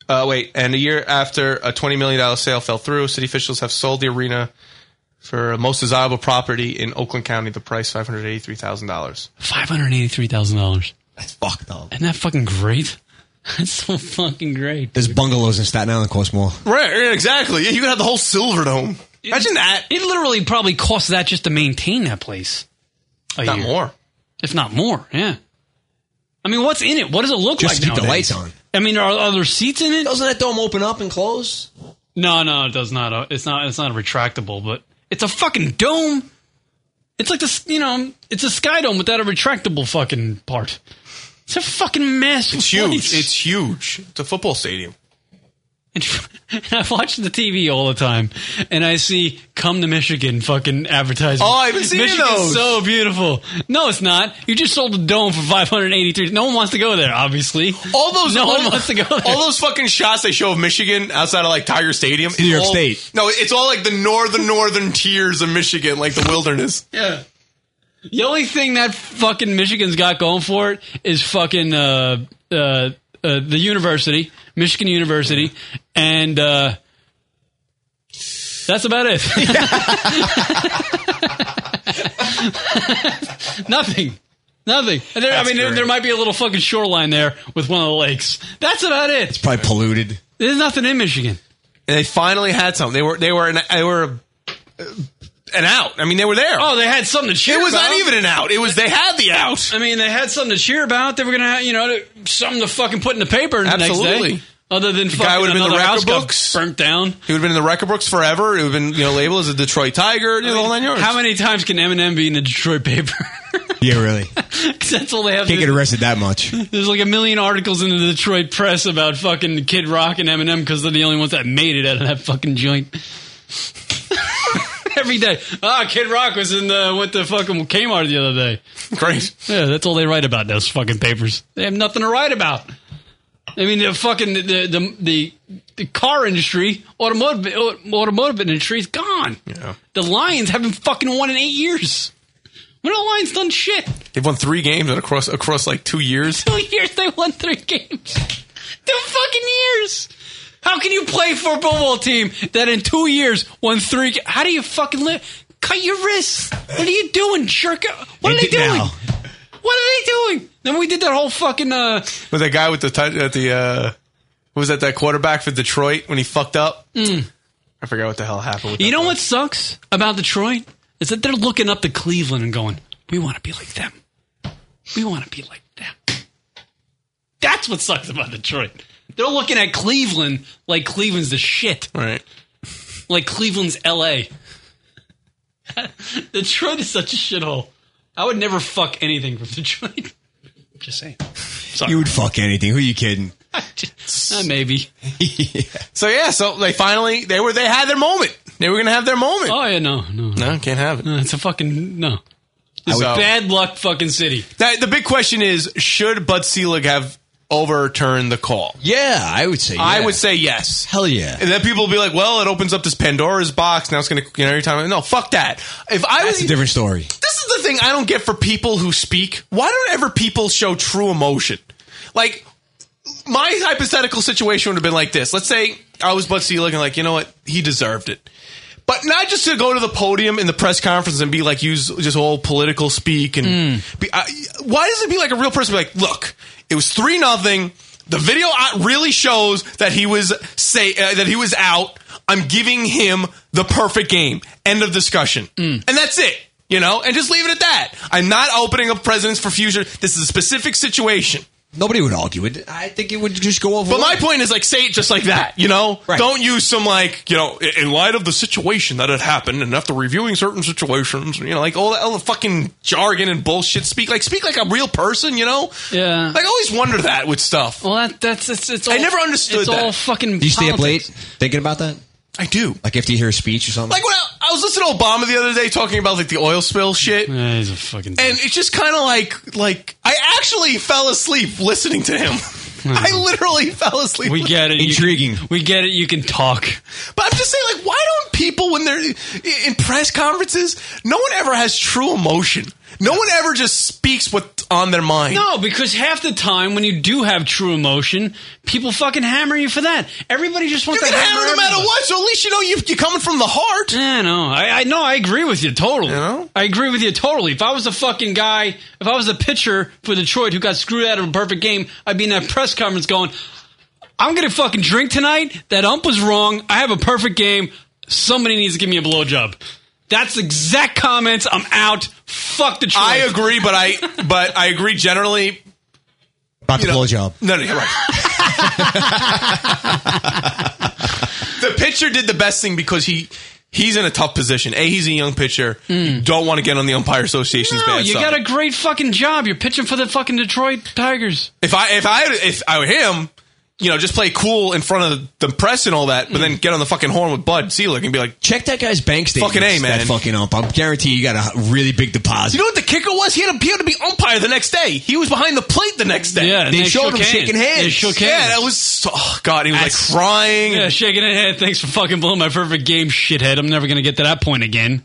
S6: Uh, wait, and a year after a twenty million dollar sale fell through, city officials have sold the arena for a most desirable property in Oakland County. The price five hundred eighty-three thousand dollars.
S7: Five hundred eighty-three thousand dollars.
S2: That's fucked up.
S7: Isn't that fucking great? That's so fucking great.
S2: There's bungalows in Staten Island cost more.
S6: Right, exactly. Yeah, you could have the whole Silver Dome. Imagine that.
S7: It literally probably costs that just to maintain that place. A
S6: Not
S7: year.
S6: more.
S7: if not more. Yeah. I mean, what's in it? What does it look
S2: Just
S7: like?
S2: to keep the
S7: nowadays?
S2: lights on.
S7: I mean, are, are there seats in it?
S2: Doesn't that dome open up and close?
S7: No, no, it does not. Uh, It's not. It's not retractable, but it's a fucking dome. It's like this, you know, it's a sky dome without a retractable fucking part. It's a fucking mess.
S6: It's huge. It's huge. It's a football stadium.
S7: I watch the TV all the time, and I see "Come to Michigan" fucking advertisements.
S6: Oh, I've been seeing
S7: Michigan's
S6: those.
S7: So beautiful. No, it's not. You just sold a dome for five hundred eighty-three. No one wants to go there, obviously.
S6: All those,
S7: No
S6: all,
S7: one wants to go there.
S6: all those fucking shots they show of Michigan outside of like Tiger Stadium,
S2: New
S6: it's
S2: York
S6: all-
S2: State.
S6: No, it's all like the northern northern tiers of Michigan, like the wilderness.
S7: Yeah. The only thing that fucking Michigan's got going for it is fucking uh, uh, uh, the university, Michigan University, and uh, that's about it. Nothing. Nothing. And there, I
S2: That's
S7: mean, there,
S2: great.
S7: there might be a little fucking shoreline there with one of the lakes. That's about it.
S2: Probably polluted.
S7: There's nothing in Michigan.
S6: And they finally had something. They were they were an, they were uh, an out. I mean, they were there.
S7: Oh, they had something to cheer.
S6: It was
S7: about.
S6: not even an out. It was they had the out.
S7: I mean, they had something to cheer about. They were gonna, have, you know, something to fucking put in the paper the next
S6: Absolutely.
S7: day. Other than
S6: The
S7: fucking
S6: guy would have been in the
S7: another
S6: record
S7: house got
S6: books.
S7: burnt down.
S6: He would have been in the record books forever. It would have been you know labeled as a Detroit Tiger. You know, the whole nine yards.
S7: How many times can Eminem be in the Detroit paper?
S2: Yeah, really.
S7: 'Cause that's all they have.
S2: Can't
S7: to-
S2: get arrested that much.
S7: There's like a million articles in the Detroit press about fucking Kid Rock and Eminem because they're the only ones that made it out of that fucking joint. every day. Ah, Kid Rock was in the went to fucking Kmart the other day. Great. Yeah, that's all they write about those fucking papers. They have nothing to write about. I mean, the fucking the the the, the car industry, automotive automotive industry is gone. The Lions haven't fucking won in eight years. When the Lions done shit,
S6: They've won three games and across across like two years.
S7: two years they won three games. Two fucking years. How can you play for a football team that in two years won three? ga- How do you fucking live? Cut your wrists. What are you doing, jerk? What are they
S6: End it
S7: doing?
S6: now.
S7: What are they doing? Then we did that whole fucking uh,
S6: With that guy with the tou- at the uh, who was that that quarterback for Detroit when he fucked up?
S7: mm.
S6: I forgot what the hell happened. With
S7: You know what sucks about Detroit is that they're looking up to Cleveland and going, "We want to be like them. We want to be like them." That's what sucks about Detroit. They're looking at Cleveland like Cleveland's the shit.
S6: Right.
S7: Like Cleveland's L.A. Detroit is such a shithole. I would never fuck anything from Detroit. Just saying.
S2: You would fuck anything. Who are you kidding?
S7: Uh, maybe.
S6: So yeah, so they finally they were they had their moment. They were gonna have their moment.
S7: Oh yeah, no, no,
S6: no, can't have it.
S7: No, it's a fucking no. It's
S6: So-
S7: a bad luck fucking city.
S6: Now, the big question is: Should Bud Selig have overturned the call?
S2: Yeah, I would say.
S6: I
S2: yeah.
S6: would say yes.
S2: Hell yeah.
S6: And then people will be like, "Well, it opens up this Pandora's box. Now it's going to, you know, every time." No, fuck that. If I was
S2: That's a different story.
S6: this is the thing I don't get for people who speak. Why don't ever people show true emotion? Like my hypothetical situation would have been like this. Let's say I was Bud Selig and like, you know what, he deserved it. But not just to go to the podium in the press conference and be like, use just all political speak and be, I, why does it be like a real person? Be like, look, it was three nothing. The video uh, really shows that he was say uh, that he was out. I'm giving him the perfect game. End of discussion. And that's it. You know, and just leave it at that. I'm not opening up precedents for future. This is a specific situation.
S2: Nobody would argue with it. I think it would just go over.
S6: But my point is, like, say it just like that, you know? Don't use some, like, you know, in light of the situation that had happened and after reviewing certain situations, you know, like all that all the fucking jargon and bullshit speak. Like, speak like a real person, you know?
S7: Yeah.
S6: Like, I always wonder that with stuff.
S7: Well, that, that's it's, it's. All,
S6: I never understood
S7: It's
S6: that.
S7: all fucking.
S2: Do you stay up
S7: politics.
S2: late thinking about that?
S6: I do.
S2: Like after you hear a speech or something.
S6: Like, when I, I was listening to Obama the other day talking about, like, the oil spill shit.
S7: he's a fucking.
S6: And it's just kind of like, like, I actually fell asleep listening to him. I literally fell asleep.
S7: We get it.
S2: Intriguing.
S7: we get it. You can talk.
S6: But I'm just saying, like, why don't people when they're in press conferences, no one ever has true emotion. No one ever just speaks what's on their mind.
S7: No, because half the time when you do have true emotion, people fucking hammer you for that. Everybody just wants
S6: You
S7: to
S6: can hammer no matter
S7: everybody.
S6: what, so at least you know you, you're coming from the heart.
S7: Yeah, no, I, I know. I agree with you totally. I agree with you totally. If I was the fucking guy, if I was the pitcher for Detroit who got screwed out of a perfect game, I'd be in that press conference going, "I'm gonna fucking drink tonight. That ump was wrong. I have a perfect game. Somebody needs to give me a blowjob." That's exact comments. I'm out. Fuck Detroit.
S6: I agree, but I but I agree generally.
S2: About the blowjob.
S6: No, no, you're right. the pitcher did the best thing because he he's in a tough position. A, he's a young pitcher. You don't want to get on the umpire association's
S7: Hmm. No,
S6: bad
S7: you
S6: side.
S7: got a great fucking job. You're pitching for the fucking Detroit Tigers.
S6: If I if I if I were him, you know, just play cool in front of the press and all that, but then get on the fucking horn with Bud Selig and be like,
S2: check that guy's bank statement.
S6: Fucking a man.
S2: That fucking ump. I guarantee you got a really big
S6: you
S2: deposit.
S6: know what the kicker was? He had, to, he had to be umpire the next day. He was behind the plate the next day.
S7: Yeah, and They they showed shook him hands. shaking hands. They shook
S6: Yeah,
S7: hands.
S6: that was so- oh god. He was like crying.
S7: Yeah, shaking her head. Thanks for fucking blowing my perfect game, shithead. I'm never gonna get to that point again.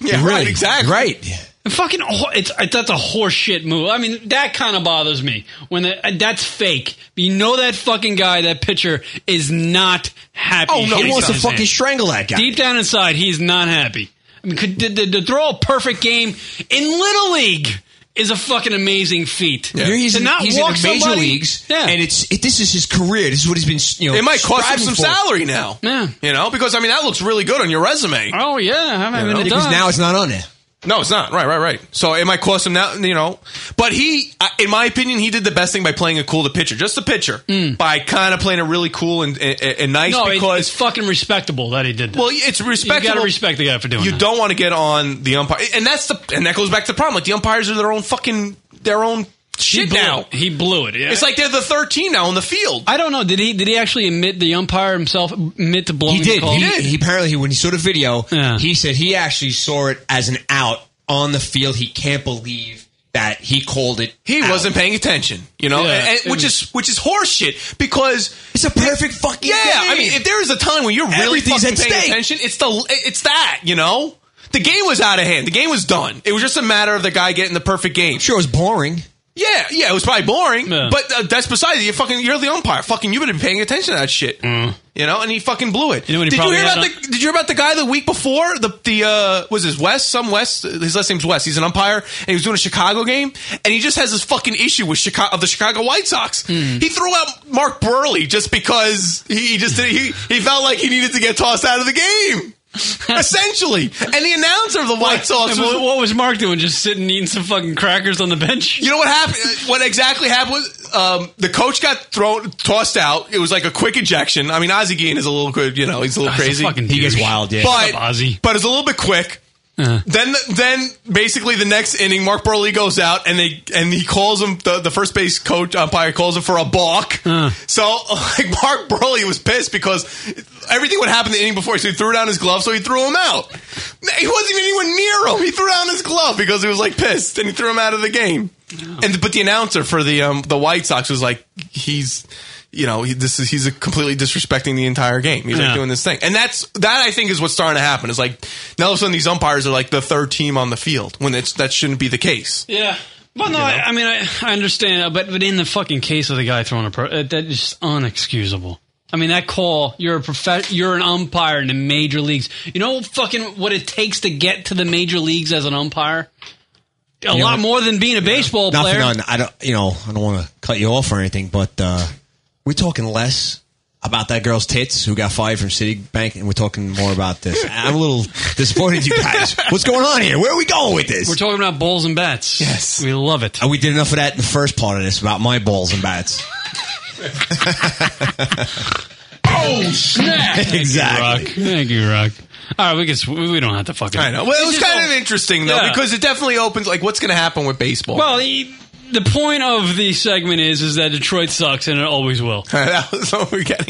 S6: Yeah, right, Right, exactly.
S2: Right.
S7: And fucking, ho- it's, it's that's a horseshit move. I mean, that kind of bothers me when the, uh, that's fake. You know that fucking guy, that pitcher is not happy.
S2: Oh, no, he
S7: hitting
S2: wants to
S7: his
S2: fucking
S7: hand.
S2: strangle that guy.
S7: Deep down inside, he's not happy. I mean, could, to, to- to throw a perfect game in little league is a fucking amazing feat.
S2: Here He's,
S7: to
S2: in,
S7: not
S2: he's in
S7: walk
S2: the major
S7: somebody-
S2: leagues, and it's it, this is his career. This is what he's been. You know,
S6: It might cost him
S2: striving
S6: some
S2: for.
S6: salary now.
S7: Yeah.
S6: You know, because I mean that looks really good on your resume.
S7: Oh yeah, I haven't
S6: You know?
S7: even
S2: Because
S7: done.
S2: now it's not on there.
S6: No, it's not. Right, right, right. So it might cost him now, you know. But he, I- in my opinion, he did the best thing by playing a cool to pitcher, just the pitcher, by kind of playing a really cool and, and, and nice
S7: Hmm. no, it-
S6: because
S7: it's fucking respectable that he did. That.
S6: Well, it's
S7: You
S6: respectable.
S7: gotta respect the guy for doing
S6: you
S7: that.
S6: don't want to get on the umpire, and that's the and that goes back to the problem. Like the umpires are their own fucking their own shit
S7: blew
S6: now.
S7: it. He blew it. Yeah.
S6: It's like they're the 13 now on the field.
S7: I don't know. Did he? Did he actually admit the umpire himself admit to blowing
S2: He did.
S7: the call?
S2: He, he apparently when he saw the video, he said he actually saw it as an out on the field. He can't believe that he called it.
S6: He wasn't paying attention, you know, and- and- which is which is horseshit because
S2: it's a perfect fucking.
S6: Yeah, I mean, if there is a time when you're really
S2: Everything's
S6: fucking
S2: at
S6: paying
S2: stake.
S6: attention, it's the it's that you know. The game was out of hand. The game was done. It was just a matter of the guy getting the perfect game.
S2: Sure, it was boring.
S6: Yeah, yeah, it was probably boring, but uh, that's besides it. You fucking, you're the umpire. Fucking, you would have been paying attention to that shit. You know, and he fucking blew it.
S7: he
S6: did you
S7: probably
S6: hear about
S7: had
S6: the? Did you hear about the guy the week before? The the uh, was his West? Some West. His last name's West. He's an umpire, and he was doing a Chicago game, and he just has this fucking issue with Chicago of the Chicago White Sox.
S7: Hmm.
S6: He threw out Mark Burley just because he just did, he he felt like he needed to get tossed out of the game. Essentially, and the announcer of the White Sox
S7: And
S6: was
S7: what, what was Mark doing? Just sitting eating some fucking crackers on the bench?
S6: you know what happened? What exactly happened was um, the coach got thrown, tossed out. It was like a quick ejection. I mean, Ozzie Guillen is a little, good, you know, he's a little
S7: Oh, he's a
S6: crazy.
S7: fucking He gets douche. wild, yeah.
S6: But
S7: Shut up, Ozzie.
S6: but it's a little bit quick. Then, then basically the next inning, Mark Burley goes out and they and he calls him the, the first base coach umpire calls him for a balk.
S7: Uh.
S6: So like Mark Burley was pissed because everything would happen the inning before, so he threw down his glove, so he threw him out. He wasn't even anywhere near him. He threw down his glove because he was like pissed and he threw him out of the game. And but the announcer for the um, the White Sox was like he's. You know, he, this is he's completely disrespecting the entire game. He's like
S7: Yeah.
S6: doing doing this thing. And that's that I think is what's starting to happen. Is like now all of a sudden these umpires are like the third team on the field when it's that shouldn't be the case.
S7: Yeah. Well, no, I, I mean, I, I understand, uh, but but in the fucking case of the guy throwing a pro, uh, that is just unexcusable. I mean, that call. You're a prof- You're an umpire in the major leagues. You know, fucking what it takes to get to the major leagues as an umpire. A
S2: You know
S7: lot
S2: what?
S7: more than being a baseball
S2: Nothing
S7: player.
S2: on. I don't. You know, I don't want to cut you off or anything, but uh, we're talking less about that girl's tits who got fired from Citibank, and we're talking more about this. I'm a little disappointed, you guys. What's going on here? Where are we going with this?
S7: We're talking about bowls and bats. Yes, we love it.
S2: Uh, we did enough of that in the first part of this about my balls and bats.
S7: Oh snap!
S2: Exactly.
S7: Thank you, Rock. Thank you, Rock. All right, we can. sw- We don't have to fucking.
S6: I know. Well, it was kind of interesting though
S7: Yeah.
S6: because it definitely opens like what's going to happen with baseball.
S7: Well, the, the point of the segment is is that Detroit sucks and it always will.
S6: that was what we get.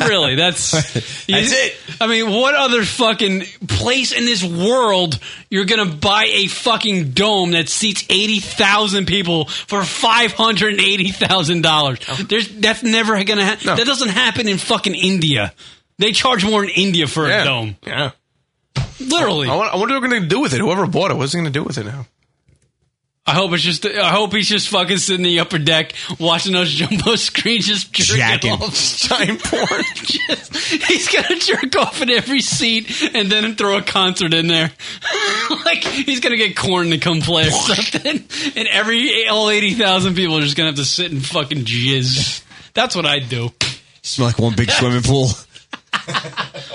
S7: really, that's that's
S6: it.
S7: I mean, what other fucking place in this world you're gonna buy a fucking dome that seats eighty thousand people for five hundred and eighty thousand dollars? There's that's never gonna happen. That doesn't happen in fucking India. They charge more in India for
S6: Yeah.
S7: a dome.
S6: Yeah.
S7: Literally.
S6: I, wonder- I wonder what they're going to do with it. Whoever bought it, what's he going to do with it now?
S7: I hope it's just. I hope he's just fucking sitting in the upper deck watching those jumbo screens, just jerking
S6: Jacking.
S7: off.
S6: Giant porn.
S7: Just- he's gonna jerk off in every seat and then throw a concert in there. like he's gonna get corn to come play or something, and every all eighty thousand people are just gonna have to sit and fucking jizz. That's what I'd do.
S2: Smell like one big swimming pool.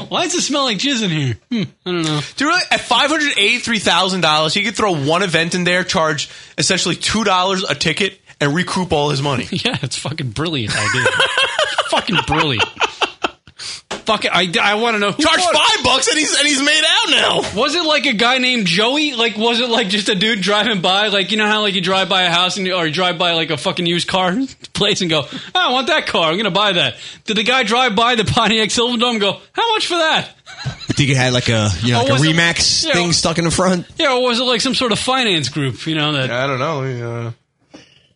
S7: Why does it smell like jizz in here? Hmm, I don't know.
S6: Do you really at five hundred eighty-three thousand dollars, he could throw one event in there, charge essentially two dollars a ticket, and recoup all his money.
S7: Yeah, it's fucking brilliant idea. fucking brilliant. Fucking, I, I want to know. Who
S6: Charge
S7: bought it?
S6: five bucks and he's and he's made out now.
S7: Was it like a guy named Joey? Like, was it like just a dude driving by? Like, you know how like you drive by a house and you, or you drive by like a fucking used car place and go, oh, I want that car. I'm gonna buy that. Did the guy drive by the Pontiac Silverdome and go, how much for that?
S2: I think it had like a you know
S7: Oh,
S2: like a
S7: was it-
S2: Remax
S7: yeah.
S2: thing stuck in the front.
S7: Yeah, or was it like some sort of finance group? You know that?
S6: I don't know. uh,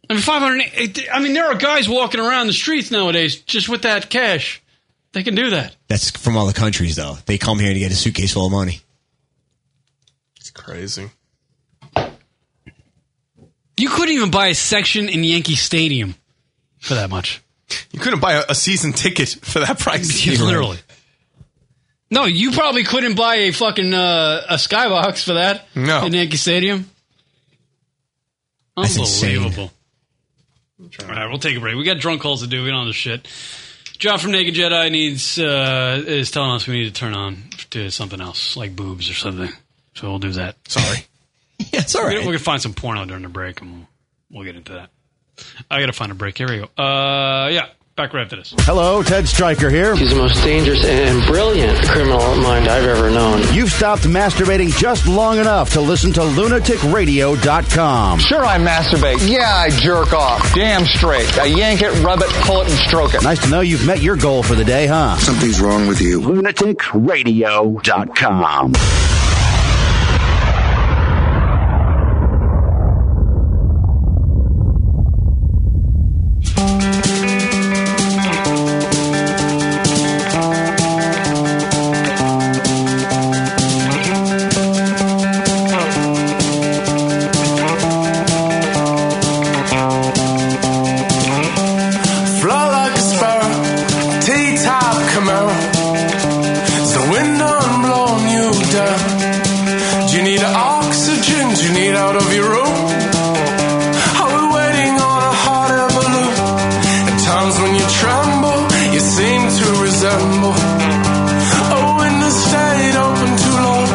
S7: I mean, five hundred. I mean, there are guys walking around the streets nowadays just with that cash. They can do that.
S2: That's from other countries though. They come here to get a suitcase full of money.
S6: It's crazy.
S7: You couldn't even buy a section in Yankee Stadium for that much.
S6: You couldn't buy a, a season ticket for that price.
S7: Literally. No, you probably couldn't buy a fucking uh, a skybox for that.
S6: No.
S7: in Yankee Stadium.
S2: That's insane.
S7: Unbelievable. All right, we'll take a break. We got drunk calls to do. We don't have the shit. John from Naked Jedi needs uh, is telling us we need to turn on to something else, like boobs or something. So we'll do that.
S6: Sorry.
S2: yeah, it's all
S7: right. We're gonna find some porno during the break, and we'll, we'll get into that. I gotta find a break. Here we go. Uh, yeah. Back right after this.
S16: Hello, Ted Stryker here. He's the most dangerous and brilliant criminal mind I've ever known. You've stopped masturbating just long enough to listen to lunaticradio.com. Sure, I masturbate. Yeah, I jerk off. Damn straight. I yank it, rub it, pull it, and stroke it. Nice to know you've met your goal for the day, huh? Something's wrong with you. Lunaticradio.com.
S3: Flow like a sparrow, T-top Camaro. Is the wind I'm blowing you down? Do you need oxygen? Do you need out of your room? Are we waiting on a hot air balloon? At times when you tremble, you seem to resemble a window stayed open too long.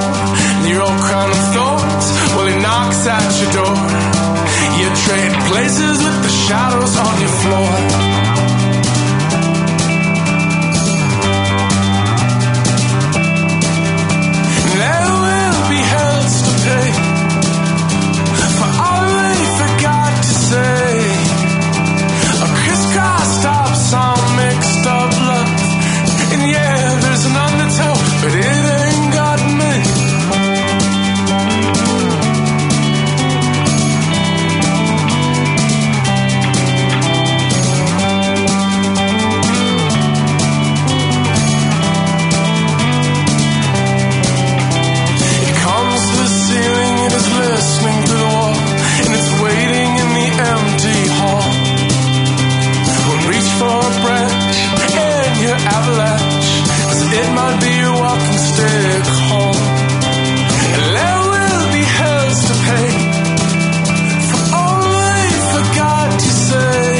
S3: And your old crown of thorns, well it knocks at your door. You trade places with the shadows on your floor. There will be hells to pay for all they forgot to say. A crisscross stop song mixed up love, and yeah, there's an undertow, but it ain't got me. It comes to the ceiling, it is listening to the wall, and it's waiting in the empty hall. We'll reach for a branch and your avalanche, 'cause it might be your walking stick home. And there will be hells to pay for all they forgot to say.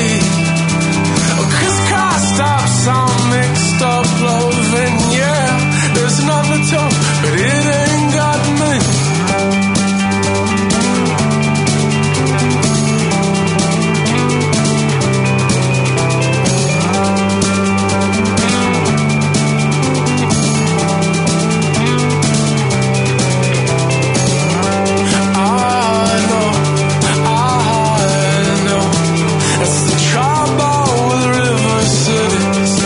S3: A crisscross stop sign mixed up love, and yeah, there's another tone, but it ain't got me. I know, I know. It's the trouble with river cities.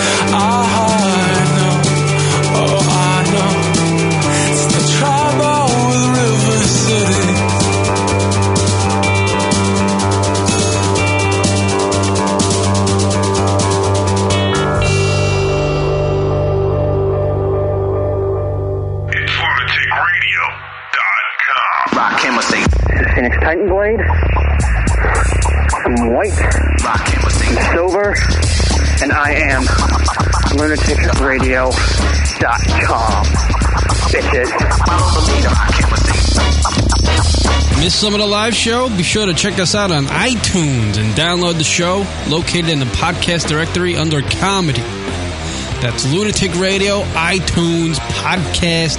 S3: I know, oh I know. It's the trouble with river cities.
S28: Rock him with the
S18: Phoenix Titan Blade. I'm white. I'm silver. And I am lunaticradio.com. Bitches.
S19: Miss some of the live show? Be sure to check us out on iTunes and download the show located in the podcast directory under comedy. That's Lunatic Radio, iTunes, podcast,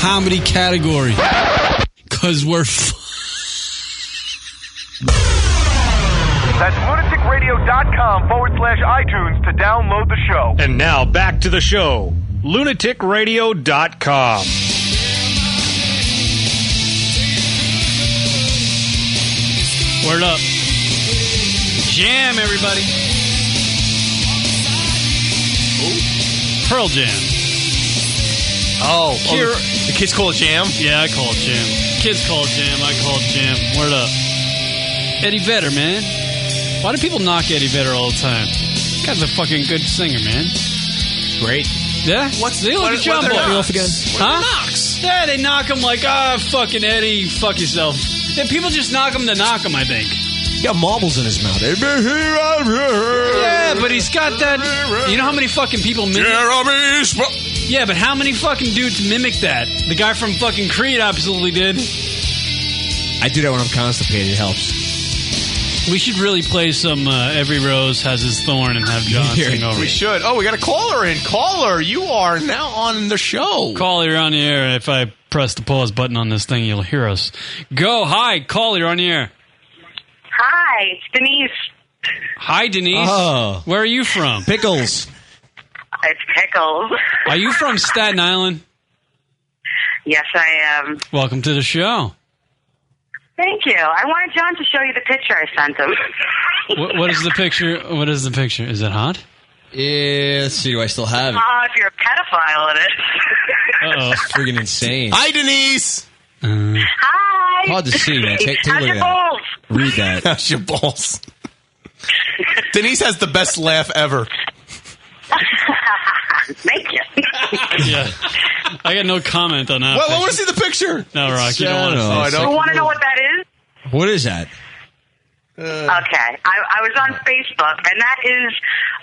S19: comedy category. Because we're f-
S29: That's lunaticradio.com forward slash iTunes to download the show.
S30: And now back to the show. LunaticRadio.com.
S7: Word up. Jam, everybody. Pearl Jam.
S6: Oh, oh,
S7: Here-
S6: the, the kids call it jam.
S7: Yeah, I call it jam. Kids call it jam. I call it jam. Word up. Eddie Vedder, man. Why do people knock Eddie Vedder all the time? Guy's a fucking good singer, man. Great. Yeah. What's the
S11: why-
S7: look at
S11: why
S7: John
S11: they're
S7: Boy?
S11: knocks? Off again. Why
S7: Huh?
S11: they're
S7: Yeah, they knock him like ah, fucking Eddie, fuck yourself. Yeah, people just knock him to knock him. I think.
S2: He's got marbles in his mouth. Yeah,
S7: Yeah, but he's got that. You know how many fucking people mimic? Jeremy yeah, but how many fucking dudes mimic that? The guy from fucking Creed absolutely did.
S2: I do that when I'm constipated. It helps.
S7: We should really play some uh, "Every Rose Has Its Thorn" and have John sing over.
S6: we
S7: it.
S6: should. Oh, we got a caller in. Caller, you are now on the show.
S7: Call you're on the air. and If I press the pause button on this thing, you'll hear us. Go, hi, call you're on the air.
S24: Hi, it's Denise.
S7: Hi, Denise.
S31: Oh.
S7: Where are you from?
S31: Pickles.
S3: It's Pickles.
S7: Are you from Staten Island?
S3: Yes, I am.
S7: Welcome to the show.
S3: Thank you. I wanted John to show you the picture I sent him.
S7: What, what is the picture? What is the picture? Is it hot?
S2: Yeah, let's see. Do I still have it?
S3: Oh, if you're a pedophile, it is.
S2: Oh, freaking insane.
S6: Hi, Denise.
S3: Hi.
S2: Hard to see, man. Take, take a
S3: How's
S2: look
S3: your
S2: at that.
S3: balls?
S2: Read that.
S6: How's your balls? Denise has the best laugh ever.
S3: Thank you.
S7: yeah. I got no comment on
S2: Uh,
S7: that.
S6: well, I want to see the picture. Oh,
S7: No, Rock, you don't want to.
S2: I don't-
S3: you want to know what that is?
S2: What is that?
S6: Uh.
S3: okay. I, I was on Facebook, and that is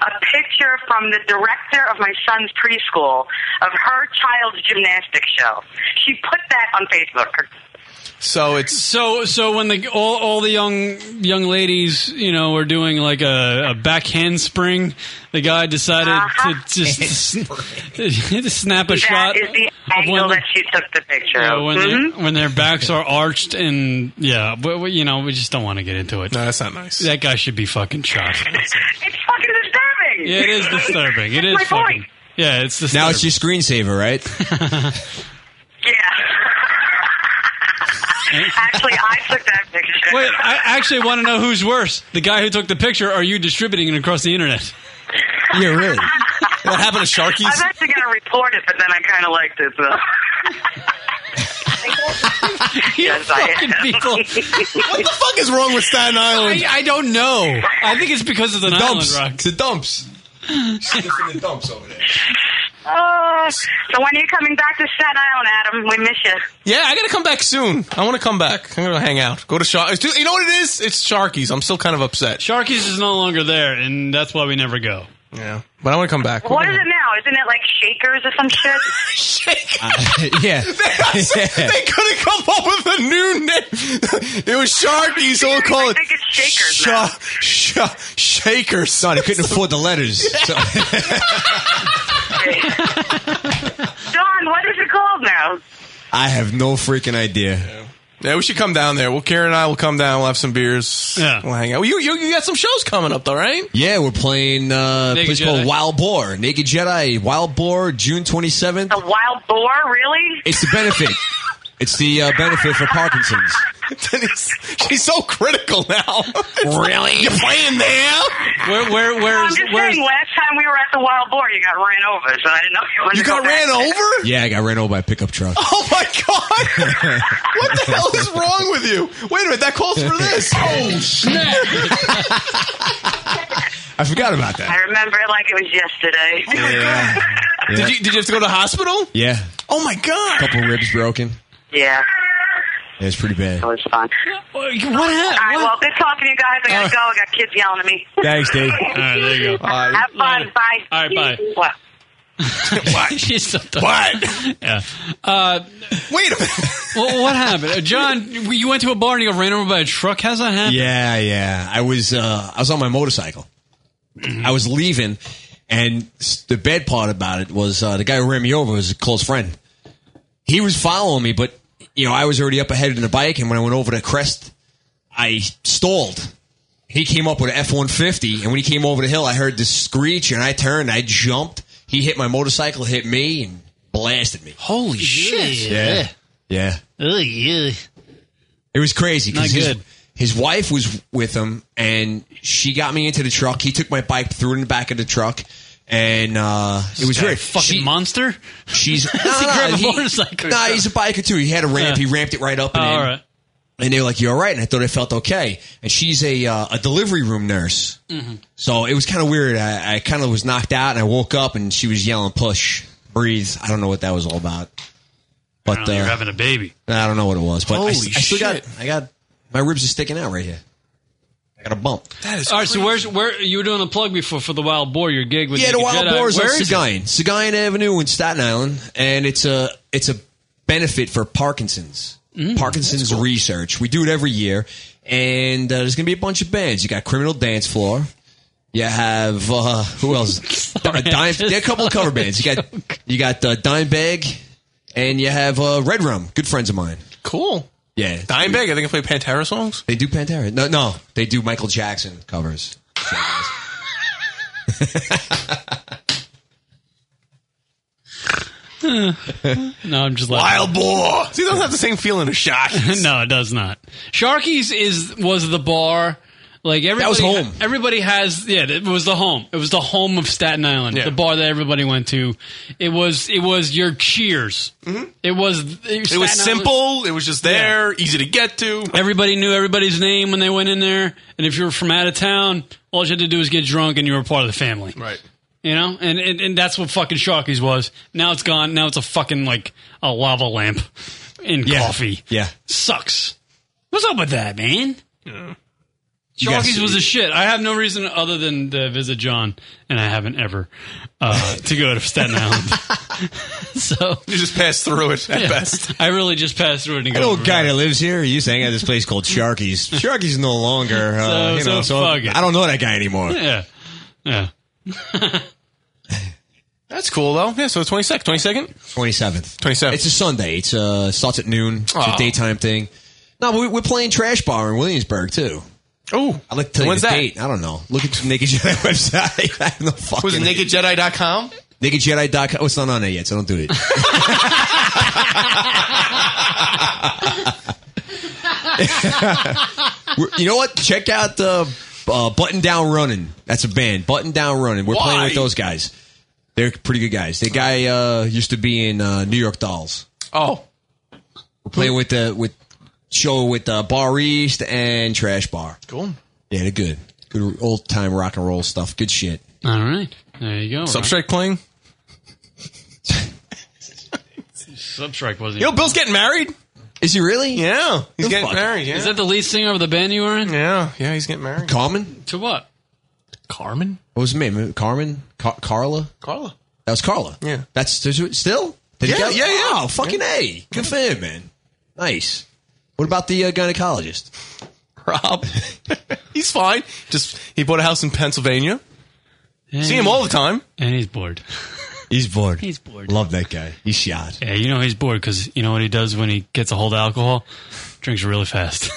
S3: a picture from the director of my son's preschool of her child's gymnastics show. She put that on Facebook.
S6: So it's
S7: so so when the all, all the young young ladies you know were doing like a, a back handspring, the guy decided to just to snap a
S3: Uh-huh. That
S7: shot.
S3: is the angle that she took the picture
S7: Yeah,
S3: of.
S7: when,
S3: Mhm.
S7: they, when their backs are arched and yeah, but we, you know we just don't want to get into it. No,
S6: that's not nice.
S7: That guy should be fucking shot.
S3: It's fucking disturbing.
S7: yeah, it is disturbing. It is
S3: My
S7: fucking.
S3: point.
S7: Yeah, it's disturbing.
S2: Now it's your screensaver, right?
S3: Actually, I took that picture.
S7: Wait, I actually want to know who's worse: the guy who took the picture, or you distributing it across the internet?
S2: Yeah, really.
S6: What happened to
S3: I was actually going to report it, but then I kind of liked it, though. yes, I
S7: fucking people. what
S6: the fuck is wrong with Staten Island?
S7: I, I don't know. I think it's because of the
S2: dumps.
S7: island rock.
S2: The dumps. the dumps over there.
S3: Oh, so when are you coming back to Staten Island, Adam? We miss you.
S6: Yeah, I gotta come back soon. I want to come back. I'm gonna hang out. Go to Shark. You know what it is? It's Sharkies. I'm still kind of upset.
S7: Sharkies is no longer there, and that's why we never go.
S6: Yeah, but I want to come back.
S3: What is it now? Isn't it like Shakers or some shit? Shakers.
S2: yeah.
S6: they could have come up with a new name. It was Sharkies, so we'll call it Shakers. Sh- sh- shakers.
S2: No, they couldn't afford the letters. So,
S3: Don, what is it called now?
S2: I have no freaking idea.
S6: Yeah, we should come down there. Well, Karen and I will come down. We'll have some beers. Yeah, we'll hang out. Well, you you, you got some shows coming up though, right?
S2: Yeah, we're playing uh, a
S6: Naked
S2: place called
S6: Jedi.
S2: Wild Boar, Naked Jedi, Wild Boar, June twenty seventh.
S3: The wild boar, really?
S2: It's the benefit. it's the uh, benefit for Parkinson's.
S6: She's so critical now.
S2: Really?
S6: You playing there?
S7: Where where
S3: No,
S7: where
S3: I'm
S7: is
S3: just
S7: where is
S3: saying, last time we were at the wild boar, you got ran over, so I didn't know you wanted
S6: You
S3: to
S6: got
S3: go
S6: ran
S3: back there.
S6: over?
S2: Yeah, I got ran over by a pickup truck.
S6: Oh my god! What the hell is wrong with you? Wait a minute, that calls for this. Oh snap!
S2: I forgot about that.
S3: I remember it like it was yesterday.
S2: Yeah. Yeah.
S6: Oh, Did you did you have to go to the hospital?
S2: Yeah,
S6: Oh my god!
S2: couple ribs broken.
S3: Yeah.
S2: Yeah, it's pretty bad. That
S3: was fun.
S7: What
S3: All right, well, good talking to you guys. I gotta go. I got kids yelling at me.
S2: Thanks, Dave.
S7: All right, there you go.
S3: Have fun. Bye.
S7: All right, bye.
S3: What?
S7: what? She's so dumb.
S6: What?
S7: Yeah. Uh,
S6: Wait a minute.
S7: well, what happened, Uh, John? You went to a bar and you got ran over by a truck. How's that happen?
S2: Yeah, yeah. I was uh, I was on my motorcycle.
S7: Mm-hmm.
S2: I was leaving, and s- the bad part about it was uh, the guy who ran me over was a close friend. He was following me, but you know I was already up ahead in the bike, and when I went over the crest, I stalled. He came up with an F one fifty, and when he came over the hill, I heard this screech, and I turned, I jumped. He hit my motorcycle, hit me, and blasted me.
S7: Holy shit!
S2: Yeah, yeah.
S7: Oh yeah.
S2: It was crazy because
S7: Not
S2: his,
S7: good.
S2: his wife was with him, and she got me into the truck. He took my bike, threw it in the back of the truck, and uh, it was
S7: guy
S2: very
S7: a fucking monster.
S2: She's no,
S7: Does he
S2: no,
S7: grab a
S2: he-
S7: motorcycle?
S2: Nah, he's a biker too. He had a ramp.
S7: Yeah.
S2: He ramped it right up. And
S7: Oh,
S2: in.
S7: all right.
S2: And they were like, "You're all right," and I thought I felt okay. And she's a uh, a delivery room nurse,
S7: Mhm.
S2: so it was kind of weird. I, I kind of was knocked out, and I woke up, and she was yelling, "Push, breathe." I don't know what that was all about, but
S7: Apparently
S2: uh,
S7: you're having a baby.
S2: I don't know what it was, but I,
S7: Holy
S2: s- I still got
S7: shit.
S2: I got my ribs are sticking out right here. I got a bump.
S7: All right, so where's where you were doing a plug before for the Wild Boar? Your gig with
S2: yeah, the
S7: Naked
S2: Wild
S7: Jedi.
S2: Boars on
S7: Where is it?
S2: Seguin, Seguin Avenue in Staten Island, and it's a it's a benefit for Parkinson's.
S7: Mm,
S2: Parkinson's research. We do it every year, and uh, there's going to be a bunch of bands. You got Criminal Dance Floor. You have uh, who else? Di- Dime, there are a couple of cover bands. You got you got uh, Dimebag, and you have uh, Red Rum. Good friends of mine.
S6: Cool.
S2: Yeah,
S6: Dimebag. I think I play Pantera songs.
S2: They do Pantera. No, no, they do Michael Jackson covers. show goes.
S7: Eh. no, I'm just laughing.
S6: Wild boar. See, it doesn't have the same feeling of Sharky's.
S7: no, it does not. Sharky's is was the bar. Like everybody,
S2: was home.
S7: Everybody has, yeah. It was the home. It was the home of Staten Island,
S6: Yeah.
S7: the bar that everybody went to. It was, it was your Cheers. It was,
S6: Mm-hmm. It was simple. It was just there, easy to get to.
S7: Everybody knew everybody's name when they went in there, and if you were from out of town, all you had to do was get drunk, and you were part of the family.
S6: Right.
S7: You know, and, and and that's what fucking Sharky's was. Now it's gone. Now it's a fucking like a lava lamp in coffee.
S2: Yeah.
S7: Sucks. What's up with that, man?
S2: You guys-
S7: Sharky's was a shit. I have no reason other than to visit John, and I haven't ever uh, to go to Staten Island. so
S6: you just pass through it at best.
S7: I really just passed through it and
S2: An
S7: go.
S2: old
S7: over
S2: guy
S7: it.
S2: that lives here used to hang out at this place called Sharky's. Sharky's no longer. Uh,
S7: So-
S2: you know,
S7: so
S2: so
S7: fuck it.
S2: I don't know that guy anymore.
S7: Yeah, yeah.
S6: That's cool though. Yeah. So twenty second, twenty second.
S2: Twenty seventh.
S6: Twenty seventh.
S2: It's a Sunday. It's uh starts at noon. It's a
S6: Aw.
S2: daytime thing. No, we, we're playing Trash Bar in Williamsburg too.
S6: Oh,
S2: I'd like to tell you
S6: When's
S2: the
S6: that?
S2: date. I don't know. Look at the Naked Jedi website. I have no fucking.
S6: Was it nakedjedi.com?
S2: NakedJedi.com. Oh, it's not on there yet, so don't do it. We're- you know what? Check out the uh, Button Down Running. That's a band. Button Down Running. We're playing
S6: Why?
S2: with those guys. They're pretty good guys. The guy uh, used to be in uh, New York Dolls.
S6: Oh,
S2: We're playing with the with show with uh, Bar East and Trash Bar.
S6: Cool.
S2: Yeah, they're good. Good old time rock and roll stuff. Good shit.
S7: All right, there you go.
S6: Substrike playing.
S7: Substrike wasn't.
S6: Yo, Bill's getting married.
S2: Is he really?
S6: Yeah, he's
S7: The
S6: getting
S7: fuck?
S6: married. Yeah.
S7: Is that the lead singer of the band you were in?
S6: Yeah, yeah, he's getting married.
S2: Carmen?
S7: To what? Carmen?
S2: What was his name? Carmen? Car- Carla?
S6: Carla.
S2: That was Carla. Yeah. That's still? Did he
S6: Yeah,
S2: get-
S6: yeah, yeah.
S2: Wow, fucking A. Good for him, man. Nice. What about the uh, gynecologist?
S6: Rob. he's fine. Just he bought a house in Pennsylvania.
S7: Yeah,
S6: See him all the time.
S7: And he's bored.
S2: He's bored.
S7: He's bored.
S2: Love that guy. He's shot.
S7: Yeah, you know he's bored because you know what he does when he gets a hold of alcohol? Drinks really fast.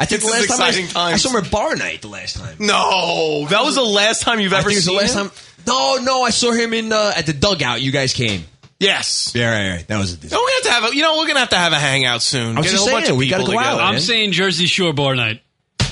S2: I
S7: This
S2: think the
S7: is
S2: last time I-
S7: exciting
S2: I
S7: times.
S2: saw him at bar night the last time.
S6: No, that was the last time you've
S2: I
S6: ever
S2: think it was the
S6: seen
S2: last
S6: him?
S2: time. No, no, I saw him in uh, at the dugout. You guys came.
S6: Yes.
S2: Yeah, right, right. That was a
S6: No, we have to have a. You know, we're gonna have to have a hangout soon.
S2: I was
S6: Get
S2: just
S6: a whole bunch
S2: saying,
S6: of
S2: we gotta
S6: people
S2: go out,
S6: together.
S2: man.
S7: I'm saying Jersey Shore bar night.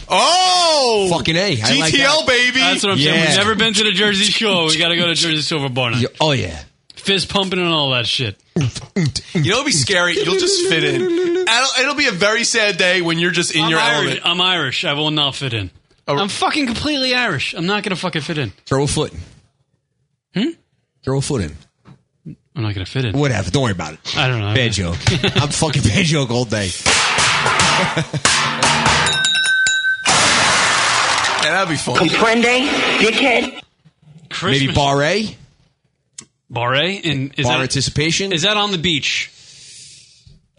S6: Oh,
S2: Fucking A. I like
S6: GTL
S2: that.
S6: baby.
S7: That's what I'm saying.
S2: Yeah.
S7: We've never been to the Jersey Shore. We got to go to Jersey Shore for bar night.
S2: oh yeah.
S7: Fist pumping and all that shit.
S6: You know, it'll be scary. You'll just fit in. It'll, it'll be a very sad day when you're just in
S7: I'm
S6: your
S7: Irish.
S6: element.
S7: I'm Irish. I will not fit in. I'm fucking completely Irish. I'm not gonna fucking fit in.
S2: Throw a foot in.
S7: Hmm?
S2: Throw a foot in.
S7: I'm not gonna fit in.
S2: Whatever. Don't worry about it.
S7: I don't know.
S2: Bad joke. I'm fucking bad joke all day.
S6: Yeah, that'd be fun.
S18: Comprende, dickhead?
S7: Christmas.
S2: Maybe bar A.
S7: Bar A? And is
S2: Bar
S7: that,
S2: anticipation?
S7: Is that on the beach?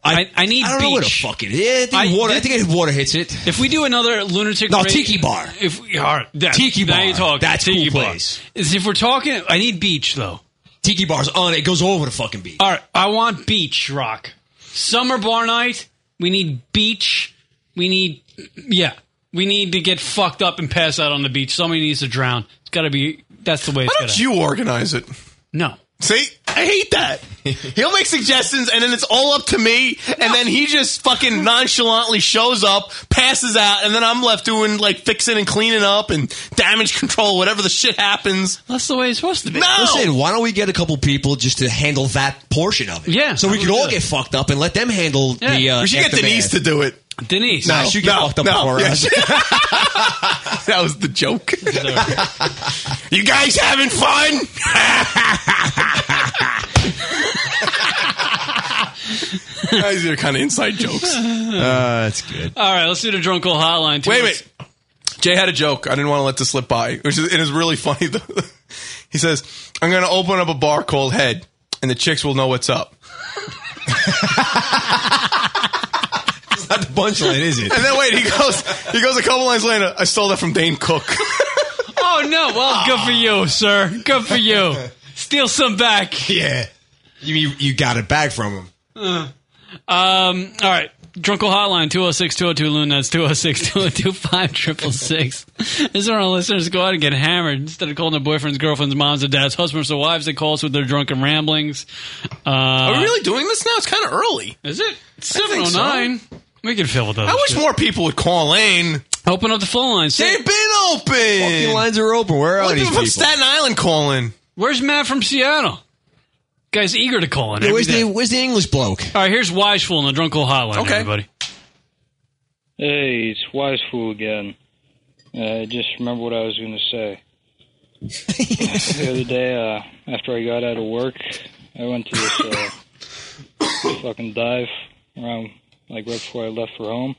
S7: I, I, need
S2: I don't
S7: beach.
S2: know what the fuck it is. I think, water, I think water hits it.
S7: If we do another lunatic,
S2: No,
S7: ra-
S2: tiki bar.
S7: If all right, that,
S2: Tiki
S7: now
S2: bar.
S7: you talking.
S2: That's
S7: tiki
S2: cool
S7: bar.
S2: place.
S7: Is if we're talking, I need beach though.
S2: Tiki bars on it goes over the fucking beach.
S7: All right, I want beach rock. Summer bar night. We need beach. We need yeah. We need to get fucked up and pass out on the beach. Somebody needs to drown. It's got to be. That's the way it's
S6: Why
S7: got
S6: don't
S7: to.
S6: you organize it?
S7: No.
S6: See, I hate that. He'll make suggestions, and then it's all up to me, and then he just fucking nonchalantly shows up, passes out, and then I'm left doing like fixing and cleaning up and damage control, whatever the shit happens.
S7: That's the way it's supposed to be.
S6: No,
S2: Listen, why don't we get a couple people just to handle that portion of it?
S7: Yeah,
S2: So we
S7: that
S2: could
S7: would be
S2: all
S7: good.
S2: get fucked up and let them handle the. Uh,
S6: we should get
S2: aftermath.
S6: Denise to do it.
S7: Denise.
S2: Nah, she got fucked up before
S6: Yeah,
S2: us.
S6: she- that was the joke. you guys having fun? Guys, are kind of inside jokes.
S2: Uh, that's good.
S7: All right, let's do the drunk old hotline.
S6: Wait, wait. Jay had a joke. I didn't want to let this slip by, which is it is really funny. Though. He says, "I'm going to open up a bar called Head, and the chicks will know what's up."
S2: It's not the punchline, is it?
S6: And then wait, he goes, he goes a couple lines later. I stole that from Dane Cook.
S7: Oh no! Well, good for you, sir. Good for you. Steal some back.
S2: yeah. You, you you got it back from him.
S7: Uh, Um. All right. Drunkle Hotline, 206 202 Loon. That's 206 202 5666. This is where our listeners go out and get hammered instead of calling their boyfriends, girlfriends, moms, and dads, husbands, or wives. They call us with their drunken ramblings. Uh,
S6: Are we Oh, really doing this now? It's kind of early.
S7: Is it? It's
S6: I think so.
S7: 709. We can fill with those.
S6: I wish more people would call in.
S7: Open up the phone lines.
S6: They've been open.
S2: Fucking lines are open. Where are
S6: Well,
S2: these
S6: people from Staten Island calling?
S7: Where's Matt from Seattle? Guy's eager to call in.
S2: Yeah,
S7: every
S2: where's
S7: day.
S2: the where's the English bloke?
S7: All right, here's Wiseful in the Drunkle Hotline,
S2: Okay.
S7: everybody.
S12: Hey, it's Wise Fool again. Uh, I just remember what I was going to say. the other day, uh, after I got out of work, I went to this uh, fucking dive around, like right before I left for home.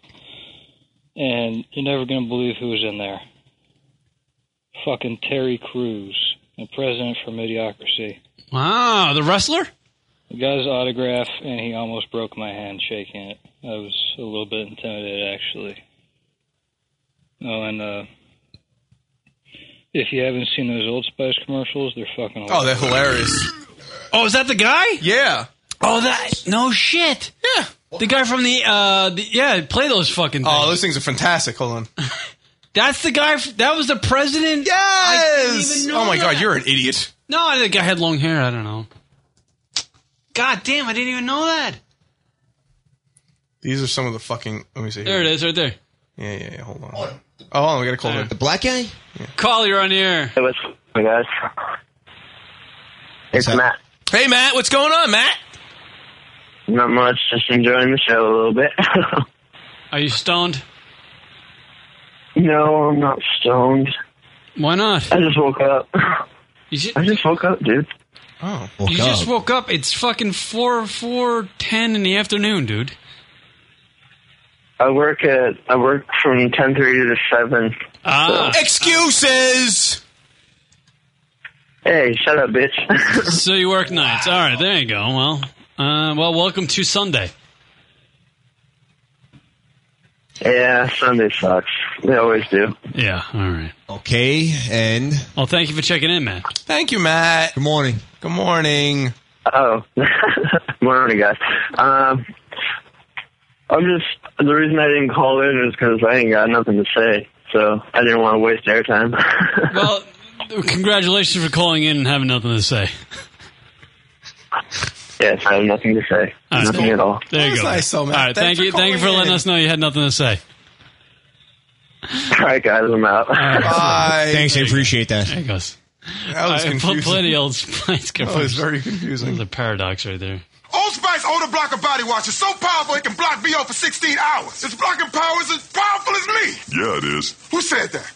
S12: And you're never going to believe who was in there. Fucking Terry Crews, the president for Idiocracy.
S7: Wow, the wrestler?
S12: The guy's autograph, and he almost broke my hand shaking it. I was a little bit intimidated, actually. Oh, and uh, if you haven't seen those Old Spice commercials, they're fucking.
S6: Oh, they're hilarious.
S7: Oh, is that the guy?
S6: Yeah.
S7: Oh, that no shit.
S6: Yeah,
S7: the guy from the uh, the, yeah, play those fucking. Things.
S6: Oh, those things are fantastic. Hold on.
S7: That's the guy. f- That was the president. Yes.
S6: Oh my god, you're an idiot.
S7: No, I think I had long hair. I don't know. God damn, I didn't even know that.
S6: These are some of the fucking. Let me see.
S7: There it is, right there.
S6: Yeah, yeah, yeah. Hold on. Oh, hold on. We gotta call the
S2: black guy.
S7: Call, you're on the air. Hey,
S22: what's up, guys? It's Matt.
S6: Hey, Matt. What's going on, Matt?
S22: Not much. Just enjoying the show a little bit.
S7: Are you stoned?
S22: no, I'm not stoned.
S7: Why not?
S22: I just woke up. I just woke up, dude.
S6: Oh,
S7: you just woke up. It's fucking four four ten in the afternoon, dude.
S22: I work at I work from ten thirty to seven.
S7: Ah.
S6: Excuses.
S22: Hey, shut up, bitch.
S7: so you work nights. All right, there you go. Well, uh, well, welcome to Sunday.
S22: Yeah, Sunday sucks. They always do.
S7: Yeah. All right.
S2: Okay, and
S7: well, thank you for checking in, Matt.
S6: Thank you, Matt. Good
S2: morning.
S6: Good morning.
S22: Oh, morning, guys. Um, I'm just the reason I didn't call in is because I ain't got nothing to say, so I didn't want to waste airtime.
S7: Well, congratulations for calling in and having nothing to say.
S22: yes, I have nothing to say,
S7: All right.
S22: nothing at all.
S7: There you
S22: That's
S7: go.
S22: nice, though,
S7: All
S22: Matt.
S7: right,
S22: Thanks
S7: thank
S22: for
S7: you, thank you for
S22: calling
S7: letting
S22: in.
S7: us know you had nothing to say.
S22: All right, guys, I'm out.
S6: Bye.
S2: Thanks, I appreciate that.
S7: There it goes.
S6: That was
S7: All right, pl-
S6: confusing.
S7: Plenty old spice.
S6: That was very confusing.
S7: There's a paradox right there.
S4: Old Spice older block of body wash is so powerful it can block BO for 16 hours. Its blocking power is as powerful as me.
S23: Yeah, it is.
S4: Who said that?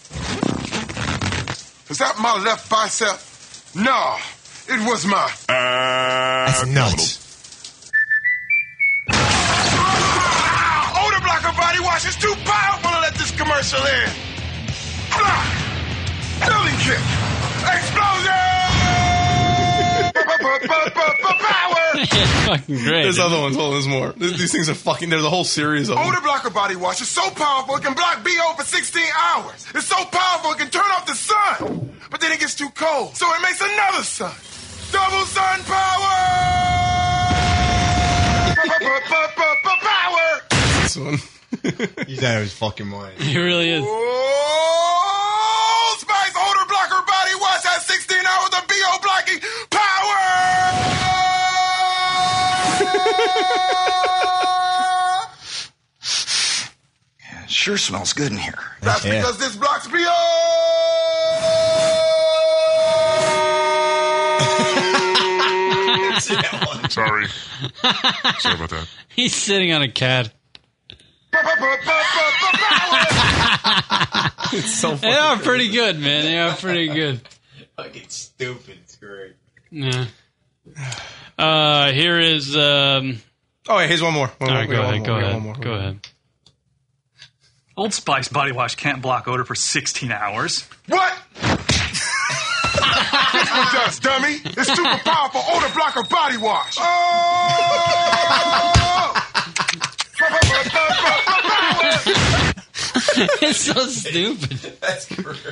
S4: Is that my left bicep? No, it was my.
S2: That's nuts.
S4: Ah, older block of body wash is too powerful to let this commercial in. Block. Billy kick. Explosion. Power.
S7: fucking great.
S6: There's other ones. Hold on, there's more. Th- These things are fucking. There's a whole series of them.
S4: Older blocker body wash is so powerful it can block BO for 16 hours. It's so powerful it can turn off the sun. But then it gets too cold, so it makes another sun. Double sun power! Power!
S6: This one.
S2: He's out of his fucking mind.
S7: He really is.
S4: Old Spice older blocker body wash has 16 hours of BO blocking power.
S18: Sure smells good in here.
S4: That's
S18: Yeah.
S4: because this blocks BO.
S23: Sorry. Sorry about that.
S7: He's sitting on a cat.
S6: it's so
S7: They are pretty good, man. They are pretty good.
S2: Fucking stupid. It's great.
S7: Yeah. Uh, here is. Um,
S6: oh, wait, here's one more. One
S7: all
S6: more.
S7: right,
S6: We
S7: go
S6: got
S7: ahead.
S6: one
S7: Go
S6: more. We got
S7: ahead.
S6: one more.
S7: Go ahead.
S30: Old Spice body wash can't block odor for 16 hours.
S4: What? this one does, dummy. It's super powerful odor blocker body wash.
S7: it's so stupid.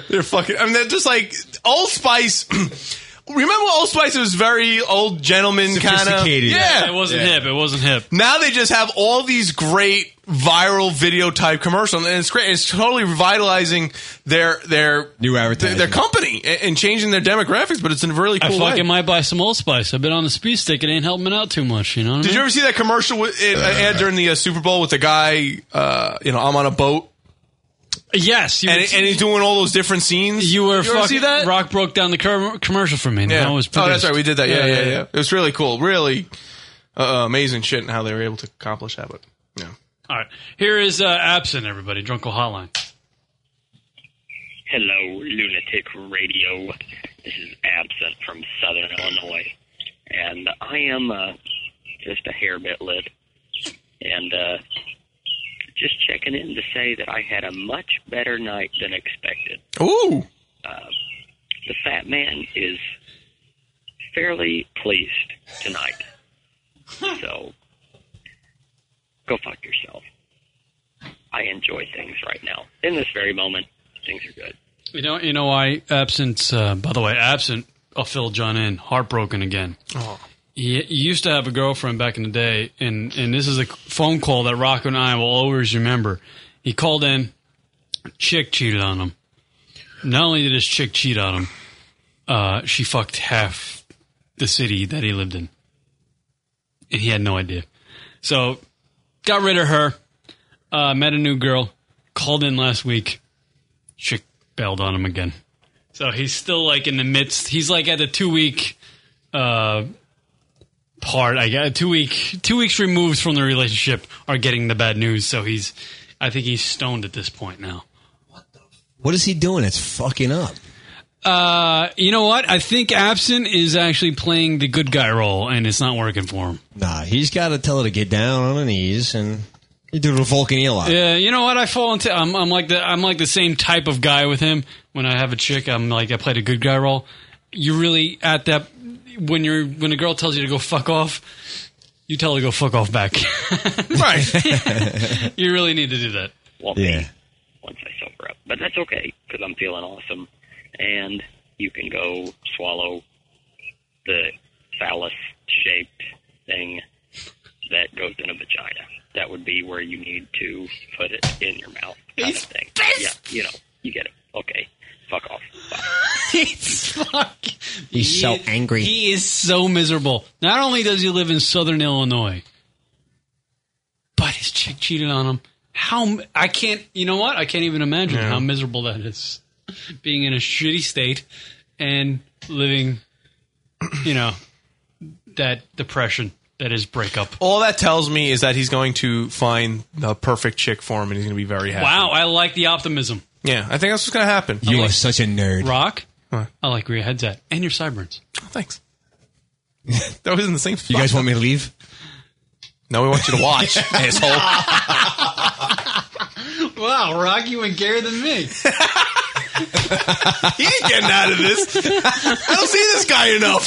S6: They're fucking. I mean, they're just like Old Spice. Remember, Old Spice was very old gentleman kind of.
S7: Sophisticated.
S6: Yeah,
S7: It wasn't hip. It wasn't hip.
S6: Now they just have all these great viral video type commercials, and it's great. It's totally revitalizing their their
S2: new
S6: their,
S2: advertising.
S6: their company and, and changing their demographics. But it's in a really cool
S7: I fucking
S6: way.
S7: might buy some Old Spice. I've been on the speed stick. It ain't helping it out too much. You know. What I
S6: Did
S7: mean?
S6: you ever see that commercial with, it, ad during the uh, Super Bowl with the guy? Uh, you know, I'm on a boat.
S7: Yes,
S6: and, and he's doing all those different scenes.
S7: You were
S6: ever
S7: fuck-
S6: see that?
S7: Rock broke down the cur- commercial for me. and
S6: Yeah.
S7: that was
S6: oh,
S7: produced.
S6: that's right. We did that. Yeah, yeah, yeah. It was really cool. Really uh, amazing shit, and how they were able to accomplish that. But yeah.
S7: All right. Here is uh, absent everybody. Drunkle hotline.
S1: Hello, Lunatic Radio. This is Absent from Southern Illinois. And I am uh, just a hair bit lit. And uh, just checking in to say that I had a much better night than expected.
S6: Ooh.
S1: Uh, the fat man is fairly pleased tonight. so go fuck yourself. I enjoy things right now. In this very moment, things are good.
S7: You know, you know why absent. Uh, by the way, absent. I'll fill John in. Heartbroken again.
S1: Oh.
S7: He, he used to have a girlfriend back in the day, and and this is a phone call that Rocco and I will always remember. He called in. Chick cheated on him. Not only did his chick cheat on him, uh, she fucked half the city that he lived in, and he had no idea. So, got rid of her. Uh, met a new girl. Called in last week. Chick bailed on him again. So he's still like in the midst. He's like at the two week uh, part. I got two week two weeks removed from the relationship are getting the bad news. So he's, I think he's stoned at this point now.
S2: What is he doing? It's fucking up.
S7: Uh, you know what? I think Absent is actually playing the good guy role, and it's not working for him.
S2: Nah, he's got to tell her to get down on her knees and you do the Vulcan Eli.
S7: Yeah, you know what? I fall into. I'm, I'm like the. I'm like the same type of guy with him. When I have a chick, I'm like I played a good guy role. You really at that when you're when a girl tells you to go fuck off, you tell her to go fuck off back. right. you really need to do that.
S1: Won't be once I sober up. But that's okay because I'm feeling awesome. And you can go swallow the phallus shaped thing that goes in a vagina. That would be where you need to put it in your mouth. Kind of thing. Yeah, you know, you get it. Okay, fuck off.
S7: He's fuck.
S2: He's so angry.
S7: He is so miserable. Not only does he live in Southern Illinois, but his chick cheated on him. How m- I can't. You know what? I can't even imagine
S30: Yeah.
S7: how miserable that is. Being in a shitty state and living, you know, that depression that is breakup.
S6: All that tells me is that he's going to find the perfect chick for him, and he's going to be very happy.
S7: Wow, I like the optimism.
S6: Yeah, I think that's what's going to happen.
S2: You are such a nerd.
S7: Rock, I like where your head's at and your sideburns. thanks.
S6: That was in the same.
S2: You guys want me to leave?
S6: No, we want you to watch, asshole.
S7: Wow, Rock, you went gayer than me.
S6: he ain't getting out of this. I don't see this guy enough.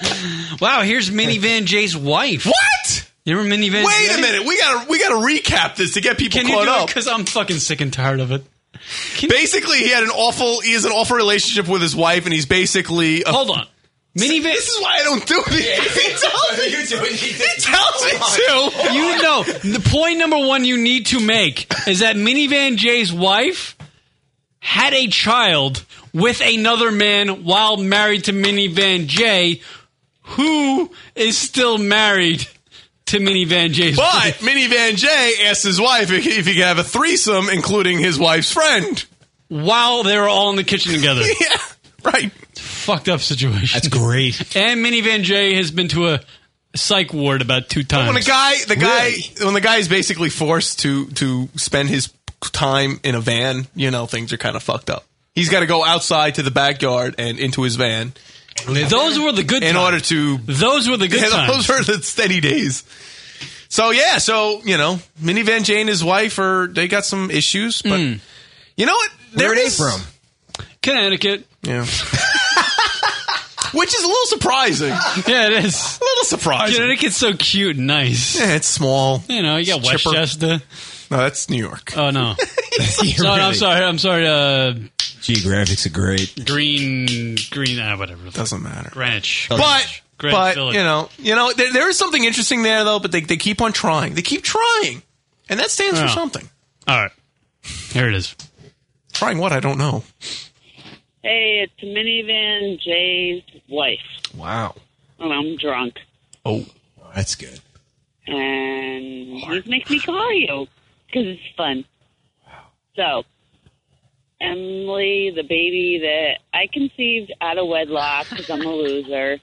S6: He's
S7: wow, here's Minivan Jay's wife.
S6: What?
S7: You remember Minivan?
S6: Wait
S7: Jay?
S6: a minute. We gotta we gotta recap this to get people
S7: Can you
S6: caught
S7: do
S6: up.
S7: Because I'm fucking sick and tired of it.
S6: basically, he had an awful he has an awful relationship with his wife, and he's basically a,
S7: hold on. Minivan.
S6: This is why I don't do these. He tells me. He tells me to.
S7: You know, the point number one you need to make is that Minivan Jay's wife had a child with another man while married to Minivan Jay, who is still married to Minivan Jay's
S6: But
S7: wife.
S6: Minivan Jay asked his wife if he, if he could have a threesome, including his wife's friend.
S7: While they were all in the kitchen together.
S6: yeah, right.
S7: Fucked up situation. That's
S2: great.
S7: And Minivan Jay has been to a psych ward about two times.
S6: When a guy, the guy, when the guy is basically forced to to spend his time in a van, you know, things are kind of fucked up. He's got to go outside to the backyard and into his van.
S7: Those were the good.
S6: In order to,
S7: those were the good
S6: yeah,
S7: times.
S6: Those were the steady days. So yeah, so you know, Minivan Jane and his wife are they got some issues, but
S7: Hmm.
S6: you know what?
S7: Where are they
S6: is-
S7: from? Connecticut.
S6: Yeah. Which is a little surprising.
S7: yeah, it is.
S6: A little surprising.
S7: Connecticut's so cute and nice.
S6: Yeah, it's small.
S7: You know, you got
S6: It's chipper.
S7: Westchester.
S6: No, that's New York.
S7: Oh no. no, no, I'm sorry. I'm sorry. Uh,
S2: Geographics are great.
S7: Green, green, ah, whatever.
S6: Doesn't matter.
S7: Greenwich.
S6: But
S7: Greenwich
S6: but
S7: Village.
S6: you know you know there, there is something interesting there though. But they they keep on trying. They keep trying, and that stands
S7: Oh.
S6: for something.
S7: All right. Here it is.
S6: Trying what I don't know.
S24: Hey, it's Minivan Jay's wife,
S2: Wow.
S24: and I'm drunk,
S2: Oh, that's good.
S24: and this makes me call you because it's fun. So, Emily, the baby that I conceived out of wedlock because I'm a loser,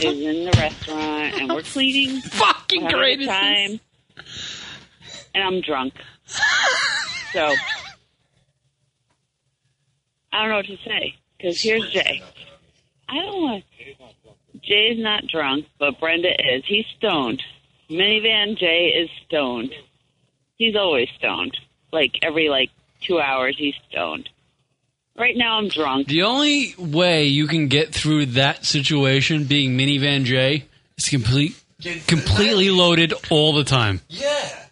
S24: is in the restaurant, and we're cleaning. Fucking
S32: great is this?
S24: time, and I'm drunk. So, I don't know what to say because here's Jay. I don't want. Jay's not drunk, but Brenda is. He's stoned. Minivan Jay is stoned. He's always stoned. Like every like two hours, he's stoned. Right now, I'm drunk.
S32: The only way you can get through that situation being minivan J is complete, completely loaded all the time. Yeah,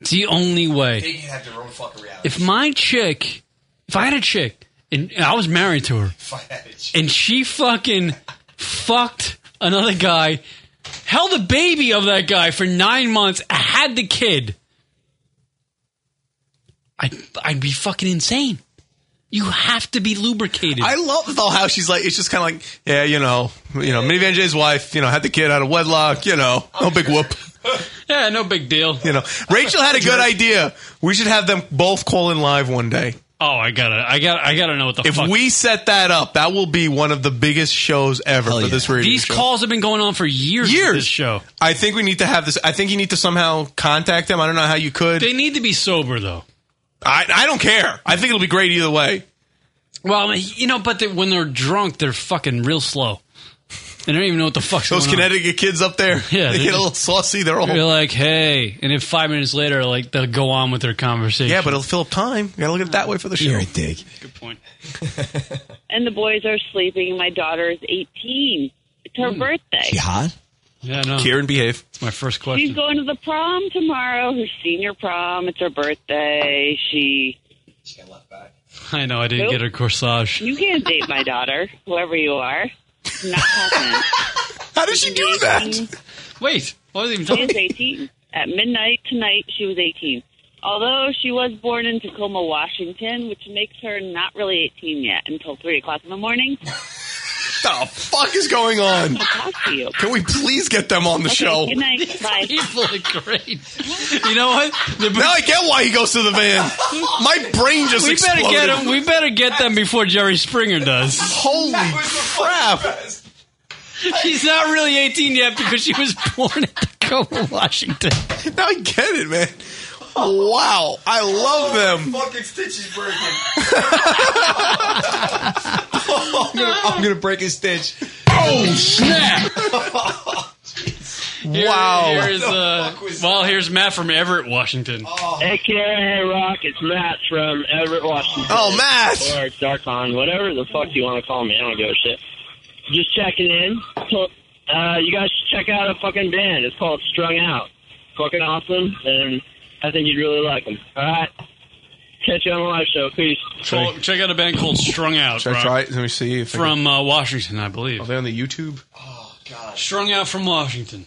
S32: it's the only way.
S2: have their own fucking reality.
S32: If my chick, if I had a chick and and I was married to her, and she fucking fucked another guy, held the baby of that guy for nine months, had the kid, I'd, I'd be fucking insane. You have to be lubricated.
S6: I love though how she's like it's just kind of like yeah you know you know Minivan Jay's wife you know had the kid out of wedlock you know no big whoop
S32: yeah no big deal
S6: you know Rachel had a good idea we should have them both call in live one day
S7: Oh, I gotta, I gotta, I gotta know what the
S6: if
S7: fuck.
S6: we set that up that will be one of the biggest shows ever for this radio
S7: These
S6: show.
S7: calls have been going on for years.
S6: years
S7: with This show.
S6: I think we need to have this I think you need to somehow contact them I don't know how you could
S7: They need to be sober though.
S6: I I don't care I think it'll be great either way
S32: Well, you know, but they, when they're drunk, they're fucking real slow. They don't even know what the fuck's
S6: those
S32: going on.
S6: Connecticut kids up there
S32: Yeah, they're
S6: they get a
S32: just-
S6: little saucy they're all
S32: You're like, hey, and then five minutes later, like they'll go on with their conversation.
S6: yeah but it'll fill up time you gotta look at it that way for the show
S32: You're a
S2: dig
S7: Good point.
S24: And the boys are sleeping. My daughter is 18. It's her birthday.
S2: hot
S7: yeah no
S6: Kieran behave
S7: it's my first
S24: She's going to the prom tomorrow, her senior prom. It's her birthday. She.
S7: I know I didn't
S24: Nope.
S7: get her corsage.
S24: You can't date my daughter, whoever you are. It's Not happening.
S6: How did she do
S24: that?
S7: Wait, what was even
S24: She was 18. At midnight tonight, she was 18. Although she was born in Tacoma, Washington, which makes her not really 18 yet until 3 o'clock in the morning.
S6: the fuck is going on? Can we please get them on the
S24: Okay,
S6: show?
S24: Good night. Bye.
S32: People are great. You know what?
S6: Now I get why he goes to the van. My brain just
S7: we better
S6: exploded.
S7: get them. We better get them before Jerry Springer does.
S6: Holy crap!
S7: She's not really 18 yet because she was born in Tacoma, Washington.
S6: Now I get it, man. Wow, I love them.
S2: Fucking stitches breaking. I'm, gonna, I'm gonna break a stitch.
S7: Oh snap! Here-
S2: Wow.
S7: Here's, uh, well, here's Matt from Everett, Washington.
S3: Hey, Karen, hey, Rock. It's Matt from Everett, Washington.
S7: Oh, Matt.
S3: Or Darkon, whatever the fuck you want to call me. I don't give a shit. Just checking in. Uh, you guys should check out a fucking band. It's called Strung Out. Fucking awesome, and I think you'd really like them. All right. Catch you on the live show. Peace.
S7: Well, check out a band called Strung Out.
S6: Should I
S7: Rob.
S6: try it? Let me see. If I
S7: From uh, Washington, I believe. Are
S6: they on the YouTube?
S7: Strung Out from Washington.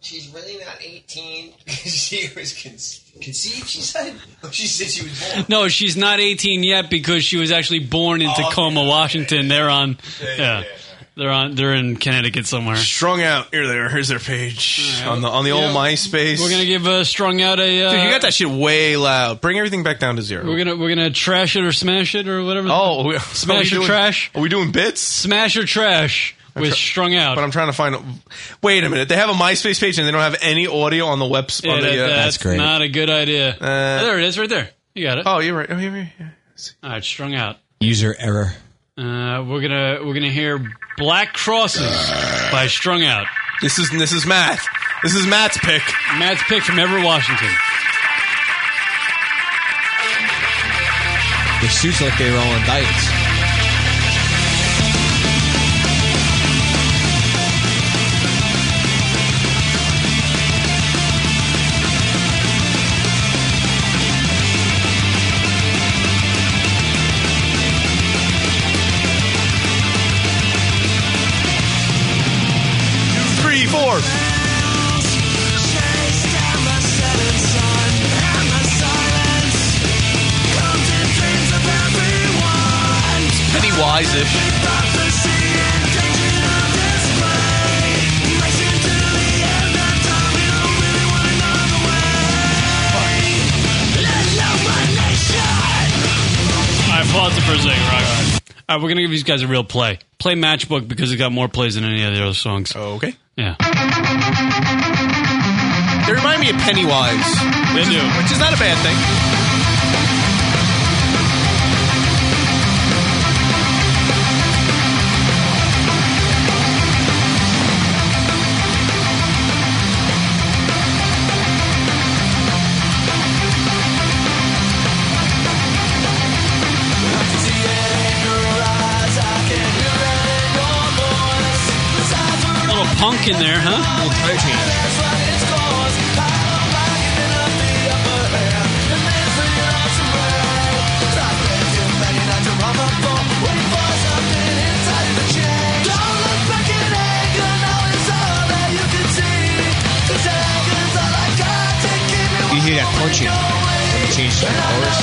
S2: She's really not 18 she was conceived. She said. Oh, She said she was born.
S7: No, she's not 18 yet because she was actually born in Tacoma, Washington. They're on, yeah, they're on, they're in Connecticut somewhere.
S6: Strung out. Here they are. Here's their page on the on the old
S7: Yeah.
S6: MySpace.
S7: We're gonna give uh, Strung Out a. Uh,
S6: Dude, you got that shit way loud. Bring everything back down to zero.
S7: We're gonna we're gonna trash it or smash it or whatever.
S6: Oh, we- are we
S7: smash or
S6: doing-
S7: trash?
S6: Are we doing bits? Smash
S7: or trash
S6: with
S7: strung out.
S6: But I'm trying to find. A, wait a minute. They have a MySpace page and they don't have any audio on the web.
S7: Yeah,
S6: on the,
S7: that-
S6: uh,
S7: that's not a good idea. there it is, right there. You got it.
S6: Oh, you're right. Oh, you're right.
S7: All right, strung out.
S2: User error.
S7: Uh, we're gonna we're gonna hear Black Crosses by Strung Out.
S6: This is this is Matt. This is Matt's pick.
S7: Matt's pick from Everett, Washington.
S2: Their suits like they were all on diets.
S6: guys ish.
S7: All right, pause it for a second, Rock. All right. All right, we're going to give these guys a real play. Play Matchbook because it got more plays than any of the other songs.
S6: Oh, okay.
S7: Yeah.
S6: They remind me of Pennywise.
S7: They do.
S6: Which is not a bad thing.
S7: A little punk in there, huh? A little country.
S2: You hear that punching when it changes to the chorus.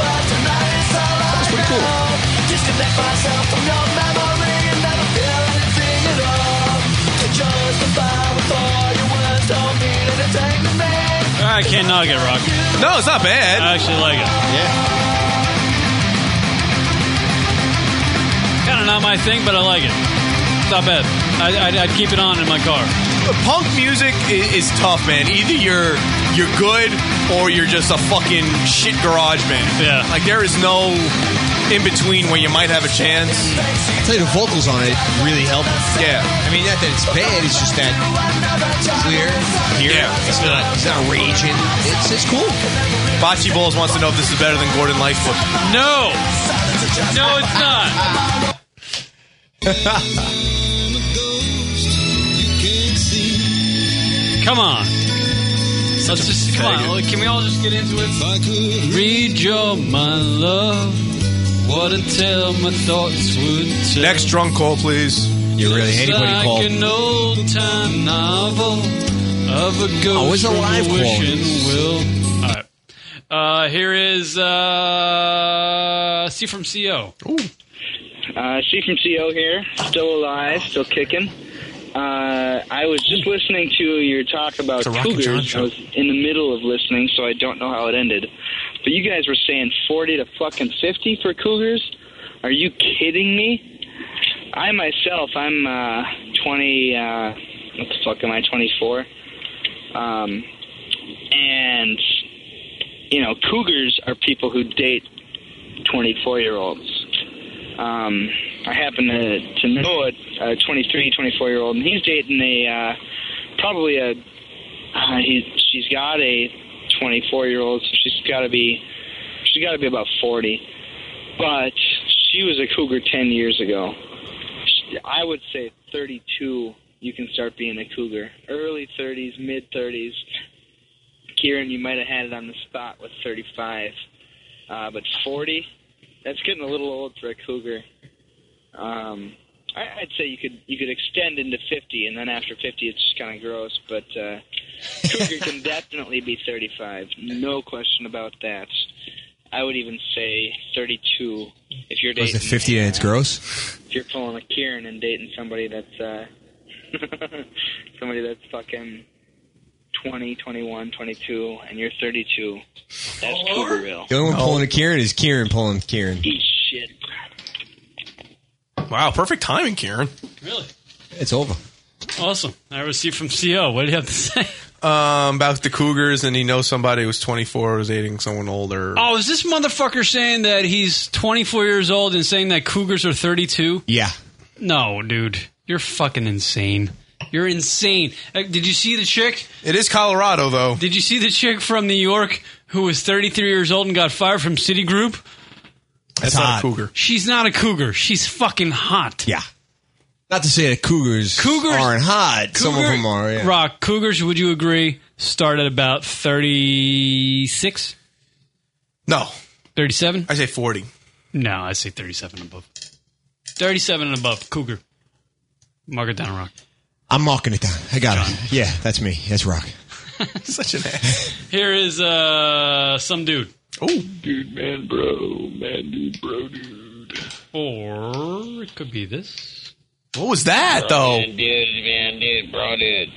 S2: That's pretty cool.
S7: I can't knock it, Rock.
S6: No, it's not bad.
S7: I actually like it. Yeah. Kind of not my thing, but I like it. It's not bad. I, I'd, I'd keep it on in my car.
S6: Punk music is, is tough, man. Either you're you're good or you're just a fucking shit garage band.
S7: Yeah.
S6: Like there is no in between where you might have a chance.
S2: I tell you, the vocals on it really help.
S6: Yeah.
S2: I mean, not that it's bad. It's just that it's clear.
S6: Yeah.
S2: It's not. It's not raging. It's it's cool.
S6: Bocce Balls wants to know if this is better than Gordon Lightfoot.
S7: No. No, it's not. Come on. Let's just come on. Can we all just get into it? Read your my love. What until my thoughts would tell.
S6: Next drunk call, please.
S2: You really
S7: It's like an old time novel of a ghost
S2: Always a
S7: from
S2: Oh, live call.
S7: wishing will. All right. Uh, here is uh, C from CO.
S13: Uh, she from CO here, still alive, still kicking. Uh, I was just listening to your talk about
S12: It's a Rock and John
S13: cougars.
S12: show.
S13: I was in the middle of listening, so I don't know how it ended. But you guys were saying forty to fucking fifty for cougars. Are you kidding me? I myself, I'm uh, twenty. Uh, what the fuck am I? Twenty four. Um, and you know, cougars are people who date twenty-four year olds um, I happen to, to know a, a 23, 24 year old, and he's dating a uh, probably a uh, he, she's got a 24 year old, so she's got to be she's got to be about 40, but she was a cougar 10 years ago. She, I would say 32, you can start being a cougar. Early 30s, mid 30s. Kieran, you might have had it on the spot with 35, uh, but 40. That's getting a little old for a cougar. Um, I, I'd say you could you could extend into 50, and then after 50, it's just kind of gross. But uh, cougar can definitely be 35, no question about that. I would even say 32 if you're
S2: Was
S13: dating
S2: it fifty and it's gross?
S13: if you're pulling a Kieran and dating somebody that's uh, somebody that's fucking 20, 21, 22, and you're 32, that's cougarville. Oh,
S2: The only one pulling a Kieran is Kieran pulling Kieran.
S13: Shit.
S6: Wow, perfect timing, Kieran.
S7: Really?
S2: It's over.
S7: Awesome. I received from CO. What do you have to say?
S6: Um, about the Cougars, and he knows somebody who was 24 was dating someone older.
S7: Oh, is this motherfucker saying that he's 24 years old and saying that cougars are 32?
S2: Yeah.
S7: No, dude. You're fucking insane. You're insane. Uh, Did you see the chick?
S6: It is Colorado, though.
S7: Did you see the chick from New York who was 33 years old and got fired from Citigroup?
S2: That's That's not a hot. cougar.
S7: She's not a cougar. She's fucking hot.
S2: Yeah. Not to say that cougars,
S7: Cougars
S2: aren't hot. Some of
S7: cougar-
S2: them are. Yeah.
S7: Rock cougars. Would you agree? Start at about 36.
S6: No.
S7: 37?
S6: I say 40.
S7: No, I say 37 and above. 37 and above, cougar. Mark it down, Rock.
S2: I'm marking it down. I got it. Yeah, that's me. That's rock.
S6: Such an ass.
S7: Here is uh some dude.
S6: Oh,
S7: dude, man, bro, man, dude, bro, dude. four. It could be this.
S6: What was that though?
S3: Man, dude, man, dude, bro, dude.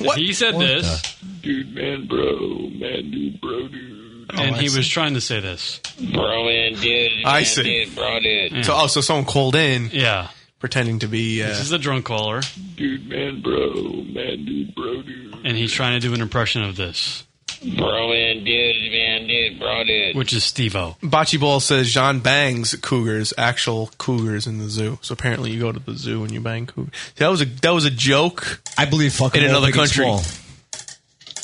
S6: What?
S7: He said this.
S3: Dude, man, bro, man, dude, bro, dude.
S6: Oh,
S7: and he was trying to say this.
S3: Bro, man, dude, man,
S6: I see.
S3: dude, bro, dude.
S6: So oh, so someone called in.
S7: Yeah.
S6: Pretending to be. Uh,
S7: This is the drunk caller.
S3: Dude, man, bro, man, dude, bro, dude.
S7: And he's trying to do an impression of this,
S3: Bro, man, dude, man, dude, bro, dude.
S7: which is Steve O.
S6: Bocce Ball says John bangs cougars, actual cougars in the zoo. So apparently, you go to the zoo and you bang cougars. That was a that was a joke.
S2: I believe fuck
S6: in
S2: them all
S6: another
S2: big and
S6: country.
S2: small.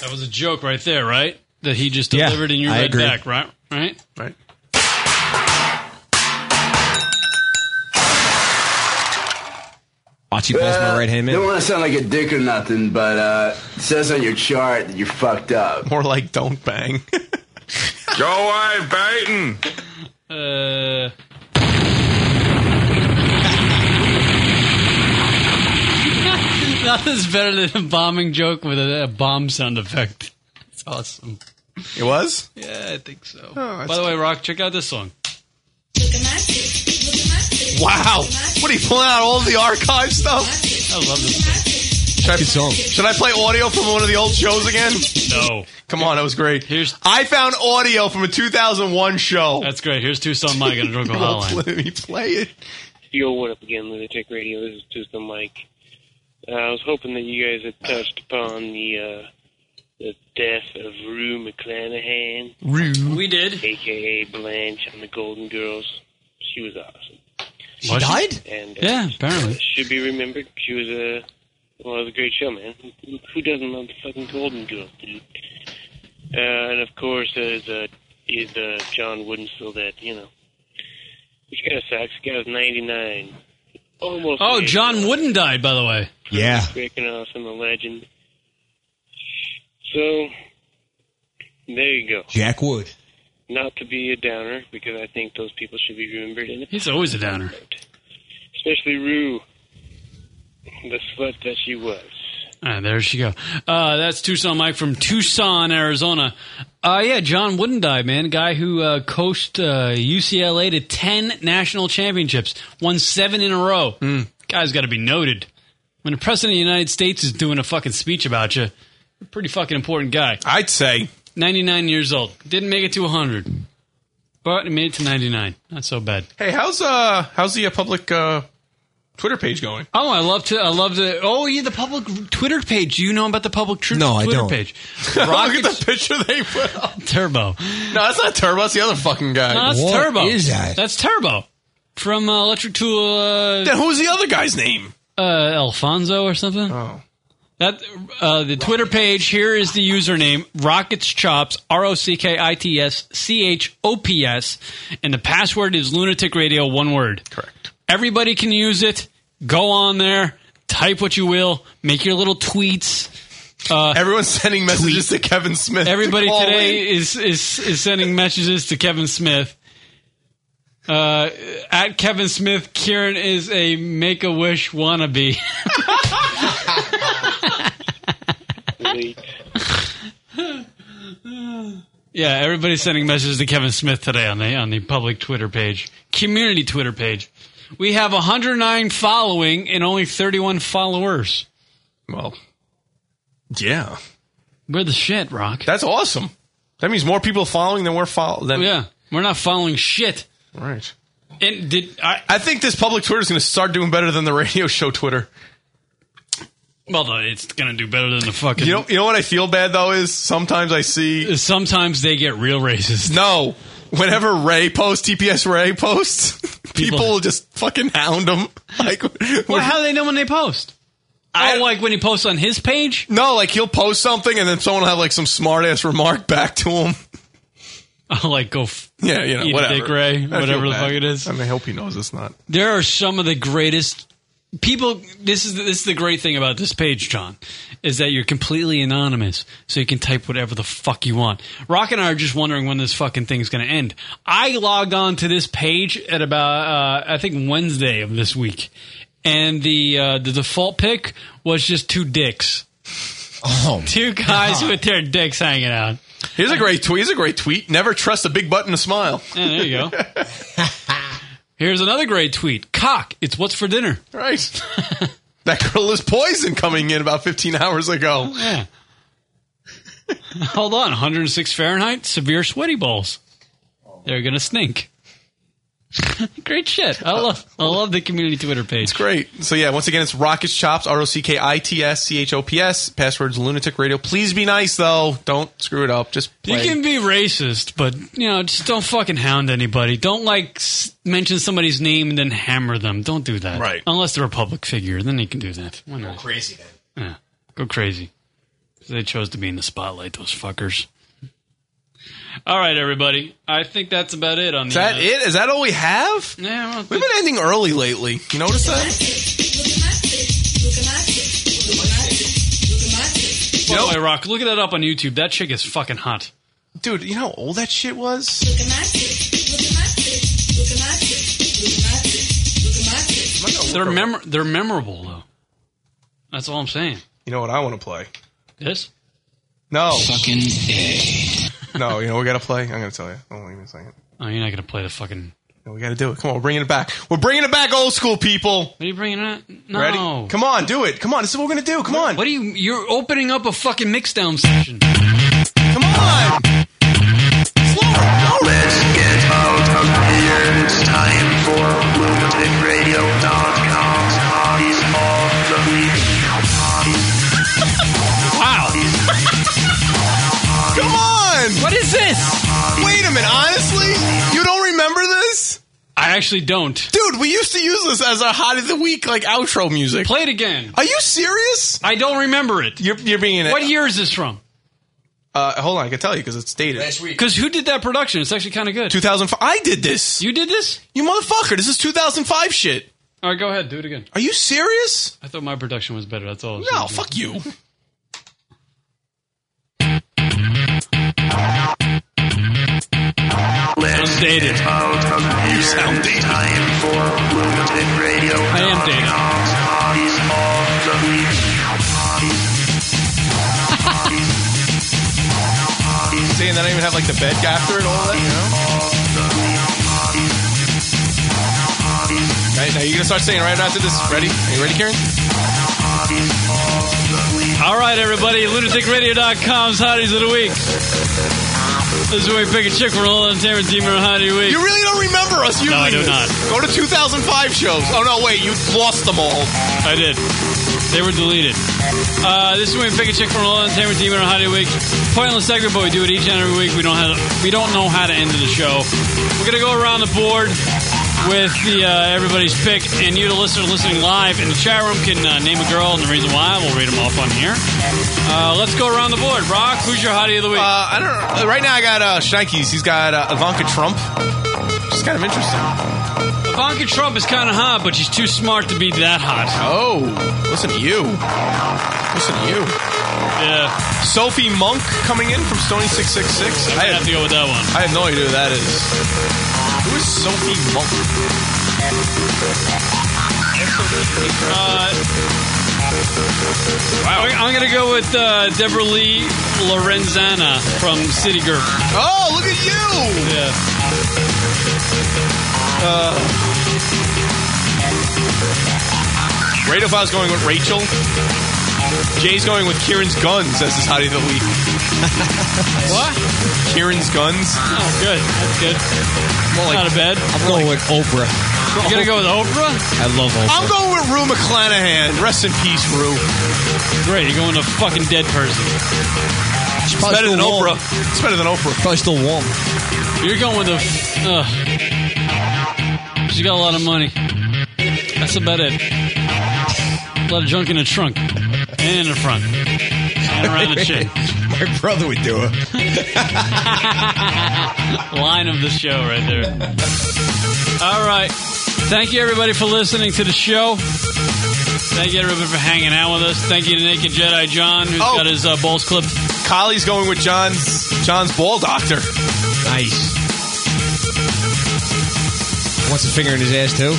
S7: That was a joke right there, right? That he just
S2: Yeah,
S7: delivered and you
S2: I
S7: read
S2: agree.
S7: back, right? Right?
S6: Right.
S2: Bocce balls my right hand man.
S33: Don't want to sound like a dick or nothing, but uh, it says on your chart that you're fucked up.
S6: More like don't bang.
S34: Go away, Baton.
S7: Uh, Nothing's better than a bombing joke with a, a bomb sound effect. It's awesome.
S6: It was.
S7: Yeah, I think so.
S35: Oh,
S7: By the way, Rock, check out this song.
S6: Wow. What are you pulling out all the archive stuff?
S7: I love this.
S6: Should I, should I play audio from one of the old shows again?
S7: No.
S6: Come on, that was great. Here's I found audio from a 2001 show. Oh,
S7: That's great. Here's Tucson Mike and a drunk hotline.
S6: Let me play it.
S22: Yo, what up again, Lunatic Radio? This is Tucson Mike. Uh, I was hoping that you guys had touched upon the uh, the death of Rue McClanahan.
S6: Rue.
S7: We did.
S22: AKA Blanche on the Golden Girls. She was awesome.
S7: She Was she? died?
S22: And, uh,
S7: Yeah, apparently.
S22: Should be remembered. She was a. Well, it was a great show, man. Who- Who doesn't love the fucking Golden Girls, dude? Uh, and of course, uh, is uh, is uh, John Wooden still that you know? Which kind of sucks. The guy was ninety nine, almost.
S7: Oh,
S22: dead.
S7: John Wooden died, by the way.
S2: Yeah.
S22: breaking off in the legend. So there you go.
S2: Jack Wood.
S22: Not to be a downer, because I think those people should be remembered. And
S7: He's always a downer.
S22: especially Rue, the slut that she was.
S7: All right, Ah, there she go. Uh, that's Tucson Mike from Tucson, Arizona. Uh, yeah, John Wooden died, man. Guy who uh, coached uh, UCLA to ten national championships, won seven in a row.
S6: Hmm.
S7: Guy's got to be noted. When the president of the United States is doing a fucking speech about you, pretty fucking important guy.
S6: I'd say
S7: ninety-nine years old. Didn't make it to hundred, but he made it to ninety-nine. Not so bad.
S6: Hey, how's uh how's the uh, public uh Twitter page going?
S7: Oh, I love to. I love the. Oh, yeah, the public Twitter page. Do you know about the public tr-
S6: No, I
S7: Twitter
S6: don't.
S7: page?
S6: Look at the picture they put up.
S7: Turbo.
S6: No, that's not Turbo. That's the other fucking guy.
S7: No, that's Turbo. That's Turbo from uh, Electric Tool. Uh,
S6: Then who's the other guy's name?
S7: Uh, Alfonso or something.
S6: Oh,
S7: that uh, the Twitter page. Here is the username: Rockets Chops R O C K I T S C H O P S, and the password is Lunatic Radio. One word. Correct. Everybody can use it. Go on there. Type what you will. Make your little tweets. Uh,
S6: Everyone's sending messages to Kevin Smith. to
S7: Everybody
S6: call in.
S7: today is, is is sending messages to Kevin Smith. Uh, at Kevin Smith, Kieran is a make a wish wannabe. yeah, everybody's sending messages to Kevin Smith today on the on the public Twitter page, community Twitter page. We have 109 following and only 31 followers.
S6: Well, yeah,
S7: we're the shit, Rock.
S6: That's awesome. That means more people following than we're following. Than-
S7: Oh, yeah, we're not following shit.
S6: Right.
S7: And did I?
S6: I think this public Twitter is going to start doing better than the radio show Twitter.
S7: Well, though, it's gonna do better than the fucking.
S6: You know, you know what I feel bad though is sometimes I see
S7: sometimes they get real racist.
S6: No, whenever Ray posts TPS Ray posts, people, will just fucking hound him. Like,
S7: well, how do they know when they post? oh, like when he posts on his page?
S6: No, like he'll post something and then someone will have like some smart ass remark back to him.
S7: Oh, like go. F-
S6: Yeah, you know,
S7: eat a
S6: whatever.
S7: Dick Ray,
S6: I feel
S7: whatever the
S6: bad.
S7: fuck it is.
S6: I mean, I hope he knows it's not.
S7: There are some of the greatest people. This is this is the great thing about this page, John, is that you're completely anonymous, so you can type whatever the fuck you want. Rock and I are just wondering when this fucking thing is going to end. I logged on to this page at about uh, I think Wednesday of this week, and the uh, the default pick was just two dicks.
S2: Oh,
S7: two guys with their dicks hanging out.
S6: Here's a great tweet. Here's a great tweet. Never trust a big butt and a smile.
S7: Yeah, there you go. Here's another great tweet. Cock, it's what's for dinner.
S6: Right. That girl is poison coming in about 15 hours ago.
S7: Yeah. Hold on, 106 Fahrenheit, severe sweaty balls. They're gonna stink. great shit. I love I love the community Twitter page. It's
S6: great. So yeah, once again, it's Rockets Chops, R O C K I T S C H O P S. Passwords Lunatic Radio. Please be nice though. Don't screw it up. Just
S7: You
S6: play.
S7: can be racist, but you know, just don't fucking hound anybody. Don't like s- mention somebody's name and then hammer them. Don't do that. Right. Unless they're a public figure, then you can do that. Why not?
S20: crazy then.
S7: Yeah. Go crazy. They chose to be in the spotlight, those fuckers. All right, everybody. I think that's about it on
S6: Is
S7: the uh,
S6: that it? Is that all we have?
S7: Yeah. Well,
S6: We've been ending early lately. You notice that?
S7: By the way, Rock, look at that up on YouTube. That chick is fucking hot.
S6: Dude, you know how old that shit was?
S7: They're mem- they're memorable though. That's all I'm saying.
S6: You know what I want to play?
S7: This?
S6: No.
S7: Fucking
S6: No, you know what we gotta play. I'm gonna tell you. Hold on, give me a second.
S7: Oh, you're not gonna play the fucking.
S6: No, we gotta do it. Come on, we're bringing it back. We're bringing it back, old school people.
S7: Are you bringing it? No.
S6: Ready? Come on, do it. Come on, this is what we're gonna do. Come on.
S7: What do you? You're opening up a fucking mixdown session.
S6: Come on.
S3: Let's get out of here. It's time for lunaticradio.com's Hotties of the Week.
S7: Wow.
S6: Come on.
S7: What is this?
S6: Wait a minute. Honestly, you don't remember this?
S7: I actually don't.
S6: Dude, we used to use this as our hot of the week like outro music.
S7: Play it again.
S6: Are you serious?
S7: I don't remember it.
S6: You're you're being
S7: What year is this from?
S6: Uh, hold on, I can tell you because it's dated. Last
S7: week. Because who did that production? It's actually kind of good.
S6: 2005. I did this.
S7: You did this?
S6: You motherfucker. This is 2005 shit.
S7: All right, go ahead. Do it again.
S6: Are you serious?
S7: I thought my production was better. That's all. I was
S6: No,
S7: gonna do.
S6: fuck you.
S3: Let's
S7: dated.
S3: get out of here. You sound dated. Time for lunaticradio.com's
S7: I am dated.
S3: Hotties of the Week.
S6: Saying that I even have like the bed after it, all that. You know? Right now, you're gonna start saying right after this. Ready? Are you ready, Karen?
S7: All right, everybody, lunaticradio.com's Hotties of the Week. This is where we pick a chick from all entertainment team or Hottie of the Week.
S6: You really don't remember us. You
S7: No, I do
S6: this.
S7: not.
S6: Go to 2005 shows. Oh no, wait, you lost them all.
S7: I did. They were deleted. Uh, this is when we pick a chick from all entertainment team on Hottie Week. Pointless segment, but we do it each and every week. We don't have we don't know how to end the show. We're gonna go around the board with the uh, everybody's pick, and you, the listener, listening live in the chat room, can uh, name a girl and the reason why. We'll read them off on here. Uh, let's go around the board. Rock, who's your Hottie of the Week?
S6: Uh, I don't. uh, Right now, I got uh, Schneikes. He's got uh, Ivanka Trump. She's kind of interesting.
S7: Ivanka Trump is kind of hot, but she's too smart to be that hot.
S6: Oh, listen to you. Listen to you.
S7: Yeah.
S6: Sophie Monk coming in from Stony Six Six Six.
S7: I have to go with that one.
S6: I have no idea who that is. Who is Sophie Monk?
S7: Uh, I- I'm gonna go with uh, Deborah Lee Lorenzana from City Girl.
S6: Oh, look at you!
S7: Yeah.
S6: Uh, Radiofile's going with Rachel. Jay's going with Kieran's Guns as his hottie of the week.
S7: what?
S6: Kieran's Guns.
S7: Oh, good. That's good.
S6: like-
S7: Not a bad.
S20: I'm going with Oprah.
S7: You gonna go with Oprah?
S20: I love Oprah.
S6: I'm going with Rue McClanahan. Rest in peace, Rue.
S7: Great. You're going to a fucking dead person.
S20: She's
S6: It's
S20: probably
S6: better
S20: still
S6: than
S20: warm.
S6: Oprah. It's better than Oprah.
S20: Probably still warm.
S7: You're going with a. Ugh. She's got a lot of money. That's about it. A lot of junk in the trunk and in the front and around the chin.
S20: My brother would do it.
S7: line of the show right there. All right. Thank you, everybody, for listening to the show. Thank you, everybody, for hanging out with us. Thank you to Naked Jedi John, who's
S6: Oh.
S7: got his uh, balls clipped.
S6: Collie's going with John's John's ball doctor.
S20: Nice. Wants a finger in his ass too.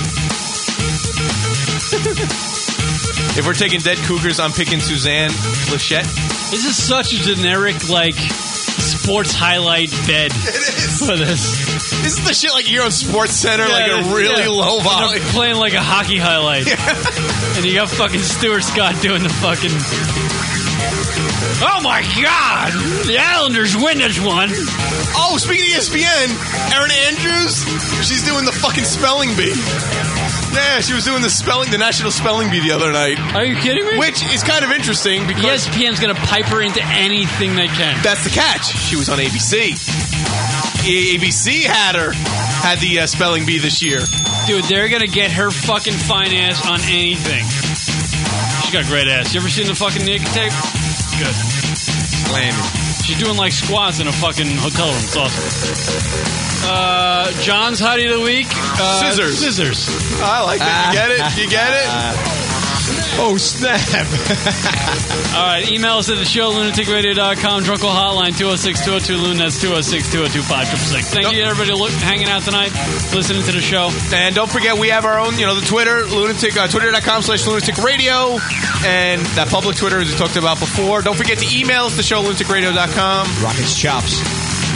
S6: If we're taking dead cougars, I'm picking Suzanne Lachette.
S7: This is such a generic, like, sports highlight bed for this.
S6: This is the shit like you're on Sports Center, like a really low volley.
S7: They're playing like a hockey highlight. and you got fucking Stuart Scott doing the fucking. Oh my God! The Islanders win this one.
S6: Oh, speaking of ESPN, Erin Andrews, she's doing the fucking spelling bee. Yeah, she was doing the spelling, the national spelling bee the other night.
S7: Are you kidding me?
S6: Which is kind of interesting
S7: E
S6: because
S7: ESPN's going to pipe her into anything they can.
S6: That's the catch. She was on ABC. A- ABC had her had the uh, spelling bee this year.
S7: Dude, they're gonna get her fucking fine ass on anything. She's got a great ass. You ever seen the fucking naked tape? Good.
S6: Slamming.
S7: She's doing like squats in a fucking hotel room. It's awesome. Uh, John's hottie of the week. Uh,
S6: Scissors.
S7: Scissors.
S6: I like that. You get it? You get it? Oh snap!
S7: All right, email us at the show, lunaticradio.com, Drunkle Hotline, 206 202 Loon. That's 206 202 Thank you to everybody look, hanging out tonight, listening to the show.
S6: And don't forget, we have our own, you know, the Twitter, lunatic, uh, twitter.com slash lunatic radio, and that public Twitter, as we talked about before. Don't forget to email us, the show, lunaticradio.com.
S2: Rockets chops.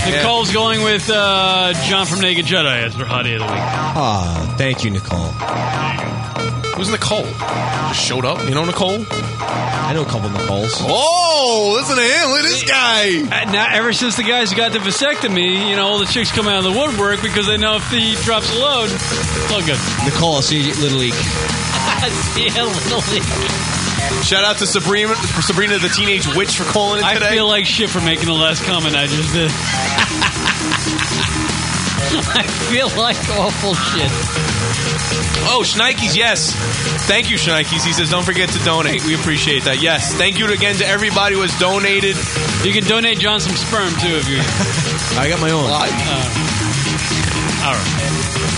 S7: Nicole's going with uh, John from Naked Jedi as her hottie of the week.
S2: Ah, thank you, Nicole.
S6: Who's Nicole? Just Oh, showed up. You know Nicole?
S2: I know a couple Nicoles.
S6: Oh, listen to him. Look at this guy.
S7: Uh, Now, ever since the guys got the vasectomy, you know, all the chicks come out of the woodwork because they know if he drops a load, it's all good.
S2: Nicole, I'll see you at Little League.
S7: See ya, Little League.
S6: Shout out to Sabrina, Sabrina the Teenage Witch for calling in
S7: I
S6: today.
S7: feel like shit for making the last comment I just did. I feel like awful shit.
S6: Oh, Schneikes, yes. Thank you, Schneikes. He says, don't forget to donate. We appreciate that. Yes. Thank you again to everybody who has donated.
S7: You can donate John some sperm, too, if you. Oh.
S2: I got my own.
S7: all right.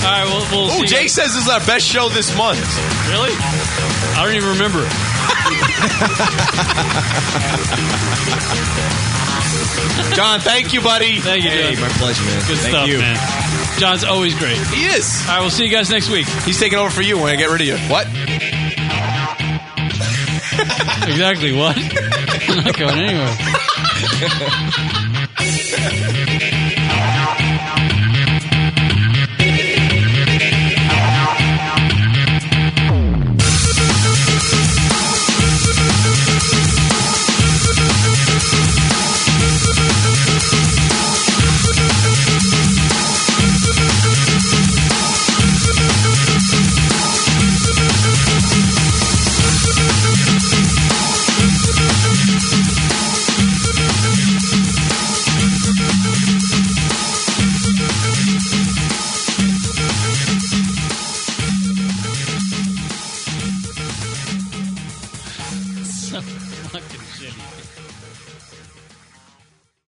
S7: All right, we'll, we'll
S6: Oh,
S7: see.
S6: Jay says this is our best show this month.
S7: Really? I don't even remember it.
S6: John, thank you, buddy.
S7: Thank you,
S2: Hey,
S7: John.
S2: my pleasure, man.
S7: Good
S2: thank
S7: stuff,
S2: you.
S7: man. John's always great.
S6: He is.
S7: All right, we'll see you guys next week.
S6: He's taking over for you when I get rid of you. What?
S7: exactly what? I'm not going anywhere.